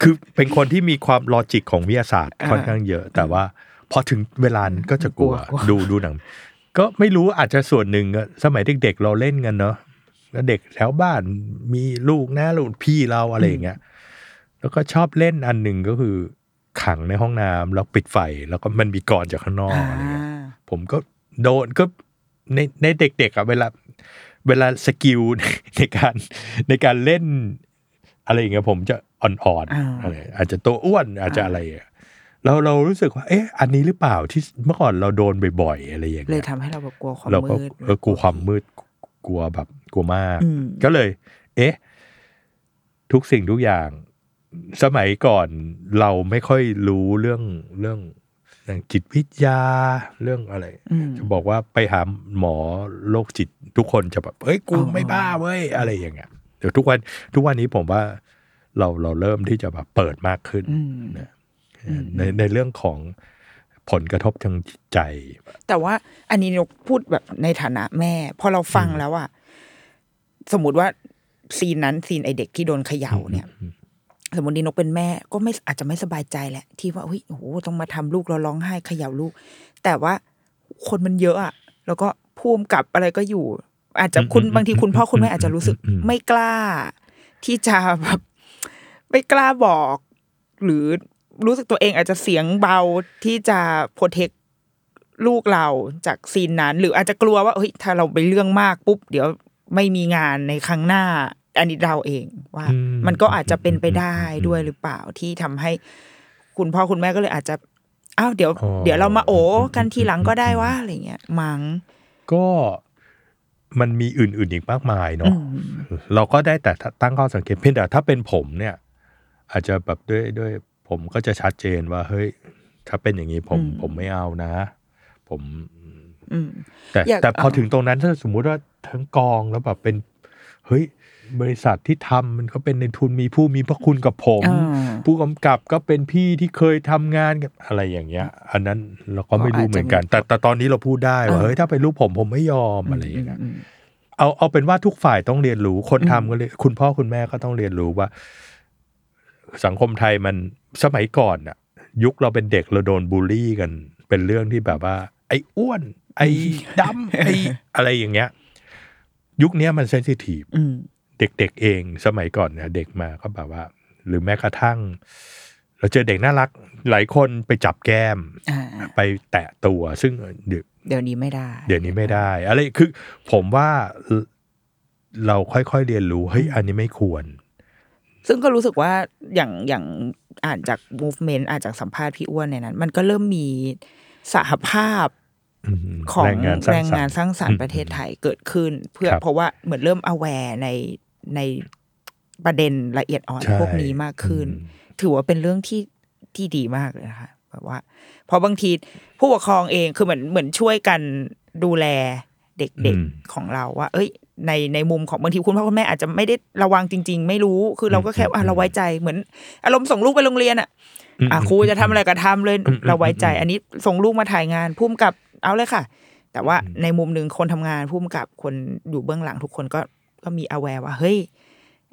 [SPEAKER 2] คือเป็นคนที่มีความลอจิกของวิทยาศาสตร์
[SPEAKER 1] อ่า
[SPEAKER 2] ค่อนข้างเยอะ แต่ว่าพอถึงเวลานั้นก็จะกลัว
[SPEAKER 1] กลัว
[SPEAKER 2] ดูดูหนัง ก็ไม่รู้อาจจะส่วนหนึ่งอะสมัยเด็กๆเราเล่นกันเนาะแล้วเด็กแถวบ้านมีลูกนะลูกพี่เราอะไรอย่างเงี้ยแล้วก็ชอบเล่นอันหนึ่งก็คือขังในห้องน้ำแล้วปิดไฟแล้วก็มันมีกรอนจากข้างนอก
[SPEAKER 1] อ่า
[SPEAKER 2] อะไรเงี้ย ผมก็โดนก็ในในเด็กๆอ่ะเวลาเวลาสกิล ในการในการเล่น อะไรอย่างเงี้ยผมจะอ่อนๆอะไรอาจจะตัวอ้วนอาจจะอะไรอ่ะเราเรารู้สึกว่า เอ๊ะ อันนี้หรือเปล่าที่เมื่อก่อนเราโดนบ่อยๆอะไรอย่าง
[SPEAKER 1] เล
[SPEAKER 2] เงี้
[SPEAKER 1] ย
[SPEAKER 2] ย
[SPEAKER 1] ทำให้เราแบบกลัวความ
[SPEAKER 2] เราก็
[SPEAKER 1] มืด
[SPEAKER 2] เออกลัวความมืดกลัวแบบกลัวมาก
[SPEAKER 1] อืม
[SPEAKER 2] ก็เลย เอ๊ะ ทุกสิ่งทุกอย่าง สมัยก่อนเราไม่ค่อยรู้เรื่องเรื่องเรื่องจิตวิทยาเรื่องอะไร
[SPEAKER 1] อืม
[SPEAKER 2] จะบอกว่าไปหาหมอโรคจิตทุกคนจะแบบเฮ้ยกู
[SPEAKER 1] อ๋อ
[SPEAKER 2] ไม่บ้าเว้ยอะไรอย่างเงี้ยเดี๋ยวทุกวันทุกวันนี้ผมว่าเราเราเริ่มที่จะแบบเปิดมากขึ้น
[SPEAKER 1] อืม
[SPEAKER 2] นะในในเรื่องของผลกระทบทางจิตใจ
[SPEAKER 1] แต่ว่าอันนี้นกพูดแบบในฐานะแม่ พอเราฟังแล้วอะสมมติว่าซีนนั้นซีนไอเด็กที่โดนเขย่าเนี่ย สมมติดีนกเป็นแม่ก็ไม่อาจจะไม่สบายใจแหละ ที่ว่าเฮ้ยโอ้โหต้องมาทำลูกเราร้องไห้เขย่าลูก แต่ว่าคนมันเยอะอะแล้วก็พูมกับอะไรก็อยู่ อาจจะคุณ
[SPEAKER 2] อืม
[SPEAKER 1] บางทีคุณพ่อคุณแม่อาจจะรู้สึก
[SPEAKER 2] อืม
[SPEAKER 1] ไม่กล้า ที่จะแบบ ไม่กล้าบอก หรือรู้สึกตัวเองอาจจะเสียงเบาที่จะโปรเทคลูกเราจากซีนนั้น หรืออาจจะกลัวว่าเฮ้ยถ้าเราไปเรื่องมากปุ๊บ เดี๋ยวไม่มีงานในครั้งหน้า อันนี้เราเองว่า
[SPEAKER 2] อืม
[SPEAKER 1] มันก็อาจจะเป็นไปได้ด้วยหรือเปล่าที่ทำให้ คุณพ่อคุณแม่ก็เลยอาจจะ อ้าวเดี๋ยว
[SPEAKER 2] อ๋อ
[SPEAKER 1] เดี๋ยวเรามาโอกันทีหลังก็ได้ว่าอะไรเงี้ยมัง
[SPEAKER 2] ก็มันมีอื่น ๆ อีกมากมาย
[SPEAKER 1] อื
[SPEAKER 2] เนาะ
[SPEAKER 1] ม
[SPEAKER 2] เราก็ได้แต่ตั้งข้อสังเกตเพียงแต่ถ้าเป็นผมเนี่ย อาจจะแบบด้วยด้วย ผมก็จะชัดเจนว่า เฮ้ย ถ้าเป็นอย่างนี้ผม
[SPEAKER 1] อืม
[SPEAKER 2] ผมไม่เอานะ ผม
[SPEAKER 1] อืม
[SPEAKER 2] แต่
[SPEAKER 1] อยาก
[SPEAKER 2] แต่พอ
[SPEAKER 1] เอา
[SPEAKER 2] ถึงตรงนั้นถ้าสมมุติว่าทั้งกองแล้วแบบเป็น เฮ้ย บริษัทที่ทำมันก็เป็นในทุนมีผู้มีพระคุณกับผม
[SPEAKER 1] อ่า
[SPEAKER 2] ผู้กำกับก็เป็นพี่ที่เคยทำงานกับอะไรอย่างเงี้ย อันนั้นเราก็ไม่รู้เหมือนกัน แต่แต่ตอนนี้เราพูดได้ว่า
[SPEAKER 1] อ่า
[SPEAKER 2] เฮ้ยถ้าเป็นลูกผมผมไม่ยอมอะไรอย่างเงี้ย
[SPEAKER 1] อืม
[SPEAKER 2] เอาเอาเป็นว่าทุกฝ่ายต้องเรียนรู้คน
[SPEAKER 1] อืม
[SPEAKER 2] ทำก็เลยคุณพ่อคุณแม่ก็ต้องเรียนรู้ว่า สังคมไทยมันสมัยก่อนน่ะ ยุคเราเป็นเด็กเราโดนบูลลี่กัน เป็นเรื่องที่แบบว่า ไอ้อ้วน ไอ้ดำ ไอ้อะไรอย่างเงี้ย ยุคเนี้ยมันเซนซิทีฟ
[SPEAKER 1] อืม
[SPEAKER 2] เด็กๆเองสมัยก่อนเนี่ยเด็กมาก็แบบว่า หรือแม้กระทั่ง เราเจอเด็กน่ารัก หลายคนไปจับแก้ม
[SPEAKER 1] อ่า
[SPEAKER 2] ไปแตะตัว ซึ่งเดี๋ยว
[SPEAKER 1] เดี๋ยวนี้ไม่ได้
[SPEAKER 2] เดี๋ยวนี้ไม่ได้ อะไรคือผมว่าเอ่อเราค่อยๆเรียนรู้เฮ้ยอันนี้ไม่ควร
[SPEAKER 1] ซึ่งก็รู้สึกว่าอย่างอย่างอ่านจาก movement อ่านจากสัมภาษณ์พี่อ้วนในนั้น มันก็เริ่มมีสหภาพ
[SPEAKER 2] อืม
[SPEAKER 1] ของ
[SPEAKER 2] แรงงานส
[SPEAKER 1] แร
[SPEAKER 2] ร้า
[SPEAKER 1] ง
[SPEAKER 2] งสรรค์
[SPEAKER 1] งานสร้างสรรค์ประเทศไทยเกิดขึ้น เพื่อ
[SPEAKER 2] ครับ
[SPEAKER 1] เพราะว่าเหมือนเริ่ม aware ในในประเด็นละเอียดอ่อน
[SPEAKER 2] ใช่
[SPEAKER 1] พวกนี้มากขึ้น
[SPEAKER 2] อืม
[SPEAKER 1] ถือว่าเป็นเรื่องที่ที่ดีมากเลยนะคะแบบว่าเพอบางทีผู้ปกครองเองคือเหมือนเหมือนช่วยกันดูแลเด็ก
[SPEAKER 2] อืม
[SPEAKER 1] ๆของเราว่า เอ้ย ในในมุมของบางทีคุณพ่อคุณแม่อาจจะไม่ได้ระวังจริง ๆ ไม่รู้คือเราก็แค่อ่ะเราไว้ใจเหมือนอารมณ์ส่งลูกไปโรงเรียนอ่ะอ่ะครูจะทำอะไรก็ทำเลยเราไว้ใจ อันนี้ส่งลูกมาถ่ายงานพุ่มกับเอาเลยค่ะ แต่ว่าในมุมหนึ่งคนทำงานพุ่มกับคนอยู่เบื้องหลังทุกคนก็ก็มี aware ว่าเฮ้ย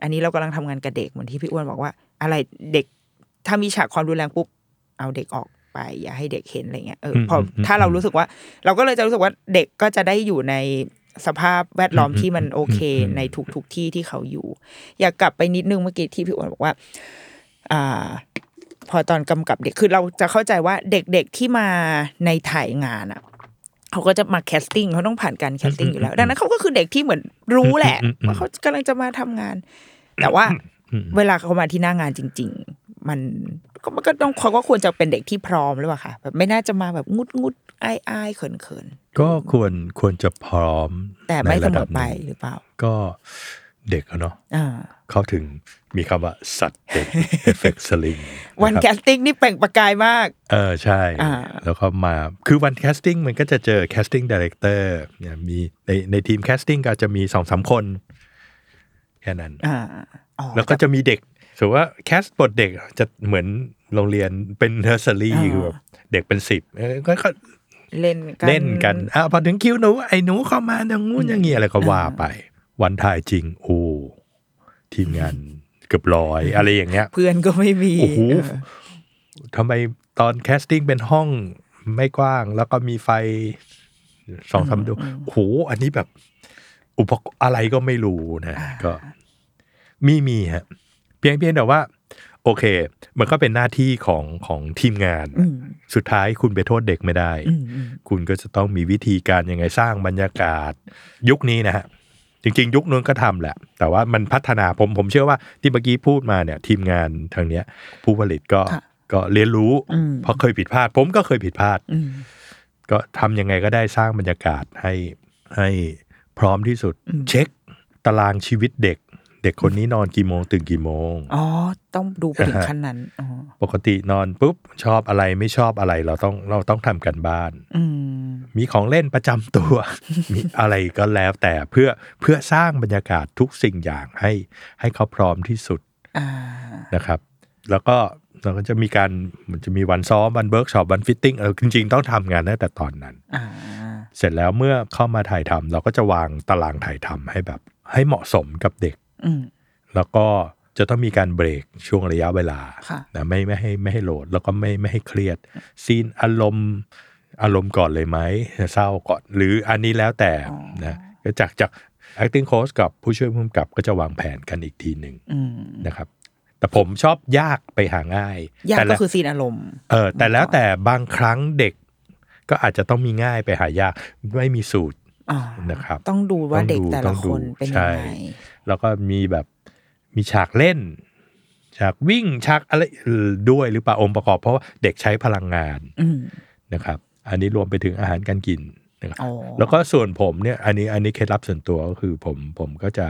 [SPEAKER 1] อันนี้เรากำลังทำงานกับเด็กเหมือนที่พี่อ้วนบอกว่า อะไรเด็กถ้ามีฉากความรุนแรงปุ๊บเอาเด็กออกไป อย่าให้เด็กเห็นอะไรเงี้ยเออ
[SPEAKER 2] อืม
[SPEAKER 1] พออ
[SPEAKER 2] ม
[SPEAKER 1] ถ้าเรารู้สึกว่า เราก็เลยจะรู้สึกว่าเด็กก็จะได้อยู่ในสภาพแวดล้อม
[SPEAKER 2] อืม
[SPEAKER 1] ที่มันโอเค
[SPEAKER 2] อืมอืม
[SPEAKER 1] ในทุกทุกๆที่ที่เขาอยู่ อยากกลับไปนิดนึงเมื่อกี้ที่พี่อ้วนบอกว่า อ่า พอตอนกำกับเด็กคือเราจะเข้าใจว่าเด็กๆที่มาในถ่ายงานอ่ะเขาก็จะมาแคสติ้งเขาต้องผ่านการแคสติ้งอยู่แล้ว ดังนั้นเขาก็คือเด็กที่เหมือนรู้แหละว่าเขากำลังจะมาทำงาน แต่ว่าเวลาเขามาที่หน้างานจริง ๆ มันก็มันก็ต้องเขาก็ควรจะเป็นเด็กที่พร้อมหรือเปล่าคะแบบไม่น่าจะมาแบบงุดงุดอายอายเขินเขิน
[SPEAKER 2] ก็ควรควรจะพร้อม
[SPEAKER 1] ๆแต่ไม่
[SPEAKER 2] ใน
[SPEAKER 1] เส
[SPEAKER 2] ระ
[SPEAKER 1] ม
[SPEAKER 2] ดั
[SPEAKER 1] อบ ไป
[SPEAKER 2] นึ่ง
[SPEAKER 1] หรือเปล่า
[SPEAKER 2] ก็เด็กอะเนาะ
[SPEAKER 1] อ่า
[SPEAKER 2] เขาถึงมีคำว่า สัตว์เด็กเอฟเฟกต์สลิง
[SPEAKER 1] วันแคสติ้งนี่เปล่งประกายมาก
[SPEAKER 2] เออใช่
[SPEAKER 1] อ่า
[SPEAKER 2] แล้วก็มาคือวันแคสติ้งมันก็จะเจอแคสติ้งดีเลกเตอร์เนี่ยมีในในทีมแคสติ้งก็จะมีสองสามคน แค่นั้น
[SPEAKER 1] อ่าอ๋อ
[SPEAKER 2] แล้วก็จะมีเด็กถือว่าแคสบทเด็กจะเหมือนโรงเรียนเป็นเนอร์เซอรี่
[SPEAKER 1] อ่า
[SPEAKER 2] คือแบบเด็กเป็นสิบเออก็ก็
[SPEAKER 1] เล่นกัน
[SPEAKER 2] เล่นกันอ่ะพอถึงคิวหนู ไอ้หนูเข้ามาอย่างงู้นอย่างงี้อะไรก็ว่าไป วันถ่ายจริง โอ้ทีมงานเกือบร้อยอะไรอย่างเงี้ย
[SPEAKER 1] เพื่อนก็ไม่มี
[SPEAKER 2] โอ้โห
[SPEAKER 1] เออ
[SPEAKER 2] ทำไมตอนแคสติ้งเป็นห้องไม่กว้าง แล้วก็มีไฟสองสามดวงโอ้โห อันนี้แบบอุปกรณ์อะไรก็ไม่รู้นะ ก็ มีมีฮะ เพียงเพียงแต่ว่า โอเค มันก็เป็นหน้าที่ของของทีมงาน สุดท้ายคุณไปโทษเด็กไม่ได้ คุณก็จะต้องมีวิธีการยังไงสร้างบรรยากาศ ยุคนี้นะฮะ จริงๆ ยุคนู้นก็ทำแหละ แต่ว่ามันพัฒนาผมผมเชื่อว่าที่เมื่อกี้พูดมาเนี่ย ทีมงานทางเนี้ย ผู้ผลิตก็ก็เรียนรู้ เพราะเคยผิดพลาด ผมก็เคยผิดพลาด ก็ทำยังไงก็ได้สร้างบรรยากาศให้ให้พร้อมที่สุด เช็คตารางชีวิตเด็ก เด็กคนนี้นอนกี่โมงตื่นกี่โมง
[SPEAKER 1] อ๋อ ต้องดูไปถึงขั้นนั้นอ๋อ
[SPEAKER 2] ปกตินอนปุ๊บชอบอะไรไม่ชอบอะไรเราต้องเราต้องทำกันบ้าน
[SPEAKER 1] อืม
[SPEAKER 2] มีของเล่นประจำตัว มีอะไรก็แล้วแต่เพื่อเพื่อสร้างบรรยากาศทุกสิ่งอย่างให้ให้เขาพร้อมที่สุด
[SPEAKER 1] อ่า
[SPEAKER 2] นะครับ แล้วก็เราก็จะมีการมันจะมีวันซ้อมวันเบิร์กช็อปวันฟิตติ้งเออจริง ๆ ต้องทำงานตั้งแต่ตอนนั้น
[SPEAKER 1] อ่า
[SPEAKER 2] เสร็จแล้วเมื่อเข้ามาถ่ายทำเราก็จะวางตารางถ่ายทำให้แบบ ให้เหมาะสมกับเด็ก
[SPEAKER 1] อืม
[SPEAKER 2] แล้วก็จะต้องมีการเบรกช่วงระยะเวลา
[SPEAKER 1] ค่ะ
[SPEAKER 2] นะไม่ไม่ให้ไม่ให้โหลด แล้วก็ไม่ไม่ให้เครียด ซีนอารมณ์อารมณ์ก่อนเลยไหมเศร้าก่อน หรืออันนี้แล้วแต่นะก็จากจาก acting coach กับผู้ช่วยผู้กำกับก็จะวางแผนกันอีกทีหนึ่ง
[SPEAKER 1] อืม
[SPEAKER 2] นะครับ แต่ผมชอบยากไปหาง่าย
[SPEAKER 1] ยาก
[SPEAKER 2] แต่
[SPEAKER 1] ก็
[SPEAKER 2] ละ
[SPEAKER 1] คือซีนอารมณ์
[SPEAKER 2] เออแต่แล้วแต่บางครั้งเด็กก็อาจจะต้องมีง่ายไปหายากไม่มีสูตร
[SPEAKER 1] อ่า
[SPEAKER 2] นะครับ
[SPEAKER 1] ต้องดูว่า
[SPEAKER 2] ต้องดู
[SPEAKER 1] เด็กแต่
[SPEAKER 2] ต้
[SPEAKER 1] ละ
[SPEAKER 2] อง
[SPEAKER 1] ค
[SPEAKER 2] ดู
[SPEAKER 1] นเป็นยัง
[SPEAKER 2] ใช่
[SPEAKER 1] ไง
[SPEAKER 2] แล้วก็มีแบบมีฉากเล่น ฉากวิ่งฉากอะไรด้วยหรือเปล่าองค์ประกอบเพราะว่าเด็กใช้พลังงาน
[SPEAKER 1] อืม
[SPEAKER 2] นะครับ อันนี้รวมไปถึงอาหารการกินนะครั
[SPEAKER 1] อ๋
[SPEAKER 2] บ
[SPEAKER 1] อ
[SPEAKER 2] แล้วก็ส่วนผมเนี่ย อันนี้อันนี้เคล็ดลับส่วนตัวก็คือผมผมก็จะ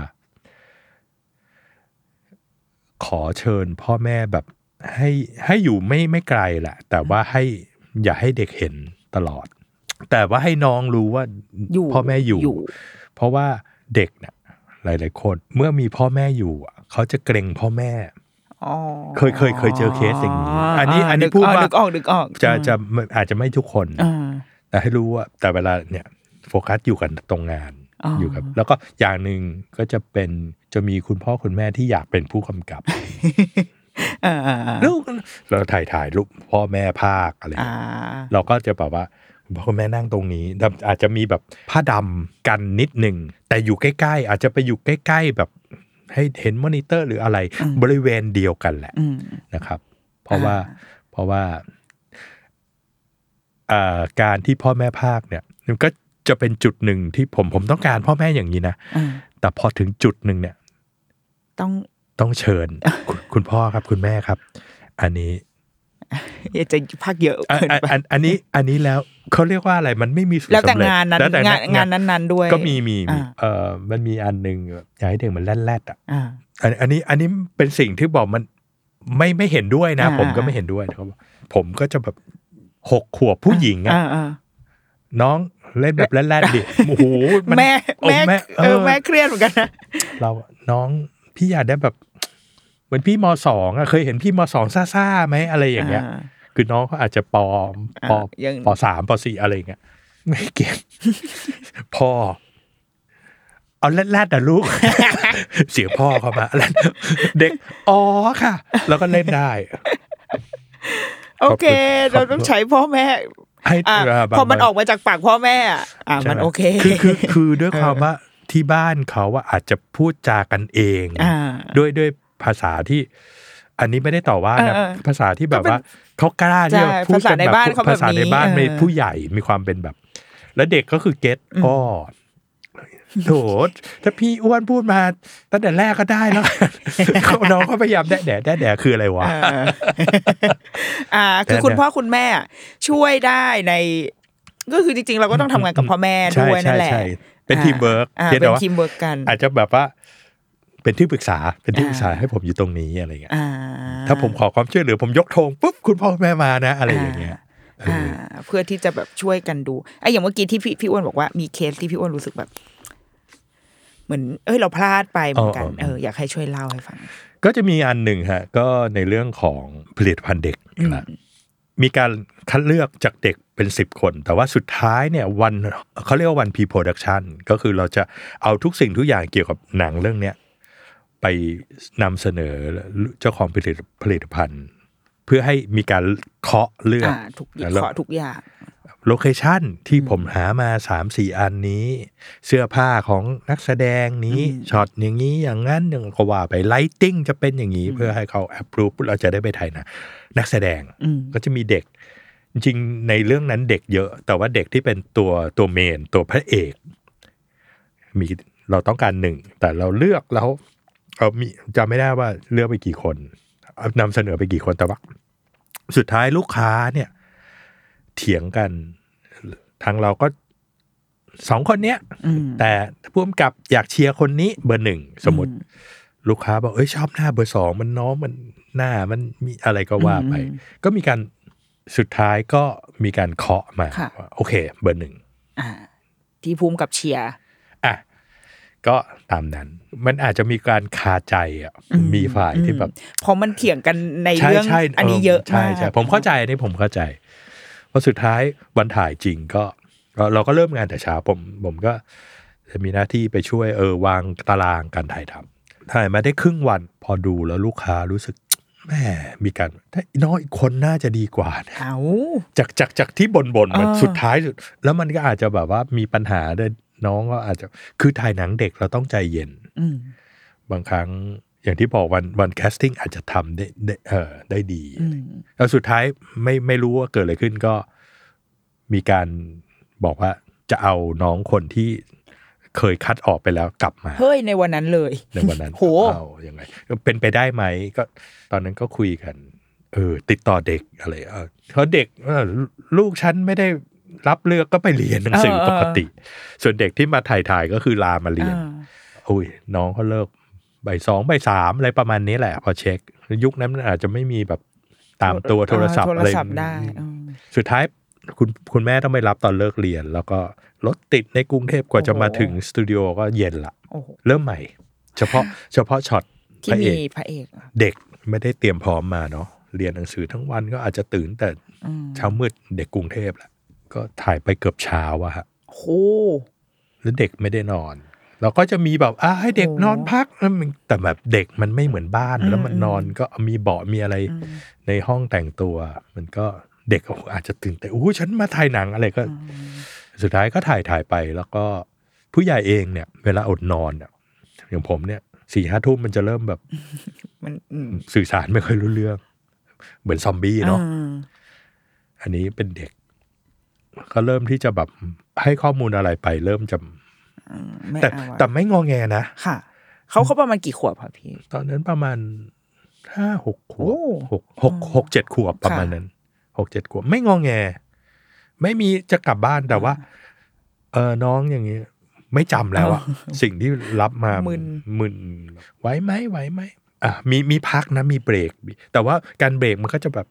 [SPEAKER 2] ขอเชิญพ่อแม่แบบ ให้ให้อยู่ไม่ไม่ไกลแหละ แต่ว่าให้อย่าให้เด็กเห็นตลอด แต่ว่าให้น้องรู้ว่า
[SPEAKER 1] อยู่
[SPEAKER 2] พ่อแม่อยู่
[SPEAKER 1] อยู่
[SPEAKER 2] เพราะว่าเด็กเนี่ยหลาย ๆ คนเมื่อมีพ่อแม่อยู่อะเขาจะเกรงพ่อแม่
[SPEAKER 1] อ๋อ
[SPEAKER 2] เคยเคยเคยเจอเคสอย่างนี้อันนี้อันนี้
[SPEAKER 1] ก
[SPEAKER 2] พูดว่า
[SPEAKER 1] นึกออกนึกออก
[SPEAKER 2] จะจะไม่อาจจะไม่ทุกคน
[SPEAKER 1] อ่า
[SPEAKER 2] แต่ให้รู้ว่าแต่เวลาเนี่ยโฟกัสอยู่กันตรงงาน
[SPEAKER 1] อ๋ออ
[SPEAKER 2] ยู่กับ แล้วก็อย่างหนึ่งก็จะเป็นจะมีคุณพ่อคุณแม่ที่อยากเป็นผู้กำกับ
[SPEAKER 1] อ่าอ่า
[SPEAKER 2] ลูกเราถ่ายถ่ายรูปพ่อแม่ภาคอะไรอย่าง
[SPEAKER 1] อ่า
[SPEAKER 2] เงี้ยเราก็จะแบบว่าคุณพ่อคุณแม่นั่งตรงนี้แต่อาจจะมีแบบผ้าดำกันนิดหนึ่งแต่อยู่ใกล้ๆ อาจจะไปอยู่ใกล้ ๆ แบบให้เห็นมอนิเตอร์หรืออะไรบริเวณเดียวกันแหละ
[SPEAKER 1] อืม
[SPEAKER 2] นะครับ เพราะว่า
[SPEAKER 1] อ่า
[SPEAKER 2] เพราะว่าอ่าการที่พ่อแม่ภาคเนี่ยมันก็จะเป็นจุดหนึ่งที่ผมผมต้องการพ่อแม่อย่างนี้นะ
[SPEAKER 1] อ่า
[SPEAKER 2] แต่พอถึงจุดหนึ่งเนี่ย
[SPEAKER 1] ต้อง
[SPEAKER 2] ต้องเชิญคุณคุณพ่อครับคุณแม่ครับ อันนี้
[SPEAKER 1] อย่าจะพักเยอะ
[SPEAKER 2] อัน
[SPEAKER 1] เกิน
[SPEAKER 2] อัน
[SPEAKER 1] ไป
[SPEAKER 2] อันอันนี้อันนี้แล้วเขาเรียกว่าอะไรมันไม่มีสูตร
[SPEAKER 1] แล้วแต่
[SPEAKER 2] สำเร็จ
[SPEAKER 1] งานนั้น
[SPEAKER 2] แล้วแต่
[SPEAKER 1] งานงานนั้นๆด้วย
[SPEAKER 2] ก็มีมีมี
[SPEAKER 1] อ่า
[SPEAKER 2] เอ่อมันมีอันหนึ่งอยากให้เด็กมันแล่นแรดๆอ่ะ
[SPEAKER 1] อ่า
[SPEAKER 2] อันอันนี้อันนี้เป็นสิ่งที่บอกมันไม่ไม่เห็นด้วยนะ
[SPEAKER 1] อ่า
[SPEAKER 2] ผมก็ไม่เห็นด้วยนะครับผมก็จะแบบหกขวบผู้หญิงอะ
[SPEAKER 1] อ่าอ่า
[SPEAKER 2] น้องเล่นแบบแรดๆดิโอ้โหน
[SPEAKER 1] แม่
[SPEAKER 2] โอ้
[SPEAKER 1] แม่เออแม่เครียดเหมือนกันนะ
[SPEAKER 2] เราน้องพี่อยากได้แบบ เหมือนพี่มสองอะเคยเห็นพี่มสองซ่าๆไหมอะไรอย่างเงี้ย
[SPEAKER 1] อ่า
[SPEAKER 2] คือน้องเขาอาจจะปอปอ
[SPEAKER 1] อ่ายัง
[SPEAKER 2] ปอสามปอสี่อะไรอย่างเงี้ย ไม่เก็บ พอ เอาแรดๆนะลูก เสียงพ่อเขา มาแรดเด็กอ๋อค่ะ แล้วก็เล่นได้
[SPEAKER 1] โอเค
[SPEAKER 2] ขอบคุณ
[SPEAKER 1] เราต้องใช้พ่อแม่
[SPEAKER 2] ให้
[SPEAKER 1] อ่ะ
[SPEAKER 2] าบาง
[SPEAKER 1] พอมัน
[SPEAKER 2] วั
[SPEAKER 1] ออกมาจากปากพ่อแม่อ่ะอ่ะ
[SPEAKER 2] ใช่
[SPEAKER 1] มันโอเค
[SPEAKER 2] คือคือคือด้วยความว่าที่บ้านเขาว่าอาจจะพูดจากันเอง
[SPEAKER 1] อ่า
[SPEAKER 2] ด้วยด้วยภาษาที่ อันนี้ไม่ได้ต่อว่านะ
[SPEAKER 1] เออเออ
[SPEAKER 2] ภาษาที่แบบ
[SPEAKER 1] ก็เป็น
[SPEAKER 2] ว่าเขากล้าที่จะ
[SPEAKER 1] ใช่
[SPEAKER 2] พูด
[SPEAKER 1] ภาษา
[SPEAKER 2] กั
[SPEAKER 1] ในบ้านเขาแบบนี้
[SPEAKER 2] ภาษาในบ้าน
[SPEAKER 1] เออ
[SPEAKER 2] มีผู้ใหญ่มีความเป็นแบบ แล้วเด็กก็คือเก็ตอ้อโถถ้าพี่อ้วนพูดมาตั้งแต่แรกก็ได้แล้ว เขาน้องก็พยายามแดะแดะแดะแดะคืออะไรวะ
[SPEAKER 1] เอออ่า คือ
[SPEAKER 2] แต่
[SPEAKER 1] คุณพ่อคุณแม่ช่วยได้ใน ก็คือจริงๆ เราก็ต้องทำงานกับพ่อแม่ด้วยนั่นแหละ
[SPEAKER 2] ใช่ใช่เป็น teamwork
[SPEAKER 1] อ่า
[SPEAKER 2] เพียงแต่
[SPEAKER 1] เป็น
[SPEAKER 2] ว่า
[SPEAKER 1] ทีมเวิร์กกัน
[SPEAKER 2] อาจจะแบบว่า เป็นที่ปรึกษาเป็นที่ปรึกษาให้ผมอยู่ตรงนี้อะไรอย่างเงี้ย
[SPEAKER 1] อ่า
[SPEAKER 2] ถ้าผมขอความช่วยเหลือผมยกธงปุ๊บคุณพ่อคุณแม่มานะ อะไรอย่างเงี้ย
[SPEAKER 1] อ่า เพื่อที่จะแบบช่วยกันดูไอ้อย่างเมื่อกี้ที่พี่พี่อ้วนบอกว่ามีเคสที่พี่อ้วนรู้สึกแบบ เหมือน เอ้ยเราพลาดไปเหมือนกัน
[SPEAKER 2] อ๋ออ๋อ
[SPEAKER 1] เอออยากให้ช่วยเล่าให้ฟัง
[SPEAKER 2] ก็จะมีอันหนึ่งฮะ ก็ในเรื่องของผลิตภัณฑ์เด็กนะมีการคัดเลือกจากเด็กเป็นสิบคน แต่ว่าสุดท้ายเนี่ยวันเขาเรียกว่าวันพีโปรดักชันก็คือเราจะเอาทุกสิ่งทุกอย่างเกี่ยวกับหนังเรื่องเนี้ยไปนำเสนอเจ้าของผลิตผลิตภัณฑ์ เพื่อให้มีการเคาะเลือก
[SPEAKER 1] อ่าทุกอย่างขอทุกอย่าง
[SPEAKER 2] โลเคชันที่ผมหามา3ามสี่อันนี้ เสื้อผ้าของนักแสดงนี้ช็อตอย่างนี้อย่างนั้นอย่างก็ว่าไปไลติ้งจะเป็นอย่างนี้ เพื่อให้เขาแอปพรูฟเราจะได้ไปถ่ายหนะนักแสดง
[SPEAKER 1] อืม
[SPEAKER 2] ก็จะมีเด็ก จริงๆในเรื่องนั้นเด็กเยอะ แต่ว่าเด็กที่เป็นตัวตัวเมน ตัวพระเอก มีเราต้องการหนึ่ง แต่เราเลือกแล้วเรามีจำไม่ได้ว่าเลือกไปกี่คนเอานำเสนอไปกี่คนแต่ว่า สุดท้ายลูกค้าเนี่ย เถียงกัน ทางเราก็สองคนเนี้ย
[SPEAKER 1] อืม
[SPEAKER 2] แต่พ่วมกับอยากเชียร์คนนี้เบอร์หนึ่งสมมติ ลูกค้าบอกเอ้ยชอบหน้าเบอร์สองมันน้องมันหน้ามันมีอะไรก็ว่าไป
[SPEAKER 1] อืม
[SPEAKER 2] ก็มีการสุดท้ายก็มีการเคาะมา
[SPEAKER 1] ค่ะ
[SPEAKER 2] ว่าโอเค เบอร์หนึ่ง
[SPEAKER 1] อ่า ที่ภูมิกับเชียร์
[SPEAKER 2] อ่ะก็ตามนั้น มันอาจจะมีการคาใจอ่ะมีฝ่ายที่แบบ
[SPEAKER 1] เพราะมันเถียงกันใน
[SPEAKER 2] ใช่
[SPEAKER 1] เรื่อง
[SPEAKER 2] ใช่
[SPEAKER 1] อันนี้เยอะ
[SPEAKER 2] ใช่
[SPEAKER 1] มาก
[SPEAKER 2] ใช่ผมเข้าใจอันนี่ผมเข้าใจเพราะสุดท้ายวันถ่ายจริงก็ก็เราก็เริ่มงานแต่เช้าผมผมก็จะมีหน้าที่ไปช่วยเออวางตารางการถ่ายทำถ่ายมาได้ครึ่งวันพอดูแล้วลูกค้ารู้สึกแหม่มีการถ้าน้อยคนน่าจะดีกว่านะ
[SPEAKER 1] เอา
[SPEAKER 2] จากจากจากที่บนบนๆมัน
[SPEAKER 1] อ่า
[SPEAKER 2] สุดท้ายสุด แล้วมันก็อาจจะแบบว่ามีปัญหาด้วยน้องก็อาจจะคือถ่ายหนังเด็กเราต้องใจเย็น
[SPEAKER 1] อืม
[SPEAKER 2] บางครั้งอย่างที่บอกวันวันแคสติ้งอาจจะทำได้ได้เออได้ดี
[SPEAKER 1] อืม
[SPEAKER 2] แล้วสุดท้ายไม่ไม่รู้ว่าเกิดอะไรขึ้นก็มีการบอกว่าจะเอาน้องคนที่ เคยคัดออกไปแล้วกลับมา
[SPEAKER 1] เฮ้ยในวันนั้นเลย
[SPEAKER 2] ในวันนั้น
[SPEAKER 1] โห
[SPEAKER 2] เอายังไงเป็นไปได้ไหมก็ตอนนั้นก็คุยกัน เออ ติดต่อเด็กอะไรเออเพราะเด็กเออลูกฉันไม่ได้รับเลือกก็ไปเรียนหนังสือ
[SPEAKER 1] เออเออ
[SPEAKER 2] ปกติ ส่วนเด็กที่มาถ่ายถ่ายๆก็คือลามาเรียน
[SPEAKER 1] อ่า
[SPEAKER 2] โอ้ยน้องเขาเลิกใบายสองใบายสามอะไรประมาณนี้แหละ พอเช็ค ยุคนั้นมันอาจจะไม่มีแบบตามตัวโทรศัพท์
[SPEAKER 1] โทร
[SPEAKER 2] อะไร
[SPEAKER 1] ศัพท์ได้อืม
[SPEAKER 2] สุดท้ายคุณคุณแม่ต้องไปรับตอนเลิกเรียน แล้วก็รถติดในกรุงเทพกว่าจะมา
[SPEAKER 1] โอ้โห
[SPEAKER 2] ถึงสตูดิโอก็เย็นละ
[SPEAKER 1] โอ้โห
[SPEAKER 2] เริ่มใหม่ เฉพาะเฉพาะช็อตพ
[SPEAKER 1] ที่
[SPEAKER 2] ระเอ
[SPEAKER 1] มี
[SPEAKER 2] ก
[SPEAKER 1] พระเอกอ่ะ
[SPEAKER 2] เด็กไม่ได้เตรียมพร้อมมาเนาะเรียนหนังสือทั้งวันก็อาจจะตื่นแต่
[SPEAKER 1] อืม
[SPEAKER 2] เช้ามืดเด็กกรุงเทพแหละก็ถ่ายไปเกือบเช้าอะฮะ
[SPEAKER 1] โห
[SPEAKER 2] แล้วเด็กไม่ได้นอน เราก็จะมีแบบอ่าให้เด็ก
[SPEAKER 1] โอ้โห
[SPEAKER 2] นอนพักแล้วมันแต่แบบเด็กมันไม่เหมือนบ้าน
[SPEAKER 1] อืม
[SPEAKER 2] แล้วมันนอนก็มีเบาะมีอะไร
[SPEAKER 1] อืม
[SPEAKER 2] ในห้องแต่งตัว มันก็เด็กอาจจะตื่นแต่อู้ฉันมาถ่ายหนังอะไรก็
[SPEAKER 1] อืม
[SPEAKER 2] สุดท้ายก็ถ่ายถ่ายไปแล้วก็ผู้ใหญ่เองเนี่ย เวลาอดนอนเนี่ยอย่างผมเนี่ยสี่ห้าทุ่มมันจะเริ่มแบบ
[SPEAKER 1] มันอืม
[SPEAKER 2] สื่อสารไม่ค่อยรู้เรื่อง เหมือนซอมบี้เนาะ
[SPEAKER 1] อ่า
[SPEAKER 2] อันนี้เป็นเด็ก ก็เริ่มที่จะแบบให้ข้อมูลอะไรไป เริ่มจะ
[SPEAKER 1] อืมไม่
[SPEAKER 2] แต่
[SPEAKER 1] เอาอะ
[SPEAKER 2] แต่ไม่งอแงนะ
[SPEAKER 1] ค่ะเขาเขาประมาณกี่ขวบคะพี่
[SPEAKER 2] ตอนนั้นประมาณห้าหกขว
[SPEAKER 1] โอ้
[SPEAKER 2] บหกหกหกเจ็ดขวบประมาณ
[SPEAKER 1] ค่ะ
[SPEAKER 2] นั้นหกเจ็ดขวบ ไม่งอแง ไม่มีจะกลับบ้านแต่ว่า เออน้องอย่างนี้ ไม่จำแล้วอะสิ่งที่รับมา
[SPEAKER 1] มึน
[SPEAKER 2] มึนไหวไหมไหวไหมอ่ะมีมีพักนะมีเบรก แต่ว่าการเบรกมันก็จะแบบ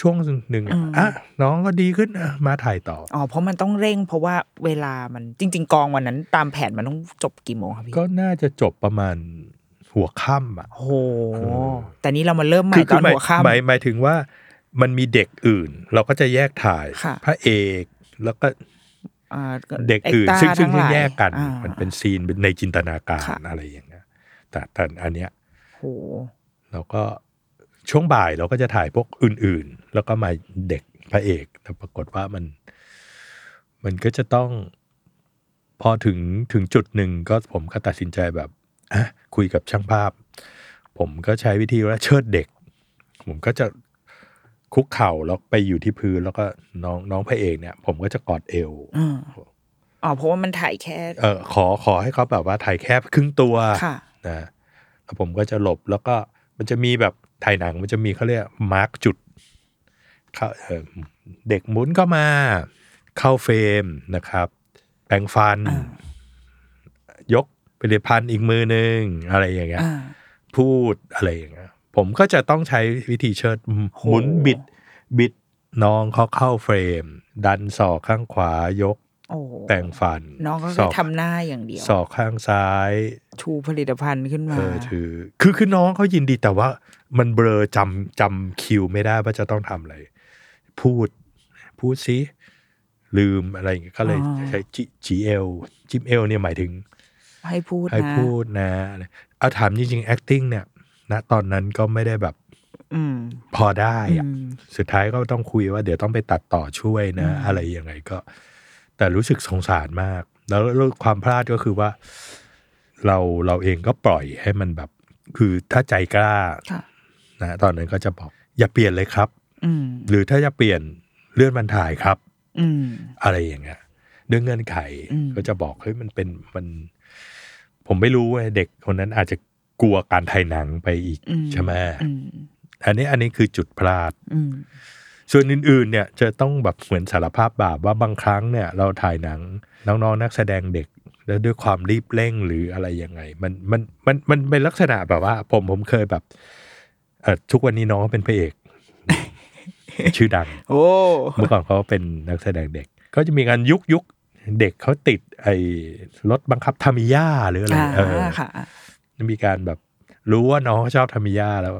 [SPEAKER 2] ช่วงหนึ่งอะอ่ะน้องก็ดีขึ้นอ่ะมาถ่ายต่อ
[SPEAKER 1] อ๋อเพราะมันต้องเร่งเพราะว่าเวลามันจริง ๆ กองวันนั้น ตามแผนมันต้องจบกี่โมงคะพี่
[SPEAKER 2] ก็น่าจะจบประมาณหัวค่ำอ่ะ
[SPEAKER 1] โอ้โหแต่นี้เรามาเริ่มใหม่ตอน
[SPEAKER 2] หมาย
[SPEAKER 1] หัวค่ำ
[SPEAKER 2] หมายหมายถึงว่ามันมีเด็กอื่น เราก็จะแยกถ่าย
[SPEAKER 1] ค่ะ
[SPEAKER 2] พระเอกแล้วก็
[SPEAKER 1] อ่า
[SPEAKER 2] เด็ก
[SPEAKER 1] ไ
[SPEAKER 2] อื่น
[SPEAKER 1] ตา
[SPEAKER 2] ซึ่งซึ่ง
[SPEAKER 1] ทั้หลา
[SPEAKER 2] แยกกัน
[SPEAKER 1] อ่า
[SPEAKER 2] มันเป็นซีนในจินตนาการ
[SPEAKER 1] ค่ะ
[SPEAKER 2] อะไรอย่างเงี้ยแต่แต่อันเนี้ย
[SPEAKER 1] โอ้โห
[SPEAKER 2] เราก็ช่วงบ่ายเราก็จะถ่ายพวกอื่น ๆ แล้วก็มาเด็กพระเอกแต่ปรากฏว่ามัน มันก็จะต้อง พอถึงถึงจุดหนึ่งก็ผมก็ตัดสินใจแบบอ่ะคุยกับช่างภาพ ผมก็ใช้วิธีว่าเชิดเด็ก ผมก็จะคุกเข่าแล้วไปอยู่ที่พื้น แล้วก็น้องน้องพระเอกเนี่ย ผมก็จะกอดเอว
[SPEAKER 1] อ่าอ๋อเพราะว่ามันถ่ายแค่
[SPEAKER 2] เออขอขอให้เขาแบบว่าถ่ายแคบครึ่งตัว
[SPEAKER 1] ค่ะ
[SPEAKER 2] นะแล้วผมก็จะหลบแล้วก็มันจะมีแบบถ่ายหนังมันจะมีเขาเรียกมาร์กจุดเขาเอ่อเด็กหมุนเข้ามา เข้าเฟรมนะครับ แปรงฟัน ยกผลิตภัณฑ์อีกมือหนึ่งอะไรอย่างเงี้ย
[SPEAKER 1] อ่า
[SPEAKER 2] พูดอะไรอย่างเงี้ยผมก็จะต้องใช้วิธีเชิดหมุน
[SPEAKER 1] โห
[SPEAKER 2] บิด บิดน้องเขาเข้าเฟรม ดันศอกข้างขวายก
[SPEAKER 1] โอ้โห
[SPEAKER 2] แต่งฟัน
[SPEAKER 1] น้องก็
[SPEAKER 2] ศ
[SPEAKER 1] แค่
[SPEAKER 2] อก
[SPEAKER 1] ทำหน้าอย่างเดียว
[SPEAKER 2] ศอกข้างซ้าย
[SPEAKER 1] ชูผลิตภัณฑ์ขึ้นมา
[SPEAKER 2] เออถือ คือคือน้องเขายินดีแต่ว่ามันเบลอจำจำคิวไม่ได้ว่าจะต้องทำอะไร พูด พูดสิลืมอะไรอย่างเงี้ยก็เลยใช้จิจีเอลจิมเอลเนี่ยหมายถึง
[SPEAKER 1] ให้พูดนะ
[SPEAKER 2] ให้พูดนะอะไรเอาถามจริงๆ acting เนี่ยณตอนนั้นก็ไม่ได้แบบ
[SPEAKER 1] อืม
[SPEAKER 2] พอได้อะ
[SPEAKER 1] อืม
[SPEAKER 2] สุดท้ายก็ต้องคุยว่าเดี๋ยวต้องไปตัดต่อช่วยนะ อะไรยังไงก็ แต่รู้สึกสงสารมาก แล้วความพลาดก็คือว่า เราเราเองก็ปล่อยให้มันแบบ คือถ้าใจกล้า
[SPEAKER 1] ค่ะ
[SPEAKER 2] นะตอนนั้นก็จะบอก อย่าเปลี่ยนเลยครับ
[SPEAKER 1] อืม
[SPEAKER 2] หรือถ้าจะเปลี่ยนเลื่อนบันถ่ายครับ
[SPEAKER 1] อืม
[SPEAKER 2] อะไรอย่างเงี้ยด้วยเงื่อนไข
[SPEAKER 1] อืม
[SPEAKER 2] ก็จะบอกเฮ้ยมันเป็นมัน ผมไม่รู้เว้ยเด็กคนนั้นอาจจะกลัวการถ่ายหนังไปอีกใช่ไหม
[SPEAKER 1] อืม
[SPEAKER 2] อันนี้อันนี้คือจุดพลาด
[SPEAKER 1] อืม
[SPEAKER 2] ส่วนอื่นๆเนี่ยจะต้องแบบเหมือนสารภาพบาปว่าบางครั้งเนี่ย เราถ่ายหนังน้องๆนักแสดงเด็ก แล้วด้วยความรีบเร่งหรืออะไรยังไง มันมันมันมันเป็นลักษณะแบบว่า ผมผมเคยแบบเออทุกวันนี้น้องเขาเป็นพระเอก ชื่อดัง
[SPEAKER 1] โอ้
[SPEAKER 2] เมื่อก่อนเขาเป็นนักแสดงเด็ก ก็จะมีการยุกยุกเด็กเขาติดไอ้รถบังคับทามิยาหรืออะไร
[SPEAKER 1] อ่า
[SPEAKER 2] เออ
[SPEAKER 1] ค่ะ
[SPEAKER 2] มีการแบบรู้ว่าน้องเขาชอบทามิยาแล้ว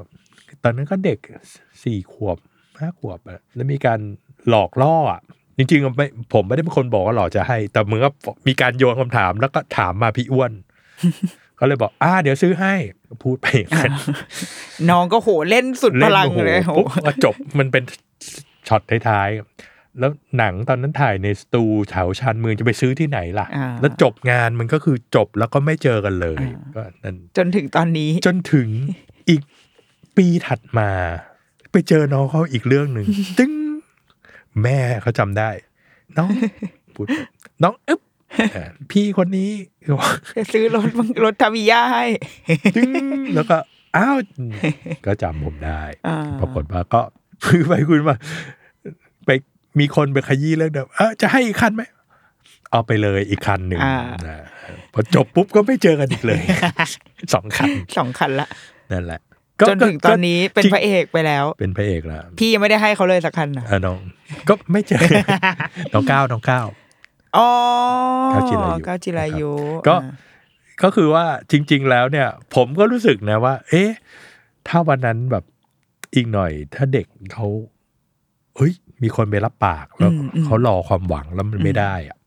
[SPEAKER 2] ตอนนั้นก็เด็กสี่ขวบห้าขวบอะแล้วมีการหลอกล่ออะจริงๆอะไม่ผมไม่ได้เป็นคนบอกว่าหลอกจะให้ แต่เหมือนกับมีการโยนคำถามแล้วก็ถามมาพี่อ้วน ก็เลยบอกอ่าเดี๋ยวซื้อให้พูดไปอย่างนั้น
[SPEAKER 1] น้องก็โหเล่นสุด พลังเลย
[SPEAKER 2] นโอ้
[SPEAKER 1] โอ้
[SPEAKER 2] โหปุ๊บก็จบมันเป็นช็อตท้ายๆ แล้วหนังตอนนั้นถ่ายในสตูแถวชานเมืองจะไปซื้อที่ไหนล่ะ
[SPEAKER 1] อ่า
[SPEAKER 2] แล้วจบงานมันก็คือจบแล้วก็ไม่เจอกันเลย ก็นั่น
[SPEAKER 1] จนถึงตอนนี้
[SPEAKER 2] จนถึงอีกปีถัดมา ไปเจอน้องเขาอีกเรื่อง หนึ่ง ตึ้งแม่เขาจำได้ น้องพูดน้องอึ๊บ เอ่อพี่คนนี้ ก็บอก
[SPEAKER 1] จะซื้อรถ มังรถทามิยาให้
[SPEAKER 2] ตึ้งแล้วก็อ้าวก็จำผมได้
[SPEAKER 1] อ่า
[SPEAKER 2] ปรากฏว่าก็ คุยไปคุยมาไปมีคนไปขยี้เรื่องเดิมเออจะให้อีกคันไหมเอาไปเลยอีกคันหนึ่ง
[SPEAKER 1] อ่า
[SPEAKER 2] นะพอจบปุ๊บก็ไม่เจอกันอีกเลย สองคัน
[SPEAKER 1] สองคันละ
[SPEAKER 2] นั่นแหละ
[SPEAKER 1] จนถึงตอนนี้เป็นพระเอกไปแล้ว
[SPEAKER 2] เป็นพระเอกแล้ว
[SPEAKER 1] พี่ยังไม่ได้ให้เขาเลยสักคันนะ
[SPEAKER 2] อ่ะน้อง ก็ไม่ เจอ น้องก้าวน้องก้าว
[SPEAKER 1] อ๋อ
[SPEAKER 2] ก้าวจิรายุ
[SPEAKER 1] ก้าวจิรายุ
[SPEAKER 2] นะครับก็
[SPEAKER 1] อ่า
[SPEAKER 2] ก็คือว่าจริง ๆ แล้วเนี่ย ผมก็รู้สึกนะว่า เอ๊ะ ถ้าวันนั้นแบบอีกหน่อย ถ้าเด็กเขาเฮ้ย มีคนไปรับปากแล้วเขารอความหวังแล้วมันไม่ได้อะ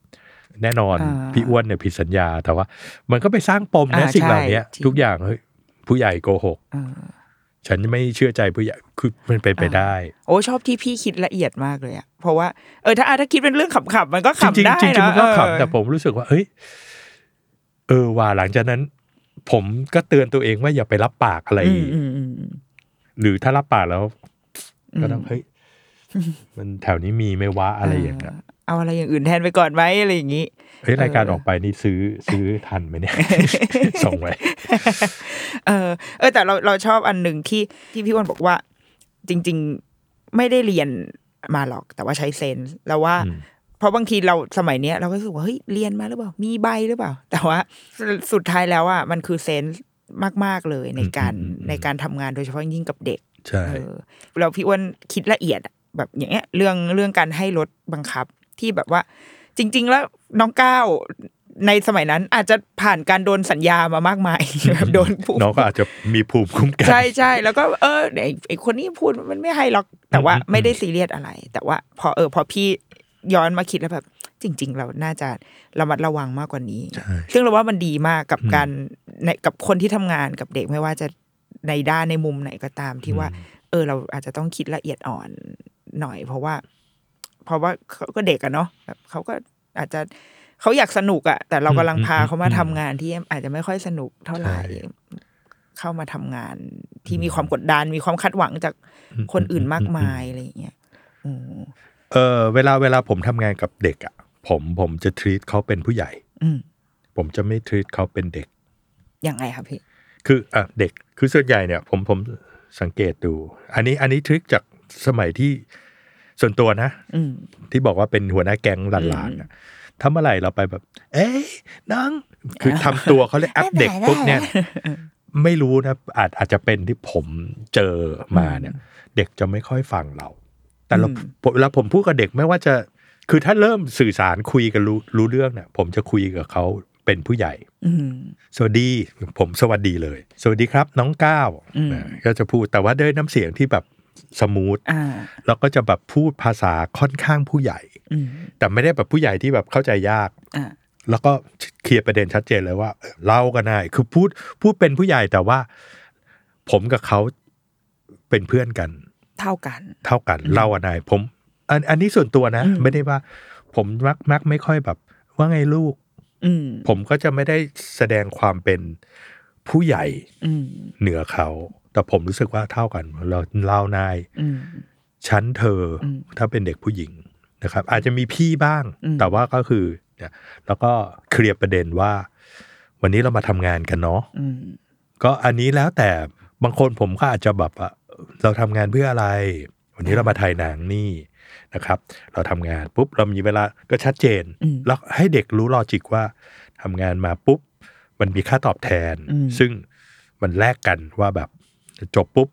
[SPEAKER 2] แน่นอน
[SPEAKER 1] อ่า
[SPEAKER 2] พี่อ้วนเนี่ยผิดสัญญาแต่ว่า มันก็ไปสร้างปมนะ
[SPEAKER 1] อ่า
[SPEAKER 2] สิ่งเหล่านี้
[SPEAKER 1] ใช่จริง
[SPEAKER 2] ทุกอย่างเฮ้ยผู้ใหญ่โกหก
[SPEAKER 1] อ่า
[SPEAKER 2] ฉันไม่เชื่อใจผู้ใหญ่คือมันเป็นไปได้
[SPEAKER 1] โอ้ชอบที่พี่คิดละเอียดมากเลยอะเพราะว่าเออถ้าอ่ะถ้าคิดเป็นเรื่องขำๆมันก็
[SPEAKER 2] จริ
[SPEAKER 1] ขำ
[SPEAKER 2] ง
[SPEAKER 1] ได้
[SPEAKER 2] ๆจริงๆ
[SPEAKER 1] นะ
[SPEAKER 2] มันก็
[SPEAKER 1] เออ
[SPEAKER 2] ขำแต่ผมรู้สึกว่า เอ้ย เออว่าหลังจากนั้น ผมก็เตือนตัวเองว่าอย่าไปรับปากอะไร
[SPEAKER 1] อืมอืมอืมอืม
[SPEAKER 2] หรือถ้ารับปากแล้ว
[SPEAKER 1] อืม
[SPEAKER 2] ก็ต้องเฮ้ยมันแถวนี้มีไหม่วะอะไรอย่างเงี้ย
[SPEAKER 1] เอาอะไรอย่างอื่นแทนไปก่อนไหมอะไรอย่างนี้
[SPEAKER 2] เฮ้ยรายการ
[SPEAKER 1] เออ
[SPEAKER 2] ออกไปนี่ซื้อซื้อทันไหม เนี่ย ส่งไว้
[SPEAKER 1] เออเออแต่เราเราชอบอันหนึ่งที่ที่พี่อ้วนบอกว่า จริง ๆไม่ได้เรียนมาหรอก แต่ว่าใช้เซนส์แล้วว่า
[SPEAKER 2] อืม
[SPEAKER 1] เพราะบางทีเราสมัยเนี้ยเราก็รู้สึกว่าเฮ้ยเรียนมาหรือเปล่า มีใบหรือเปล่า แต่ว่าสุดสุดท้ายแล้วอ่ะมันคือเซนส์มาก ๆ เลยในการในการทำงานโดยเฉพาะยิ่งกับเด็ก
[SPEAKER 2] ใช่
[SPEAKER 1] เออเราพี่อ้วนคิดละเอียดอะแบบอย่างเงี้ยเรื่องเรื่องการให้รถบังคับที่แบบว่า จริง ๆ แล้วน้องก้าวในสมัยนั้นอาจจะผ่านการโดนสัญญามามากมาย แบบโดนผู้
[SPEAKER 2] น้องก็อาจจะมีภูมิคุ้มกัน
[SPEAKER 1] ใช่ใช่แล้วก็เออไอ้ไอคนนี้พูดมันไม่ให้หรอกแต่ว่า
[SPEAKER 2] อืม
[SPEAKER 1] ไม่ได้ซีเรียสอะไร แต่ว่า พอเออ พอพี่ย้อนมาคิดแล้วแบบ จริง ๆ เราน่าจะระมัดระวังมากกว่านี้
[SPEAKER 2] ใช่
[SPEAKER 1] ซึ่งเราว่ามันดีมากกับการในกับคนที่ทำงานกับเด็กไม่ว่าจะในด้านในมุมไหนก็ตามที่ว่า เออ เราอาจจะต้องคิดละเอียดอ่อนหน่อย เพราะว่า เพราะว่าเขาก็เด็กอะเนาะแบบเขาก็อาจจะเขาอยากสนุกอะแต่เรากำลังพาเขามาทำงานที่อาจจะไม่ค่อยสนุกเท่าไหร่
[SPEAKER 2] ใช่
[SPEAKER 1] เข้ามาทำงานที่มีความกดดันมีความคาดหวังจากคนอื่นมากมายอะไรอย่างเงี้ยอืม
[SPEAKER 2] เออเวลาเวลาผมทำงานกับเด็กอ่ะผมผมจะท e a t เขาเป็นผู้ใหญ่
[SPEAKER 1] อืม
[SPEAKER 2] ผมจะไม่ท e a t เขาเป็นเด็ก
[SPEAKER 1] ยังไงครับพี่
[SPEAKER 2] คืออ่ะเด็กคือส่วนใหญ่เนี่ย ผมผมสังเกตดู อันนี้อันนี้ทริคจากสมัยที่ส่วนตัวนะ
[SPEAKER 1] อืม
[SPEAKER 2] ที่บอกว่าเป็นหัวหน้าแก๊งหลานๆน่ะถ้าเมื่อไหร่เราไปแบบ เอ้ยน้อง คือทำตัวเขา เลยแอปเด็กปุ๊บเนี่ย ไม่รู้นะ อาจอาจจะเป็นที่ผมเจอมาเนี่ย เด็กจะไม่ค่อยฟังเรา แต่เราผมเวลาผมพูดกับเด็กไม่ว่าจะ คือถ้าเริ่มสื่อสารคุยกันรู้รู้เรื่องเนี่ย ผมจะคุยกับเขาเป็นผู้ใหญ่
[SPEAKER 1] อืม
[SPEAKER 2] สวัสดีผมสวัสดีเลย สวัสดีครับ น้องก้าว
[SPEAKER 1] อืม
[SPEAKER 2] นะก็จะพูดแต่ว่าด้วยน้ำเสียงที่แบบสมูท
[SPEAKER 1] อ่า
[SPEAKER 2] แล้วก็จะแบบพูดภาษาค่อนข้างผู้ใหญ่
[SPEAKER 1] อืม
[SPEAKER 2] แต่ไม่ได้แบบผู้ใหญ่ที่แบบเข้าใจยาก
[SPEAKER 1] อ่า
[SPEAKER 2] แล้วก็เคลียร์ประเด็นชัดเจนเลยว่าเออเล่ากันได้คือพูดพูดเป็นผู้ใหญ่แต่ว่า ผมกับเขาเป็นเพื่อนกัน
[SPEAKER 1] เท่ากัน
[SPEAKER 2] เท่ากันเล่ากันได้ผมอันอันนี้ส่วนตัวนะ ไม่ได้ว่า ผมมักมักไม่ค่อยแบบ ว่าไงลูก
[SPEAKER 1] อืม
[SPEAKER 2] ผมก็จะไม่ได้แสดงความเป็นผู้ใหญ่
[SPEAKER 1] อืม
[SPEAKER 2] เหนือเขา แต่ผมรู้สึกว่าเท่ากันเราเล่านาย
[SPEAKER 1] อืม
[SPEAKER 2] ชั้นเธออ
[SPEAKER 1] ม
[SPEAKER 2] ถ้าเป็นเด็กผู้หญิงนะครับ อาจจะมีพี่บ้าง
[SPEAKER 1] อืม
[SPEAKER 2] แต่ว่าก็คือเนี่ยแล้วก็เคลียร์ประเด็นว่า วันนี้เรามาทำงานกันเนาะ
[SPEAKER 1] อืม
[SPEAKER 2] ก็อันนี้แล้วแต่บางคนผมก็อาจจะแบบว่าเราทำงานเพื่ออะไร วันนี้เรามาถ่ายหนังนี่นะครับ เราทำงานปุ๊บเรามีเวลาก็ชัดเจน
[SPEAKER 1] อืม
[SPEAKER 2] แล้วให้เด็กรู้ลอจิกว่าทำงานมาปุ๊บ มันมีค่าตอบแทน
[SPEAKER 1] อืม
[SPEAKER 2] ซึ่งมันแลกกันว่าแบบจบปุ๊บ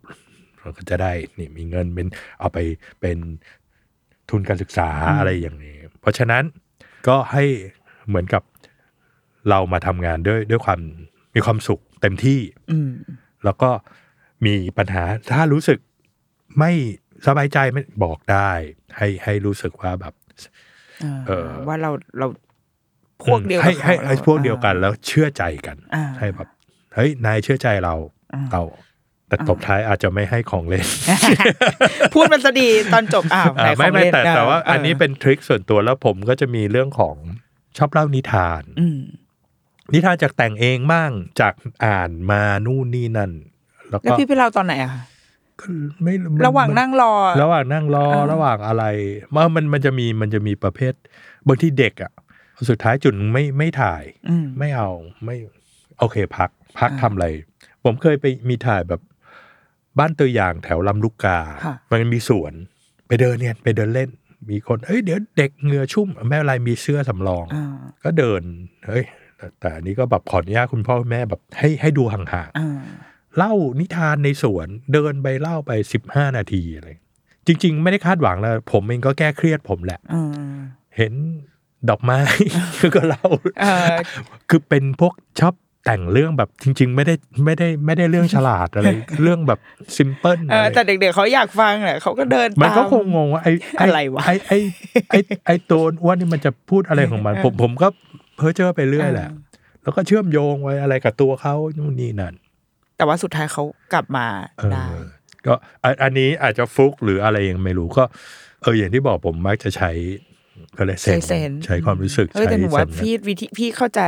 [SPEAKER 2] เราก็จะได้นี่มีเงินเป็นเอาไปเป็นทุนการศึกษาอะไรอย่างนี้ เพราะฉะนั้นก็ให้เหมือนกับเรามาทำงานด้วยด้วยความมีความสุขเต็มที่
[SPEAKER 1] อืม
[SPEAKER 2] แล้วก็มีปัญหาถ้ารู้สึกไม่สบายใจไม่บอกได้ ให้ให้รู้สึกว่าแบบ
[SPEAKER 1] อ่า
[SPEAKER 2] เอ่อ
[SPEAKER 1] ว่าเราเราพวกเดียวกับ
[SPEAKER 2] ให้ให้
[SPEAKER 1] เขา
[SPEAKER 2] ให้
[SPEAKER 1] รา
[SPEAKER 2] พวกเดียวกัน
[SPEAKER 1] อ่า
[SPEAKER 2] แล้วเชื่อใจกัน
[SPEAKER 1] อ่า
[SPEAKER 2] ให้แบบเฮ้ยนายเชื่อใจเรา
[SPEAKER 1] อ่า
[SPEAKER 2] เราแต่ตบท้ายอาจจะไม่ให้ของเล่น
[SPEAKER 1] พูดมันซะดีตอนจบอ้าวหน
[SPEAKER 2] อ่า
[SPEAKER 1] ขอ
[SPEAKER 2] ไม่
[SPEAKER 1] ง
[SPEAKER 2] ไม่
[SPEAKER 1] เล่น
[SPEAKER 2] แต่แต่ว่า
[SPEAKER 1] ะ
[SPEAKER 2] อันนี้เป็นทริคส่วนตัวแล้วผมก็จะมีเรื่องของชอบเล่านิทาน
[SPEAKER 1] อืม
[SPEAKER 2] นิทานจากแต่งเองบ้างจากอ่านมานู่นนี่นั่น แล้ว
[SPEAKER 1] แล้ว
[SPEAKER 2] ก็
[SPEAKER 1] พี่ไปเล่าตอนไหนอะคะ
[SPEAKER 2] ก็ไม่
[SPEAKER 1] ระหว่างนั่งรอ
[SPEAKER 2] ระหว่างนั่งรอระหว่างอะไรมันมันมันจะมีมันจะมีประเภทบางที่เด็กอ่ะ สุดท้ายจุนไม่ไม่ถ่าย
[SPEAKER 1] อืม
[SPEAKER 2] ไม่เอาไม่โอเคพัก พัก
[SPEAKER 1] อ่า
[SPEAKER 2] ทำอะไร ผมเคยไปมีถ่ายแบบบ้านตัวอย่างแถวลำลูกกา
[SPEAKER 1] ค่ะ
[SPEAKER 2] มันมีสวน ไปเดินเนี่ย ไปเดินเล่น มีคนเอ้ยเดี๋ยวเด็กเหงื่อชุ่มแม่อะไรมีเสื้อสำรอง
[SPEAKER 1] อ่า
[SPEAKER 2] ก็เดินเฮ้ยแต่แต่อันนี้ก็แบบขออนุญาตคุณพ่อคุณแม่แบบให้ให้ดูห่าง
[SPEAKER 1] อ่า
[SPEAKER 2] ๆเล่านิทานในสวนเดินไปเล่าไปสิบห้านาทีอะไรจริง ๆ ไม่ได้คาดหวังแล้วผมเองก็แก้เครียดผมแหละ
[SPEAKER 1] อ่า
[SPEAKER 2] เห็นดอกไม้ ก็เล่า
[SPEAKER 1] เอ่อ
[SPEAKER 2] คือเป็นพวกชอบแต่งเรื่องแบบจริง ๆ ไม่ได้ไม่ได้ไม่ได้เรื่องฉลาดอะไร เรื่องแบบซิมเพิล
[SPEAKER 1] เออแต่เด็กๆเขาอยากฟังแหละเขาก็เดินตาม
[SPEAKER 2] มันก็คงงงว่าไอ้อ้
[SPEAKER 1] อะไรวะ
[SPEAKER 2] ไอ้ไอ้ไอ้ไอ้ตัวอ้ว่านี่มันจะพูดอะไรของมัน ผมผมก็เพ้อเจ้อไปเรื่อยแหละ
[SPEAKER 1] เออ
[SPEAKER 2] แล้วก็เชื่อมโยงไว้อะไรกับตัวเขานู่นนี่นั่น
[SPEAKER 1] แต่ว่าสุดท้ายเขากลับมา
[SPEAKER 2] เออ
[SPEAKER 1] ได้
[SPEAKER 2] ก็อันอันนี้อาจจะฟลุกหรืออะไรยังไม่รู้ก็ เอออย่างที่บอกผมมักจะใช้เขาเรียกเซน
[SPEAKER 1] ใช้เซน
[SPEAKER 2] ใช้ความรู้สึก
[SPEAKER 1] เออ
[SPEAKER 2] ใช้
[SPEAKER 1] แต่หนู
[SPEAKER 2] สั
[SPEAKER 1] ว่า
[SPEAKER 2] ญญาณ
[SPEAKER 1] พี่วิธีพี่เข้าใจ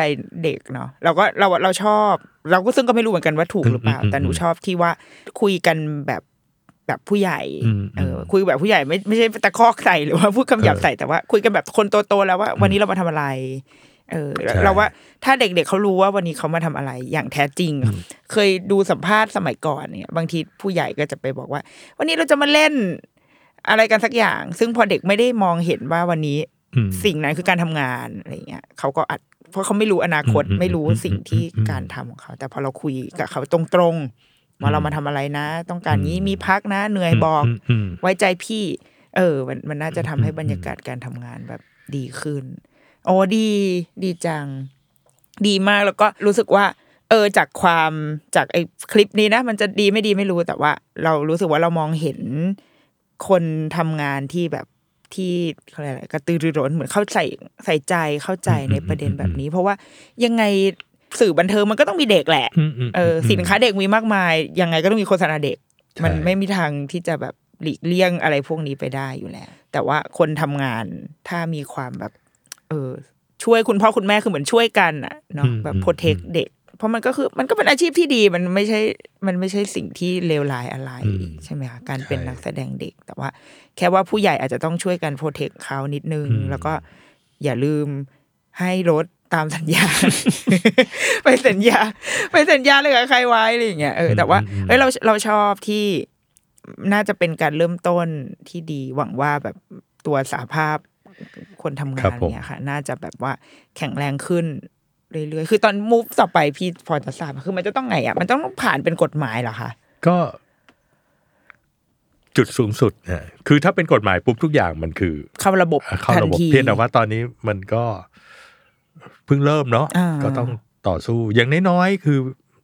[SPEAKER 1] เด็กเนาะเราก็เราเราชอบ เราก็ซึ่งก็ไม่รู้เหมือนกันว่าถูกหรือเปล่า
[SPEAKER 2] อืมอืม
[SPEAKER 1] แต่หนูชอบที่ว่าคุยกันแบบแบบผู้ใหญ่
[SPEAKER 2] อืม
[SPEAKER 1] เออคุยแบบผู้ใหญ่ไม่ไม่ใช่ตะคอกใส่หรือว่าพูดคำหยาบ
[SPEAKER 2] เออ
[SPEAKER 1] ใส่แต่ว่า คุยกันแบบคนโตๆแล้วว่าวันนี้เรามาทำอะไร เออ
[SPEAKER 2] ใช่
[SPEAKER 1] เราว่าถ้าเด็กๆเขารู้ว่าวันนี้เขามาทำอะไรอย่างแท้จริง เคยดูสัมภาษณ์สมัยก่อนเนี่ย บางทีผู้ใหญ่ก็จะไปบอกว่า วันนี้เราจะมาเล่น อะไรกันสักอย่าง ซึ่งพอเด็กไม่ได้มองเห็นว่าวันนี้
[SPEAKER 2] อืม
[SPEAKER 1] สิ่งนั้นคือการทำงานอะไรเงี้ยเขาก็อัดเพราะเขาไม่รู้อนาคต
[SPEAKER 2] อืมอืม
[SPEAKER 1] ไม่รู้
[SPEAKER 2] อืม
[SPEAKER 1] สิ่งที่
[SPEAKER 2] อืม
[SPEAKER 1] การทำของเขา แต่พอเราคุยกับเขาตรงๆว่าเรามาทำอะไรนะ ต้องการนี้
[SPEAKER 2] อืม
[SPEAKER 1] มีพักนะ เหนื่อยบอก
[SPEAKER 2] มอืม
[SPEAKER 1] ไว้ใจพี่ เออ มันมันน่าจะทำให้บรรยากาศการทำงานแบบดีขึ้น โอ้ดี ดีจัง ดีมากแล้วก็รู้สึกว่า เออ จากความจากไอ้คลิปนี้นะ มันจะดีไม่ดีไม่รู้แต่ว่า เรารู้สึกว่าเรามองเห็นคนทำงานที่แบบที่เขาเรียกอะไรกระตือรือร้นเหมือนเข้าใจใส่ใจเข้าใจในประเด็นแบบนี้ เพราะว่ายังไงสื่อบันเทิงมันก็ต้องมีเด็กแหละ
[SPEAKER 2] อืมอืม
[SPEAKER 1] เออ
[SPEAKER 2] ม
[SPEAKER 1] สินค้าเด็กมีมากมาย ยังไงก็ต้องมีโฆษณาเด็ก
[SPEAKER 2] ใช่
[SPEAKER 1] มันไม่มีทางที่จะแบบหลีกเลี่ยงอะไรพวกนี้ไปได้อยู่แล้ว แต่ว่าคนทำงานถ้ามีความแบบ เออ ช่วยคุณพ่อคุณแม่คือเหมือนช่วยกันอะเนาะแบบโปรเทคเด็ก เพราะมันก็คือมันก็เป็นอาชีพที่ดีมันไม่ใช่ มันไม่ใช่สิ่งที่เลวร้ายอะไร ใช่ไหมคะการเป็นนักแสดงเด็ก แต่ว่า แค่ว่าผู้ใหญ่อาจจะต้องช่วยกันโปรเทคเขานิดนึง แล้วก็อย่าลืมให้รถตามสัญญา ไปสัญญา ไปสัญญาเลยกับใครไว้อะไรอย่างเงี้ยเออแต่ว่าเอ้ยเราเราชอบที่น่าจะเป็นการเริ่มต้นที่ดีหวังว่าแบบตัวสาภาพคนทำงา
[SPEAKER 2] ครั
[SPEAKER 1] น
[SPEAKER 2] บผม
[SPEAKER 1] เนี่ยค่ะ น่าจะแบบว่าแข็งแรงขึ้นเรื่อยๆคือตอนมูฟต่อไปพี่พอจะทราบไหมคือมันจะต้องไงอ่ะมันต้องผ่านเป็นกฎหมายเหรอคะ
[SPEAKER 2] ก็จุดสูงสุดนะคือถ้าเป็นกฎหมายปุ๊บทุกอย่างมันคือ
[SPEAKER 1] เข้าระบบ
[SPEAKER 2] เข้า
[SPEAKER 1] ทัน
[SPEAKER 2] ระบบ
[SPEAKER 1] ที
[SPEAKER 2] เพียงแต่ว่าตอนนี้มันก็เพิ่งเริ่มเนาะ
[SPEAKER 1] อ่า
[SPEAKER 2] ก็ต้องต่อสู้ อย่างน้อยๆคือ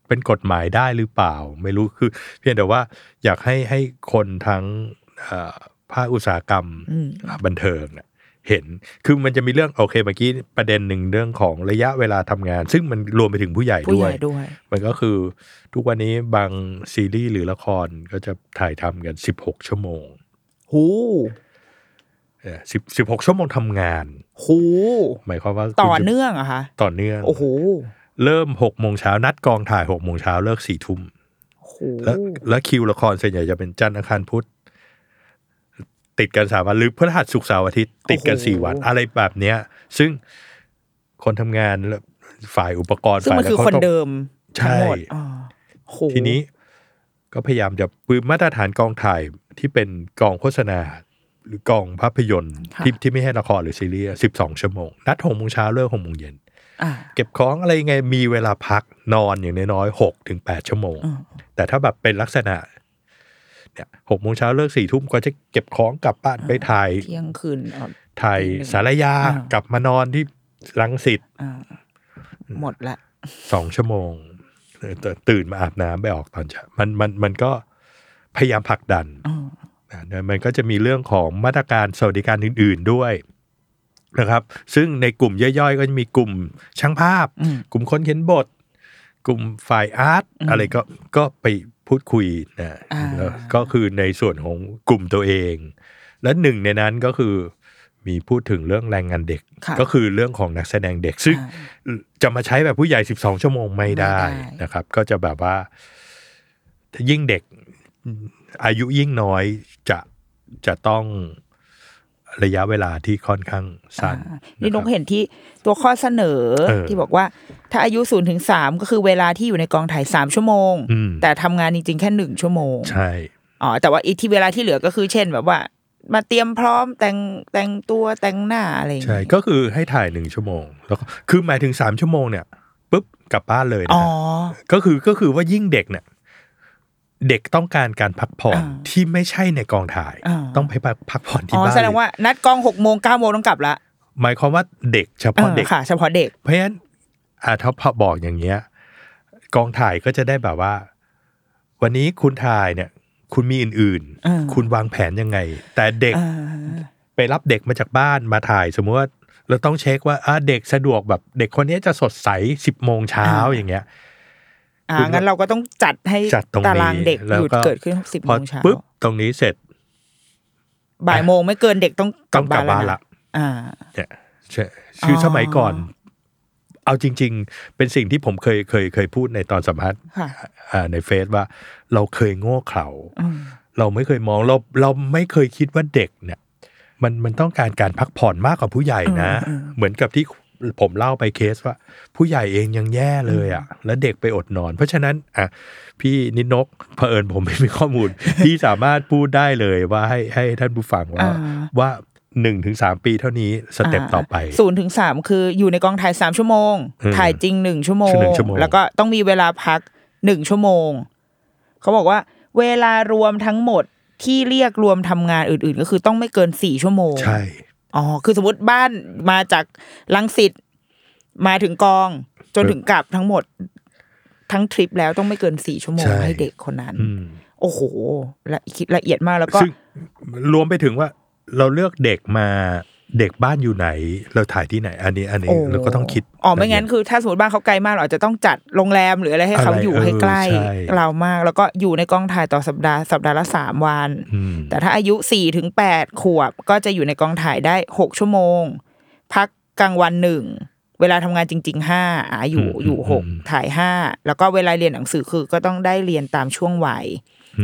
[SPEAKER 2] เป็นกฎหมายได้หรือเปล่า ไม่รู้คือ เพียงแต่ว่าอยากให้ให้คนทั้งเอ่อภาคอุตสาหกรรมบันเทิงน่ะเห็นคือมันจะมีเรื่องโอเคเมื่อกี้ประเด็นหนึ่งเรื่องของระยะเวลาทำงาน ซึ่งมันรวมไปถึงผู้ใหญ่
[SPEAKER 1] ผู้
[SPEAKER 2] ด้
[SPEAKER 1] ให
[SPEAKER 2] วย
[SPEAKER 1] ญ่ด้วย
[SPEAKER 2] มันก็คือทุกวันนี้บางซีรีส์หรือละครก็จะถ่ายทำกัน 16 ชั่วโมง
[SPEAKER 1] หู
[SPEAKER 2] สิบสิบหกชั่วโมงทำงาน
[SPEAKER 1] หู
[SPEAKER 2] หมายความว่า
[SPEAKER 1] ต่อ
[SPEAKER 2] คุณจะ
[SPEAKER 1] เนื่องเหรอะคะ
[SPEAKER 2] ต่อเนื่อง
[SPEAKER 1] โอ้โห
[SPEAKER 2] เริ่มหกโมงเช้านัดกองถ่ายหกโมงเช้าเลิกสี่ทุ่ม
[SPEAKER 1] โอ้โห
[SPEAKER 2] แล้วแล้วคิวละครส่วนใหญ่จะเป็นจันทร์อังคารพุธติดกันสามวันหรือพฤหัสศุกร์เสาร์อาทิตย์ติดกันสี่วัน อะไรแบบเนี้ย ซึ่งคนทำงานและฝ่ายอุปกรณ์
[SPEAKER 1] ซึ่ง
[SPEAKER 2] ฝ่าย
[SPEAKER 1] มันคือ
[SPEAKER 2] ละร
[SPEAKER 1] คน
[SPEAKER 2] ต้อง
[SPEAKER 1] เดิมทั้งหมด
[SPEAKER 2] ใช่
[SPEAKER 1] อ๋อโอ้โห
[SPEAKER 2] ทีนี้ก็พยายามจะปืนมาตรฐานกองถ่ายที่เป็นกองโฆษณา หรือกองภาพยนตร์
[SPEAKER 1] ะ
[SPEAKER 2] ที่ที่ไม่ให้ละครหรือซีรีส์สิบสองชั่วโมง นัดหกโมงเช้าเลิกหกโมงเย็น
[SPEAKER 1] อ่ะ
[SPEAKER 2] เก็บของอะไรยังไงมีเวลาพักนอนอย่างน้อยๆหกถึงแปดชั่วโมง
[SPEAKER 1] อืม
[SPEAKER 2] แต่ถ้าแบบเป็นลักษณะเนี่ยหกโมงเช้าเลิกสี่ทุ่มก็จะเก็บของกลับบ้านไปถ่าย
[SPEAKER 1] เที่ยงคืนอ่ะ
[SPEAKER 2] ถ่ายสารยา
[SPEAKER 1] อ่าก
[SPEAKER 2] กลับมานอนที่ลังสิต
[SPEAKER 1] อ่ะหมดละ
[SPEAKER 2] สองชั่วโมงเออตื่นตื่นมาอาบน้ำไปออกตอนเช้ามันมันมันก็พยายามผลักดัน
[SPEAKER 1] อืม
[SPEAKER 2] นะแล้วมันก็จะมีเรื่องของมาตรการสวัสดิการอื่น ๆด้วยนะครับ ซึ่งในกลุ่มย่อยๆ ก็จะมีกลุ่มช่างภาพ กลุ่มคนเขียนบท กลุ่มฝ่ายอาร์ตอะไรก็ก็ไปพูดคุยนะแล้วก็คือในส่วนของกลุ่มตัวเอง และหนึ่งในนั้นก็คือมีพูดถึงเรื่องแรงงานเด็ก
[SPEAKER 1] ค่ะ
[SPEAKER 2] ก็คือเรื่องของนักแสดงเด็ก ซึ่งจะมาใช้แบบผู้ใหญ่ 12 ชั่วโมงไม่ได้
[SPEAKER 1] ไม่ได้
[SPEAKER 2] นะครับ ก็จะแบบว่า ยิ่งเด็กอายุยิ่งน้อยจะจะต้อง ระยะเวลาที่ค่อนข้างสั้น
[SPEAKER 1] นี่นก
[SPEAKER 2] ะครับ
[SPEAKER 1] เห็นที่ตัวข้อเสนอ
[SPEAKER 2] เออ
[SPEAKER 1] ที่บอกว่าถ้าอายุ0ูนถึงสก็คือเวลาที่อยู่ในกองถ่ายสามชั่วโมง
[SPEAKER 2] อืม
[SPEAKER 1] แต่ทำงานจริงๆแค่หนึ่งชั่วโมง
[SPEAKER 2] ใช่
[SPEAKER 1] อ๋อแต่ว่าอีกที่เวลาที่เหลือก็คือเช่นแบบว่า มาเตรียมพร้อมแต่งแต่งตัวแต่งหน้าอะไรอย่าง
[SPEAKER 2] ใช่
[SPEAKER 1] เงี้ย
[SPEAKER 2] ก็คือให้ถ่ายหนึ่งชั่วโมง แล้วก็คือหมายถึงสามชั่วโมงเนี่ยปุ๊บกลับบ้านเลยนะ
[SPEAKER 1] อ๋อ
[SPEAKER 2] ฮะ ก็คือก็คือว่ายิ่งเด็กเนี่ยเด็กต้องการการพักผ่อน
[SPEAKER 1] อ่า
[SPEAKER 2] ที่ไม่ใช่ในกองถ่าย
[SPEAKER 1] อ่า
[SPEAKER 2] ต้องไปพักผ่อนที่
[SPEAKER 1] อ๋อ
[SPEAKER 2] บ้าน
[SPEAKER 1] แสดงว่านัดกองหกโมงเก้าโมงต้องกลับละ
[SPEAKER 2] หมายความว่าเด็กเฉ
[SPEAKER 1] เอ
[SPEAKER 2] พาะ
[SPEAKER 1] อ
[SPEAKER 2] เด็ก
[SPEAKER 1] ค่ะ เฉพาะเด็ก
[SPEAKER 2] เพราะฉะนั้นอ่าถ้าพอบอกอย่างเงี้ยกองถ่ายก็จะได้แบบว่า วันนี้คุณถ่ายเนี่ย คุณมีอื่น
[SPEAKER 1] อ่า
[SPEAKER 2] คุณวางแผนยังไง แต่เด็ก
[SPEAKER 1] อ่า
[SPEAKER 2] ไปรับเด็กมาจากบ้านมาถ่าย สมมติว่าเราต้องเช็คว่าอ่าเด็กสะดวกแบบ เด็กคนนี้จะสดใสสิบโมงเช้า
[SPEAKER 1] อ่า
[SPEAKER 2] อย่างเงี้ย
[SPEAKER 1] อ่า
[SPEAKER 2] คุณก็
[SPEAKER 1] งั้นเราก็ต้องจัดให้
[SPEAKER 2] จัดตรงนี้
[SPEAKER 1] ตารางเด็ก
[SPEAKER 2] แล้
[SPEAKER 1] ห
[SPEAKER 2] ว
[SPEAKER 1] ยุดเกิดขึ้นสิบ
[SPEAKER 2] พ
[SPEAKER 1] โม
[SPEAKER 2] อง
[SPEAKER 1] เช้า
[SPEAKER 2] ปุ๊บตรงนี้เสร็จ
[SPEAKER 1] บ่ายโมงไม่เกินเด็กต้องกลั
[SPEAKER 2] ต้อบ งกลับ
[SPEAKER 1] บ้า
[SPEAKER 2] บ้าน น
[SPEAKER 1] แล้ว
[SPEAKER 2] ละ
[SPEAKER 1] นะอ่า
[SPEAKER 2] เนี่ยใช่คืออ
[SPEAKER 1] อ
[SPEAKER 2] สมัยก่อน เอาจริง ๆ เป็นสิ่งที่ผมเคยเคยเคยพูดในตอนสัมภาษณ์
[SPEAKER 1] ค่ะ
[SPEAKER 2] อ่าในเฟซว่า เราเคยโง่เขลา
[SPEAKER 1] อืม
[SPEAKER 2] เราไม่เคยมองเราเราไม่เคยคิดว่าเด็กเนี่ย มันมันต้องการการพักผ่อนมากกว่าผู้ใหญ่นะ เหมือนกับที่ผมเล่าไปเคสว่า ผู้ใหญ่เองยังแย่เลยอะ่ะ แล้วเด็กไปอดนอน เพราะฉะนั้นอ่ะพี่นิดนกเผอิญผมไม่มีข้อมูล พี่สามารถพูดได้เลยว่าให้ให้ท่านผู้ฟังว่า
[SPEAKER 1] อ่า
[SPEAKER 2] ว่าหนึ่งถึงสามปีเท่านี้สเต็ปต่อไป
[SPEAKER 1] ศูนย์ถึงสามคืออยู่ในกองถ่ายสามชั่วโมง
[SPEAKER 2] อืม
[SPEAKER 1] ถ่ายจริงหนึ่งชั่วโมง
[SPEAKER 2] หนึ่งชั่วโมง
[SPEAKER 1] แล้วก็ต้องมีเวลาพักหนึ่งชั่วโมง เขาบอกว่า เวลารวมทั้งหมดที่เรียกรวมทำงานอื่น ๆ ก็คือต้องไม่เกินสี่ชั่วโมง
[SPEAKER 2] ใช่
[SPEAKER 1] อ๋อคือสมมติบ้านมาจากลังสิตมาถึงกอง จนถึงกลับทั้งหมด ทั้งทริปแล้วต้องไม่เกินสี่ชั่วโมง
[SPEAKER 2] ใช่
[SPEAKER 1] ให้เด็กคนนั้น
[SPEAKER 2] อืม
[SPEAKER 1] โอ้โหละคิดละเอียดมากแล้วก็
[SPEAKER 2] ซึ่งรวมไปถึงว่าเราเลือกเด็กมาเด็กบ้านอยู่ไหน เราถ่ายที่ไหน อันนี้อันนี้
[SPEAKER 1] โ
[SPEAKER 2] เราก็ต้องคิด
[SPEAKER 1] อ๋อไม่งั้น
[SPEAKER 2] ละเยด
[SPEAKER 1] คือถ้าสมมติบ้านเขาไกลมากเราอาจจะต้องจัดโรงแรมหรืออะไรให้เขา
[SPEAKER 2] อะไร
[SPEAKER 1] อยู่
[SPEAKER 2] เออ
[SPEAKER 1] ให้ใกล้
[SPEAKER 2] ใช่
[SPEAKER 1] เรามาก แล้วก็อยู่ในกองถ่ายต่อสัปดาห์สัปดาห์ละสามวัน
[SPEAKER 2] อืม
[SPEAKER 1] แต่ถ้าอายุ4ี่ถึงแปดขวบก็จะอยู่ในกองถ่ายได้ 6 ชั่วโมง พักกลางวันหนึ่งเวลาทำงานจริงๆห้าอ่ะอยู่
[SPEAKER 2] อืม
[SPEAKER 1] อยู่หก
[SPEAKER 2] อืม
[SPEAKER 1] ถ่ายห้าแล้วก็เวลาเรียนหนังสือคือก็ต้องได้เรียนตามช่วงวัย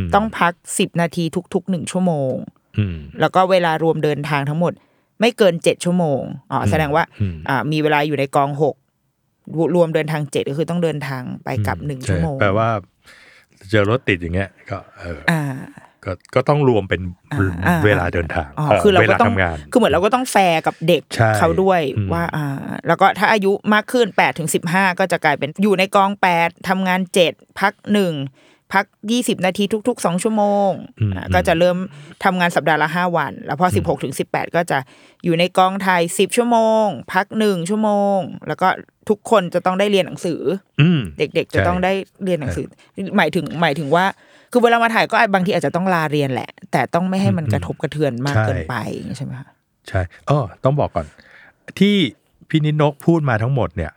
[SPEAKER 2] ม
[SPEAKER 1] ต้องพักสิบนาทีทุกๆหนึ่งชั่วโมง
[SPEAKER 2] อืม
[SPEAKER 1] แล้วก็เวลารวมเดินทางทั้งหมด ไม่เกินเจ็ดชั่วโมงอ๋ออ
[SPEAKER 2] ม
[SPEAKER 1] แสดงว่า
[SPEAKER 2] อืม
[SPEAKER 1] อ่า มีเวลาอยู่ในกองหกรวมเดินทางเจ็ดก็คือต้องเดินทางไปกลับหนึ่ง
[SPEAKER 2] ใ
[SPEAKER 1] ชั่วโมง
[SPEAKER 2] แปลว่าเจอรถติดอย่างเงี้ย ก็เออ
[SPEAKER 1] อ่า
[SPEAKER 2] ก็ก็ต้องรวมเป็น
[SPEAKER 1] อ่าอ่า
[SPEAKER 2] เวลาเดินทาง
[SPEAKER 1] อ๋อ
[SPEAKER 2] เอ่อ
[SPEAKER 1] คือเรา
[SPEAKER 2] เว
[SPEAKER 1] ก็
[SPEAKER 2] ลา
[SPEAKER 1] ต้อง
[SPEAKER 2] ทำงาน
[SPEAKER 1] คือเหมือนเราก็ต้องแฟร์กับเด็ก
[SPEAKER 2] ใช่
[SPEAKER 1] เขาด้วย
[SPEAKER 2] อืม
[SPEAKER 1] ว่า อ่า แล้วก็ถ้าอายุมากขึ้นแปดถึงสิบห้าก็จะกลายเป็นอยู่ในกองแปดทำงานเจ็ดพักหนึ่งพักยี่สิบนาทีทุกๆสองชั่วโมงอ่าก็จะเริ่มทำงานสัปดาห์ละห้าวัน แล้วพอสิบหกถึงสิบแปดก็จะอยู่ในกองถ่ายสิบชั่วโมง พักหนึ่งชั่วโมง แล้วก็ทุกคนจะต้องได้เรียนหนังสือ
[SPEAKER 2] อืม
[SPEAKER 1] เด็ก ๆ จะ
[SPEAKER 2] ใช่
[SPEAKER 1] ต้องได้เรียนหนังสือ หมายถึงหมายถึงว่า คือเวลามาถ่ายก็อาจบางทีอาจจะต้องลาเรียนแหละ แต่ต้องไม่ให้มันกระทบกระเทือนมาก
[SPEAKER 2] ใช่
[SPEAKER 1] เกินไปอย่างนี้ใช่ไหมคะ
[SPEAKER 2] ใช่อ้อต้องบอกก่อน ที่พี่นิดนกพูดมาทั้งหมดเนี่ย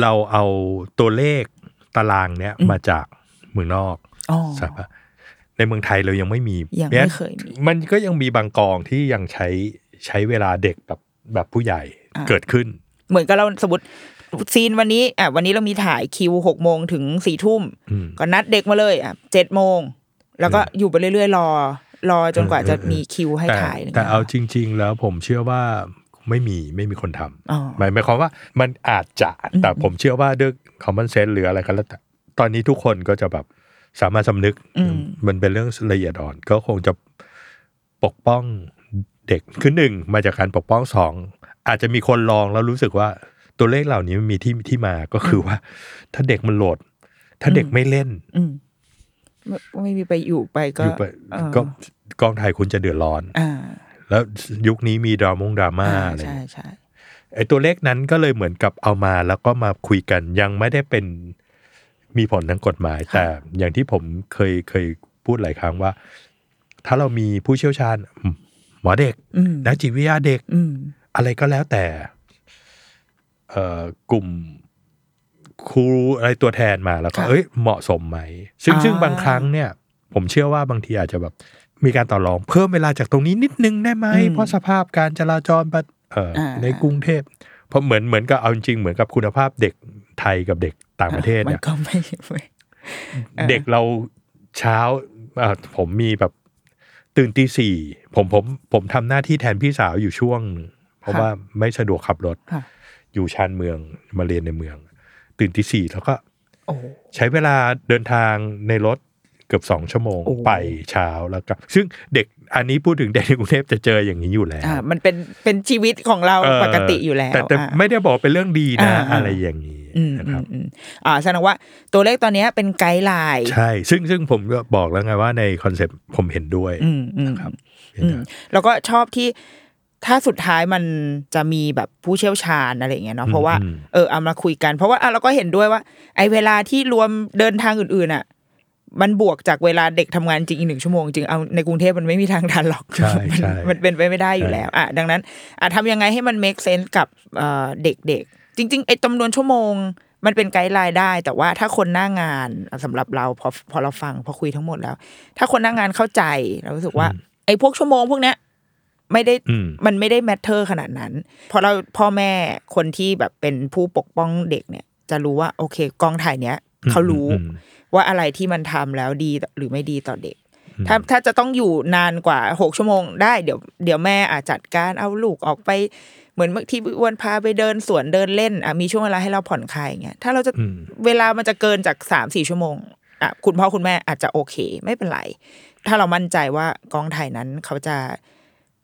[SPEAKER 2] เราเอาตัวเลขตารางเนี่ยมาจากเมืองนอก
[SPEAKER 1] อ๋อ
[SPEAKER 2] ใช่ปะในเมืองไทยเรายังไม่มี
[SPEAKER 1] ยังไม่เคยมี
[SPEAKER 2] มันก็ยังมีบางกองที่ยังใช้ใช้เวลาเด็กแบบแบบผู้ใหญ่
[SPEAKER 1] อ่า
[SPEAKER 2] เกิดขึ้น
[SPEAKER 1] เหมือนกับเราสมมติซีนวันนี้อ่ะวันนี้เรามีถ่ายคิวหกโมงถึงสี่ทุ่ม
[SPEAKER 2] อืม
[SPEAKER 1] ก็นัดเด็กมาเลยอ่ะเจ็ดโมงแล้วก็อยู่ไปเรื่อยๆ รอ รอจนกว่า
[SPEAKER 2] เออเอ
[SPEAKER 1] จะ
[SPEAKER 2] อเออ
[SPEAKER 1] มีคิวให้
[SPEAKER 2] แต่
[SPEAKER 1] ถ่ายะไรย่ง
[SPEAKER 2] แต่
[SPEAKER 1] งี้ย
[SPEAKER 2] เอาจริง ๆ แล้วผมเชื่อว่าไม่มีไม่มีคนท
[SPEAKER 1] อ๋อ
[SPEAKER 2] ำหมายหมายความว่ามันอาจจะแต่ผมเชื่อว่าด้วย common sense หรืออะไรก็แล้วแต่ตอนนี้ทุกคนก็จะแบบสามารถสำนึกมันเป็นเรื่องละเอียดอ่อน ก็คงจะปกป้องเด็กคือหนึ่งมาจากการปกป้องสองอาจจะมีคนลองแล้วรู้สึกว่าตัวเลขเหล่านี้มันมีที่ที่มาก็คือว่า ถ้าเด็กมันโหลด ถ้าเด็กไม่เล่น
[SPEAKER 1] อืมไม่ไม่มีไปอยู่ไปก็
[SPEAKER 2] อยู่ไป
[SPEAKER 1] เออ
[SPEAKER 2] ก็กองถ่ายคุณจะเดือดร้อน
[SPEAKER 1] อ่า
[SPEAKER 2] แล้วยุคนี้มีดรามงดราม่า
[SPEAKER 1] อ่า
[SPEAKER 2] อะไรอย่าง
[SPEAKER 1] ใช่
[SPEAKER 2] เงี้ย
[SPEAKER 1] ใช่
[SPEAKER 2] ไอ้ตัวเลขนั้นก็เลยเหมือนกับเอามาแล้วก็มาคุยกันยังไม่ได้เป็นมีผลทางกฎหมาย แต่อย่างที่ผมเคยเคยพูดหลายครั้งว่า ถ้าเรามีผู้เชี่ยวชาญอืมหมอเด็ก
[SPEAKER 1] อืม
[SPEAKER 2] นักจิตวิทยาเด็ก
[SPEAKER 1] อืม
[SPEAKER 2] อะไรก็แล้วแต่เอ่อกลุ่มครูอะไรตัวแทนมาแล้วก็เอ้ยเหมาะสมไหม ซึ่งซึ่งบางครั้งเนี่ย ผมเชื่อว่าบางทีอาจจะแบบ มีการต่อรองเพิ่มเวลาจากตรงนี้นิดนึงได้ไหมเพราะสภาพการจราจรบัดเอ่ออา ในกรุงเทพเพราะเหมือนเหมือนกับเอาจริงๆเหมือนกับคุณภาพเด็กไทยกับเด็กต่างประเทศ
[SPEAKER 1] มั
[SPEAKER 2] เนี่
[SPEAKER 1] น
[SPEAKER 2] ย
[SPEAKER 1] ก็ไม่ไม่ เออ
[SPEAKER 2] เด็กเราเช้าอ่ะผมมีแบบ ตื่นตีสี่ผมผมผมทำหน้าที่แทนพี่สาวอยู่ช่วงหนึ่งเพราะ
[SPEAKER 1] ค่ะ
[SPEAKER 2] ว่าไม่สะดวกขับรถ
[SPEAKER 1] ค่ะ
[SPEAKER 2] อยู่ชานเมืองมาเรียนในเมือง ตื่นตีสี่แล้วก็
[SPEAKER 1] โอ้
[SPEAKER 2] ใช้เวลาเดินทางในรถเกือบสองชั่วโมง
[SPEAKER 1] โอ้
[SPEAKER 2] ไปเช้าแล้วก็ซึ่งเด็กอันนี้พูดถึงเด็กในกรุงเทพจะเจออย่างนี้อยู่แล้ว
[SPEAKER 1] อ่า มันเป็นเป็นชีวิตของเรา
[SPEAKER 2] เออ
[SPEAKER 1] ปกติอยู่แล้ว
[SPEAKER 2] แต่แต่
[SPEAKER 1] อ่ะ
[SPEAKER 2] ไม่ได้บอกเป็นเรื่องดีนะ
[SPEAKER 1] อ่าอ่า
[SPEAKER 2] อะไรอย่างนี้
[SPEAKER 1] อืม
[SPEAKER 2] นะ
[SPEAKER 1] อื
[SPEAKER 2] ครับ
[SPEAKER 1] มอืมอ่าแสดงว่าตัวเลขตอนเนี้ยเป็นไกด์ไลน์
[SPEAKER 2] ใช่ ซึ่งซึ่งผมก็บอกแล้วไงว่าในคอนเซปต์ผมเห็นด้วย
[SPEAKER 1] อืมอืม
[SPEAKER 2] นะครับเห็น
[SPEAKER 1] อื
[SPEAKER 2] ด้
[SPEAKER 1] ม
[SPEAKER 2] วย
[SPEAKER 1] แล้วก็ชอบที่ถ้าสุดท้ายมันจะมีแบบผู้เชี่ยวชาญอะไรอย่างเงี้ยเนาะเพราะว่า
[SPEAKER 2] อืม
[SPEAKER 1] เออเอามาคุยกัน เพราะว่าอ่ะเราก็เห็นด้วยว่า ไอ้เวลาที่รวมเดินทางอื่นๆอ่ะ มันบวกจากเวลาเด็กทำงานจริงอีกหนึ่งชั่วโมงจริงเอาในกรุงเทพมันไม่มีทางทันหรอก
[SPEAKER 2] ใช่ใช่
[SPEAKER 1] มันมันเป็นไปไม่ได้อยู่แล้วอ่ะดังนั้นอ่ะทำยังไงให้มัน make sense กับเอ่อเด็กๆ จริงๆไอ้จำนวนชั่วโมง มันเป็นไกด์ไลน์ได้ แต่ว่าถ้าคนหน้างานอ่ะสำหรับเราพอพอเราฟังพอคุยทั้งหมดแล้ว ถ้าคนหน้างานเข้าใจเรารู้สึกว่า ไอ้พวกชั่วโมงพวกเนี้ยไม่ได้
[SPEAKER 2] อืม
[SPEAKER 1] มันไม่ได้แมทเทอร์ขนาดนั้น พอเราพ่อแม่คนที่แบบเป็นผู้ปกป้องเด็กเนี่ย จะรู้ว่า โอเคกองถ่ายเนี้ยเขารู้
[SPEAKER 2] อืม
[SPEAKER 1] ว่าอะไรที่มันทำแล้วดีหรือไม่ดีต่อเด็ก ถ้าถ้าจะต้องอยู่นานกว่าหกชั่วโมงได้เดี๋ยวเดี๋ยวแม่อาจจัดการเอาลูกออกไป เหมือนเมื่อที่พี่อ้วนพาไปเดินสวนเดินเล่นอ่ะมีช่วงเวลาให้เราผ่อนคลายอย่างเงี้ยถ้าเราจะ
[SPEAKER 2] อืม
[SPEAKER 1] เวลามันจะเกินจากสามสี่ชั่วโมงอ่ะคุณพ่อคุณแม่อาจจะโอเค ไม่เป็นไร ถ้าเรามั่นใจว่ากองถ่ายนั้นเขาจะ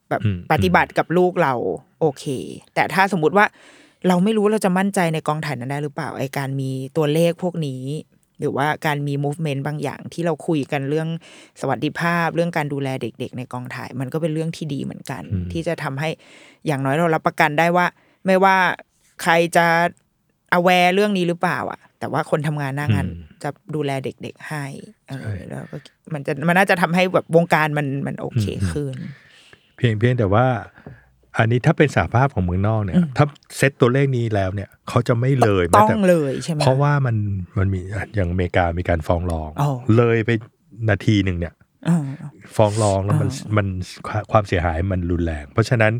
[SPEAKER 1] แบบ
[SPEAKER 2] อืม
[SPEAKER 1] ปฏิบัติกับลูกเราโอเค แต่ถ้าสมมุติว่าเราไม่รู้เราจะมั่นใจในกองถ่ายนั้นได้หรือเปล่าไอการมีตัวเลขพวกนี้ หรือว่าการมี movement บางอย่างที่เราคุยกันเรื่องสวัสดิภาพ เรื่องการดูแลเด็ก ๆ ในกองถ่าย มันก็เป็นเรื่องที่ดีเหมือนกัน ที่จะทำให้อย่างน้อยเรารับประกันได้ว่า ไม่ว่าใครจะ aware เรื่องนี้หรือเปล่าอะแต่ว่าคนทำงานหน้างานจะดูแลเด็ก ๆ ให้เออแล้วก็มันจะมันน่าจะทำให้แบบวงการมันมันโอเคขึ้น
[SPEAKER 2] เพียงเพียงแต่ว่า อันนี้ถ้าเป็นสาภาพของเมืองนอกเนี่ย ถ้าเซตตัวเลขนี้แล้วเนี่ย เขาจะไม่เลยแม้
[SPEAKER 1] ต้อง
[SPEAKER 2] แ
[SPEAKER 1] เลยใช่ไหม
[SPEAKER 2] เพราะว่ามันมันมีอ่ะอย่างอเมริกามีการฟ้องร้อง
[SPEAKER 1] อ๋อ
[SPEAKER 2] เลยไปนาทีหนึ่งเนี่ย
[SPEAKER 1] อ่า
[SPEAKER 2] ฟ้องร้องแล้วมันมันความเสียหายมันรุนแรง เพราะฉะนั้น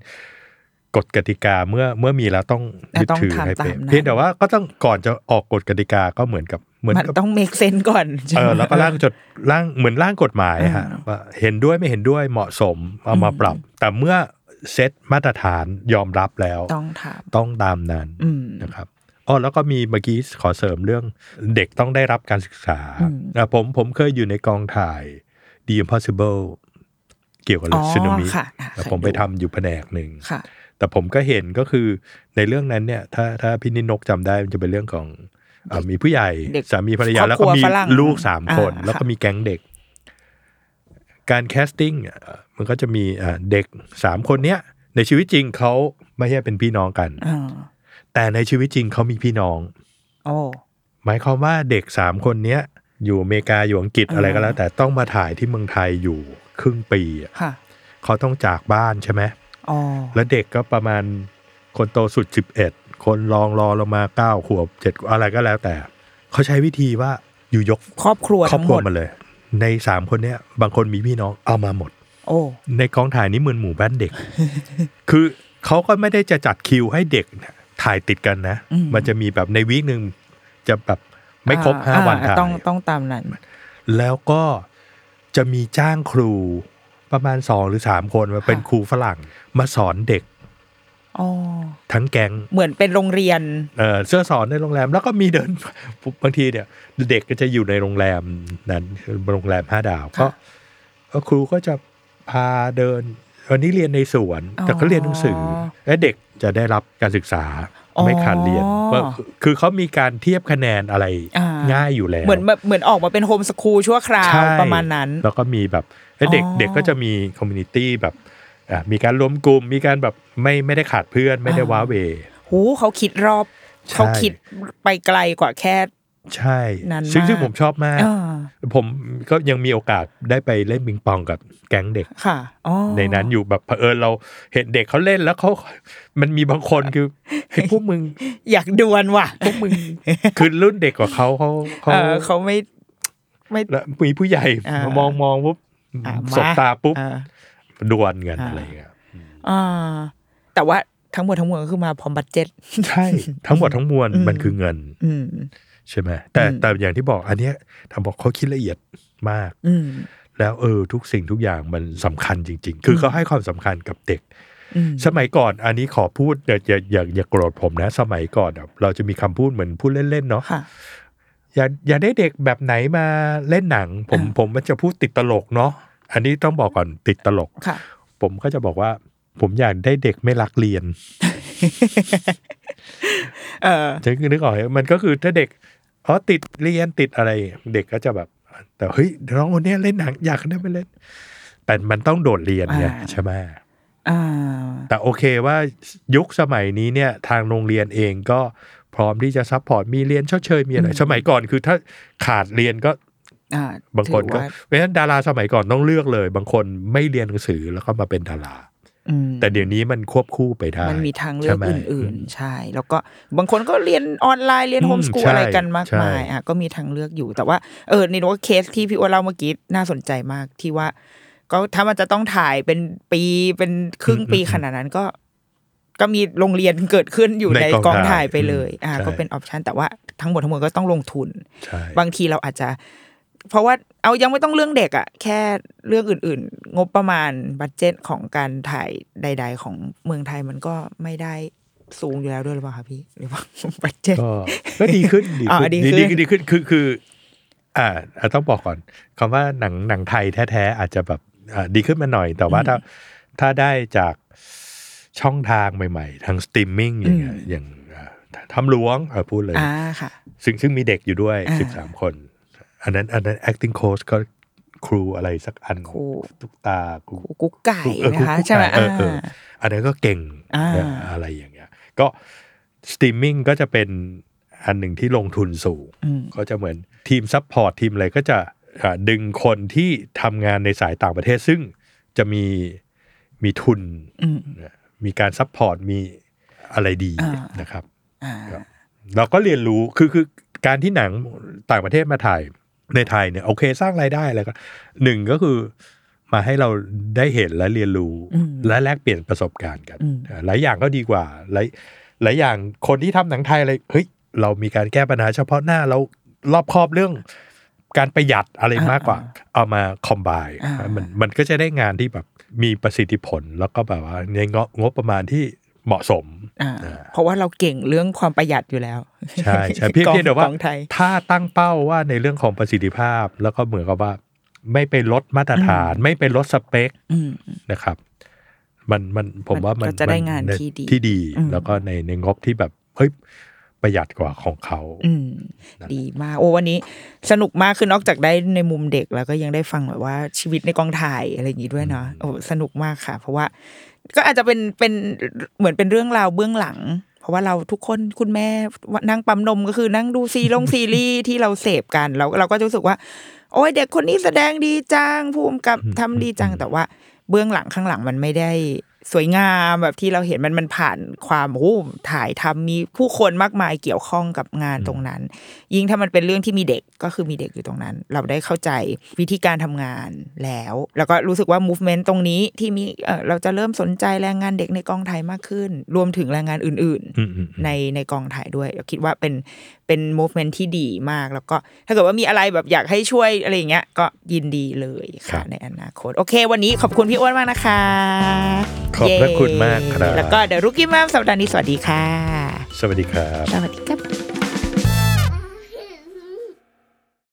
[SPEAKER 2] กฎกติกาเมื่อเมื่อมีแล้วต้องยึด
[SPEAKER 1] ต้อง
[SPEAKER 2] ถือ
[SPEAKER 1] ทำ
[SPEAKER 2] ให้เป็
[SPEAKER 1] ตาน มนั้น
[SPEAKER 2] เพียงแต่ว่าก็ต้องก่อนจะออกกฎกติกาก็เหมือนกับเหมือน
[SPEAKER 1] มัน
[SPEAKER 2] กับ
[SPEAKER 1] ต้อง make sense ก่อนใช่ไหม
[SPEAKER 2] เออแล้วก็ร่างจดร่างเหมือนร่างกฎหมายฮะว่าเห็นด้วยไม่เห็นด้วยเหมาะสมเอามาปรับ แต่เมื่อเซตมาตรฐานยอมรับแล้ว
[SPEAKER 1] ต้องถาม
[SPEAKER 2] ต้องตามนั้น
[SPEAKER 1] อืม
[SPEAKER 2] นะครับอ๋อแล้วก็มีเมื่อกี้ขอเสริมเรื่องเด็กต้องได้รับการศึกษาอ่ะผมผมเคยอยู่ในกองถ่าย The Impossible เกี่ยวกับ
[SPEAKER 1] อ๋อ
[SPEAKER 2] สึนามิ
[SPEAKER 1] ค่ะอ่ะ
[SPEAKER 2] แล้ว
[SPEAKER 1] เคย
[SPEAKER 2] ผมไป
[SPEAKER 1] ดู
[SPEAKER 2] ทำอยู่แผนกหนึ่ง
[SPEAKER 1] ค่ะ
[SPEAKER 2] แต่ผมก็เห็นก็คือในเรื่องนั้นเนี่ย ถ้าถ้าพี่นิดนกจำได้มันจะเป็นเรื่องของเอ่อมีผู้ใหญ่
[SPEAKER 1] เด็ก
[SPEAKER 2] สามีภรรยา
[SPEAKER 1] คร
[SPEAKER 2] แล้
[SPEAKER 1] อ
[SPEAKER 2] ว
[SPEAKER 1] บครั
[SPEAKER 2] ก็
[SPEAKER 1] ว
[SPEAKER 2] มี
[SPEAKER 1] ฝรั่ง
[SPEAKER 2] ลูกสาม
[SPEAKER 1] อ่า
[SPEAKER 2] คน
[SPEAKER 1] ค่ะ
[SPEAKER 2] แล้วก็มีแก๊งเด็ก การแคสติ้งอ่ะมันก็จะมีอ่ะเด็กสามคนเนี้ยในชีวิตจริงเขาไม่ใช่เป็นพี่น้องกัน
[SPEAKER 1] อ่า
[SPEAKER 2] แต่ในชีวิตจริงเขามีพี่น้อง
[SPEAKER 1] โอ้
[SPEAKER 2] หมายความว่าเด็กสามคนเนี้ยอยู่อเมริกาอยู่อังกฤษ
[SPEAKER 1] อ่า
[SPEAKER 2] อะไรก็แล้ว แต่ต้องมาถ่ายที่เมืองไทยอยู่ครึ่งปีอะ
[SPEAKER 1] ค่ะ
[SPEAKER 2] เขาต้องจากบ้านใช่ไหม
[SPEAKER 1] อ๋อ
[SPEAKER 2] แล้วเด็กก็ประมาณคนโตสุดสิบเอ็ดคนรองรอลงมาเก้าขวบเจ็ดอะไรก็แล้วแต่ เขาใช้วิธีว่าอยู่ยก
[SPEAKER 1] ครอบครัว
[SPEAKER 2] ครอบ
[SPEAKER 1] ทั้งห
[SPEAKER 2] ค
[SPEAKER 1] ม
[SPEAKER 2] รัว
[SPEAKER 1] ด
[SPEAKER 2] มาเลย ในสามคนเนี้ยบางคนมีพี่น้องเอามาหมด
[SPEAKER 1] โอ้
[SPEAKER 2] ในกองถ่ายนี้เหมือนหมู่บ้านเด็ ก คือเขาก็ไม่ได้จะจัดคิวให้เด็กเนี่ยถ่ายติดกันนะ มันจะมีแบบในวีคหนึ่งจะแบบไม่ครบ
[SPEAKER 1] อ่
[SPEAKER 2] ห้าวัน
[SPEAKER 1] อ่
[SPEAKER 2] ถ่าย
[SPEAKER 1] ต้องต้องตามนั้น
[SPEAKER 2] แล้วก็จะมีจ้างครูประมาณสองหรือสามคนมาเป็น
[SPEAKER 1] ค่ะ
[SPEAKER 2] ครูฝรั่ง มาสอนเด็ก
[SPEAKER 1] อ๋อ
[SPEAKER 2] ทั้งแก๊ง
[SPEAKER 1] เหมือนเป็นโรงเรียน
[SPEAKER 2] เอ่อเสื้อสอนในโรงแรมแล้วก็มีเดิน บางทีเนี่ย เด็กก็จะอยู่ในโรงแรมนั้นโรงแรมห้าดาวก็
[SPEAKER 1] ค่ะ
[SPEAKER 2] ก็ครูก็จะพาเดินวันนี้เรียนในสวน
[SPEAKER 1] อ๋อ
[SPEAKER 2] แต่เขาเรียนหนังสือ และเด็กจะได้รับการศึกษา
[SPEAKER 1] อ๋อ
[SPEAKER 2] ไม่ขาดเรียนว่าคือเขามีการเทียบคะแนนอะไร
[SPEAKER 1] อ่า
[SPEAKER 2] ง่ายอยู่แล้ว
[SPEAKER 1] เหมือนแบบเหมือนออกมาเป็นโฮมสคูลชั่วคราว
[SPEAKER 2] ใช่
[SPEAKER 1] ประมาณนั้น
[SPEAKER 2] แล้วก็มีแบบและเด็ก
[SPEAKER 1] อ๋อ
[SPEAKER 2] เด็กก็จะมีคอมมูนิตี้แบบอ่ะมีการรวมกลุ่มมีการแบบไม่ไม่ได้ขาดเพื่อนไม่ได้
[SPEAKER 1] อ่า
[SPEAKER 2] ว้าเหว
[SPEAKER 1] หูเขาคิดรอบ
[SPEAKER 2] ใช่
[SPEAKER 1] เขาคิดไปไกลกว่าแค่
[SPEAKER 2] ใช่
[SPEAKER 1] นาน
[SPEAKER 2] ซึ่งซึ่ง
[SPEAKER 1] มาก
[SPEAKER 2] ผมชอบมาก
[SPEAKER 1] อ่า
[SPEAKER 2] ผมก็ยังมีโอกาสได้ไปเล่นบิงปองกับแก๊งเด็ก
[SPEAKER 1] ค่ะอ๋อ
[SPEAKER 2] ในนั้นอยู่แบบเผอิญเราเห็นเด็กเขาเล่นแล้วเขา มันมีบางคน คือไอ้พวกมึง
[SPEAKER 1] อยากดวลว่ะพวกมึง
[SPEAKER 2] คือรุ่นเด็กกว่าเขาเขาเขา
[SPEAKER 1] เออเขาไม่ไม่
[SPEAKER 2] แล้วมีผู้ใหญ่
[SPEAKER 1] อ่าม
[SPEAKER 2] มองมองปุ๊บ
[SPEAKER 1] อ่ะม
[SPEAKER 2] สบตาปุ๊บ
[SPEAKER 1] อ่า
[SPEAKER 2] ดวลกัน
[SPEAKER 1] อ่า
[SPEAKER 2] อะไรอย่างเงี้ย
[SPEAKER 1] อ่า แต่ว่าทั้งหมดทั้งมวลก็คือมาพร้อมบัตเจ็ต
[SPEAKER 2] ใช่ ทั้งหมดทั้งมวลมันคือเงิน
[SPEAKER 1] อืม
[SPEAKER 2] ใช่ไหมแต่แต่อย่างที่บอกอันเนี้ยทำบอกเขาคิดละเอียดมาก
[SPEAKER 1] อืม
[SPEAKER 2] แล้วเออทุกสิ่งทุกอย่างมันสำคัญจริง ๆ คือเขาให้ความสำคัญกับเด็ก สมัยก่อนอันนี้ขอพูดอย่าอย่าอย่าอย่าโกรธผมนะ สมัยก่อนอะเราจะมีคำพูดเหมือนพูดเล่นๆเนาะ
[SPEAKER 1] ค่ะ
[SPEAKER 2] อย่าอย่าได้เด็กแบบไหนมาเล่นหนัง ผมผมมันจะพูดติดตลกเนาะอันนี้ต้องบอกก่อนติดตลก
[SPEAKER 1] ค่ะ
[SPEAKER 2] ผมก็จะบอกว่า ผมอยากได้เด็กไม่รักเรียน
[SPEAKER 1] เออ
[SPEAKER 2] นึกนึกออกไหมมันก็คือถ้าเด็กอ๋อติดเรียนติดอะไร เด็กก็จะแบบ แต่เฮ้ยน้องคนเนี้ยเล่นหนังอยากได้ไปเล่น แต่มันต้องโดดเรียนไง
[SPEAKER 1] อ่า
[SPEAKER 2] ใช่ไหม
[SPEAKER 1] อ่า
[SPEAKER 2] แต่โอเคว่ายุคสมัยนี้เนี่ยทางโรงเรียนเองก็พร้อมที่จะซัพพอร์ตมีเรียนชดเชยมีอะไร สมัยก่อนคือถ้าขาดเรียนก็
[SPEAKER 1] อ่า
[SPEAKER 2] บางคนก็
[SPEAKER 1] ถือว่
[SPEAKER 2] เพราะฉะนั้นดาราสมัยก่อนต้องเลือกเลย บางคนไม่เรียนหนังสือแล้วก็มาเป็นดารา
[SPEAKER 1] อืม
[SPEAKER 2] แต่เดี๋ยวนี้มันควบคู่ไปได้
[SPEAKER 1] มันมีทางเลือก
[SPEAKER 2] ใช่ไห
[SPEAKER 1] อื่น ๆ ใช่ แล้วก็บางคนก็เรียนออนไลน์ เรียนโฮมสกูล
[SPEAKER 2] ใช่
[SPEAKER 1] อะไรกันมาก
[SPEAKER 2] ใช่
[SPEAKER 1] มายอ่ะก็มีทางเลือกอยู่ แต่ว่าเออในโน้ตเคสที่พี่อ้วนเล่าเมื่อกี้น่าสนใจมากที่ว่า ก็ถ้ามันจะต้องถ่ายเป็นปีเป็นครึ่งปีขนาดนั้นก็ ก็มีโรงเรียนเกิดขึ้นอยู่
[SPEAKER 2] ใน
[SPEAKER 1] ใน
[SPEAKER 2] ก
[SPEAKER 1] ก
[SPEAKER 2] อ
[SPEAKER 1] อง ง
[SPEAKER 2] ถ่า
[SPEAKER 1] ถ่าย ยไปเลย อ่ะ
[SPEAKER 2] ใช่
[SPEAKER 1] ก็เป็นออปชันแต่ว่าทั้งหมดทั้งมวลก็ต้องลงทุน
[SPEAKER 2] ใช่
[SPEAKER 1] บางทีเราอาจจะ เพราะว่าเอายังไม่ต้องเรื่องเด็กอะแค่เรื่องอื่น ๆ งบประมาณบัตเจตของการถ่ายใด ๆ ของเมืองไทยมันก็ไม่ได้สูงอยู่แล้วด้วยหรือเปล่าคะพี่หรือว่า บัตเจต
[SPEAKER 2] ก็ก็ดีขึ้นดี
[SPEAKER 1] อ๋อ
[SPEAKER 2] ขึ้น
[SPEAKER 1] ดี
[SPEAKER 2] ดี
[SPEAKER 1] ขึ้น
[SPEAKER 2] ดีดีขึ้นคือคือ อ่าอ่ะต้องบอกก่อนคำว่าหนังหนังไทยแท้ๆอาจจะแบบอ่าดีขึ้นมาหน่อย แต่ว่าถ้าถ้าได้จากช่องทางใหม่ ๆ ทางสตรีมมิ่งอย่างเงี้ยอย่างอ่าทำหลวงอ่ะพูดเลย
[SPEAKER 1] อ่าค่ะ
[SPEAKER 2] ซึ่งซึ่งมีเด็กอยู่ด้วย
[SPEAKER 1] อ่า
[SPEAKER 2] สิบสามคน อันนั้นอันนั้น acting coach ก็ครูอะไรสักอัน
[SPEAKER 1] ครู
[SPEAKER 2] ทุกตาครู
[SPEAKER 1] ครูกุ๊กไก่
[SPEAKER 2] รูเออ
[SPEAKER 1] นะคะ
[SPEAKER 2] รูกุ๊ก
[SPEAKER 1] ใช่ไหม
[SPEAKER 2] ก่เออเออ
[SPEAKER 1] อ่า
[SPEAKER 2] อันนั้นก็เก่ง
[SPEAKER 1] อ่า
[SPEAKER 2] เนี่ยอะไรอย่างเงี้ย ก็สตรีมมิ่งก็จะเป็นอันหนึ่งที่ลงทุนสูง ก็จะเหมือนทีมซัพพอร์ตทีมอะไรก็จะอ่าดึงคนที่ทำงานในสายต่างประเทศ ซึ่งจะมีมีทุนนะมีการซัพพอร์ตมีอะไรดีนะครับ
[SPEAKER 1] อ่า
[SPEAKER 2] เราก็เรียนรู้คือคือการที่หนังต่างประเทศมาถ่ายในไทยเนี่ยโอเคสร้างรายได้อะไรก็หนึ่งก็คือมาให้เราได้เห็นและเรียนรู้และแลกเปลี่ยนประสบการณ์กันอ่าหลายอย่างก็ดีกว่าหลายหลายอย่างคนที่ทำหนังไทยอะไรเฮ้ยเรามีการแก้ปัญหาเฉพาะหน้าเรารอบคอบเรื่องการประหยัดอะไรมากกว่า เอามาคอมไบ
[SPEAKER 1] อ่ามั
[SPEAKER 2] มันมันก็จะได้งานที่แบบมีประสิทธิผลแล้วก็แบบว่าในงบงบประมาณที่เหมาะสม
[SPEAKER 1] อ่า เพราะว่าเราเก่งเรื่องความประหยัดอยู่แล้ว
[SPEAKER 2] ใช่ ใช่เพียง
[SPEAKER 1] กอง
[SPEAKER 2] เพียงแต่ว่า
[SPEAKER 1] กองไทย
[SPEAKER 2] ถ้าตั้งเป้าว่าในเรื่องของประสิทธิภาพ แล้วก็เหมือนกับว่า ไม่ไปลดมาตรฐาน ไม่ไปลดสเปค
[SPEAKER 1] อืม
[SPEAKER 2] นะครับ มันมันผม
[SPEAKER 1] มัน
[SPEAKER 2] ว่ามัน
[SPEAKER 1] ก็จะได้
[SPEAKER 2] มั
[SPEAKER 1] งาน
[SPEAKER 2] ใ
[SPEAKER 1] ที่ดี
[SPEAKER 2] ที่ดี
[SPEAKER 1] อืม
[SPEAKER 2] แล้วก็ในในงบที่แบบเฮ้ยประหยัดกว่าของเขา
[SPEAKER 1] อืมดีมาก โอ้วันนี้สนุกมากคือนอกจากได้ในมุมเด็กแล้วก็ยังได้ฟังแบบว่าชีวิตในกองถ่ายอะไรอย่างนี้ด้วยเนาะโอ้สนุกมากค่ะ เพราะว่า ก็อาจจะเป็นเป็นเหมือนเป็นเรื่องราวเบื้องหลัง เพราะว่าเราทุกคนคุณแม่นั่งปั๊มนมก็คือนั่งดูซีรงซีรีส์ที่เราเสพกันแล้วเราก็จะรู้สึกว่า โอ้ยเด็กคนนี้แสดงดีจังภูมิกับทำดีจังแต่ว่าเบื้องหลังข้างหลังมันไม่ได้สวยงามแบบที่เราเห็นมันมันผ่านความโอ้ถ่ายทำมีผู้คนมากมายเกี่ยวข้องกับงานตรงนั้น ยิ่งถ้ามันเป็นเรื่องที่มีเด็กก็คือมีเด็กอยู่ตรงนั้น เราได้เข้าใจวิธีการทำงานแล้ว แล้วก็รู้สึกว่า movement ตรงนี้ที่มีเอ่อเราจะเริ่มสนใจแรงงานเด็กในกองไทยมากขึ้น รวมถึงแรงงานอื่น ๆ
[SPEAKER 2] อืมอืม
[SPEAKER 1] ในในกองถ่ายด้วยเราคิดว่าเป็นเป็น movement ที่ดีมาก แล้วก็ถ้าเกิดว่ามีอะไรแบบอยากให้ช่วยอะไรอย่างเงี้ยก็ยินดีเลย
[SPEAKER 2] ครั
[SPEAKER 1] ค่ะ
[SPEAKER 2] บ
[SPEAKER 1] ในอนาคต โอเค วันนี้ขอบคุณพี่อ้วนมากนะคะ
[SPEAKER 2] ขอบพระ
[SPEAKER 1] เย้
[SPEAKER 2] คุณมากครับ
[SPEAKER 1] แล้วก็เดี๋ยวรุกกี้มาสัปดาห์นี้สวัสดีค่ะ
[SPEAKER 2] สวัสดีครับ
[SPEAKER 1] สวัสดีค่ะ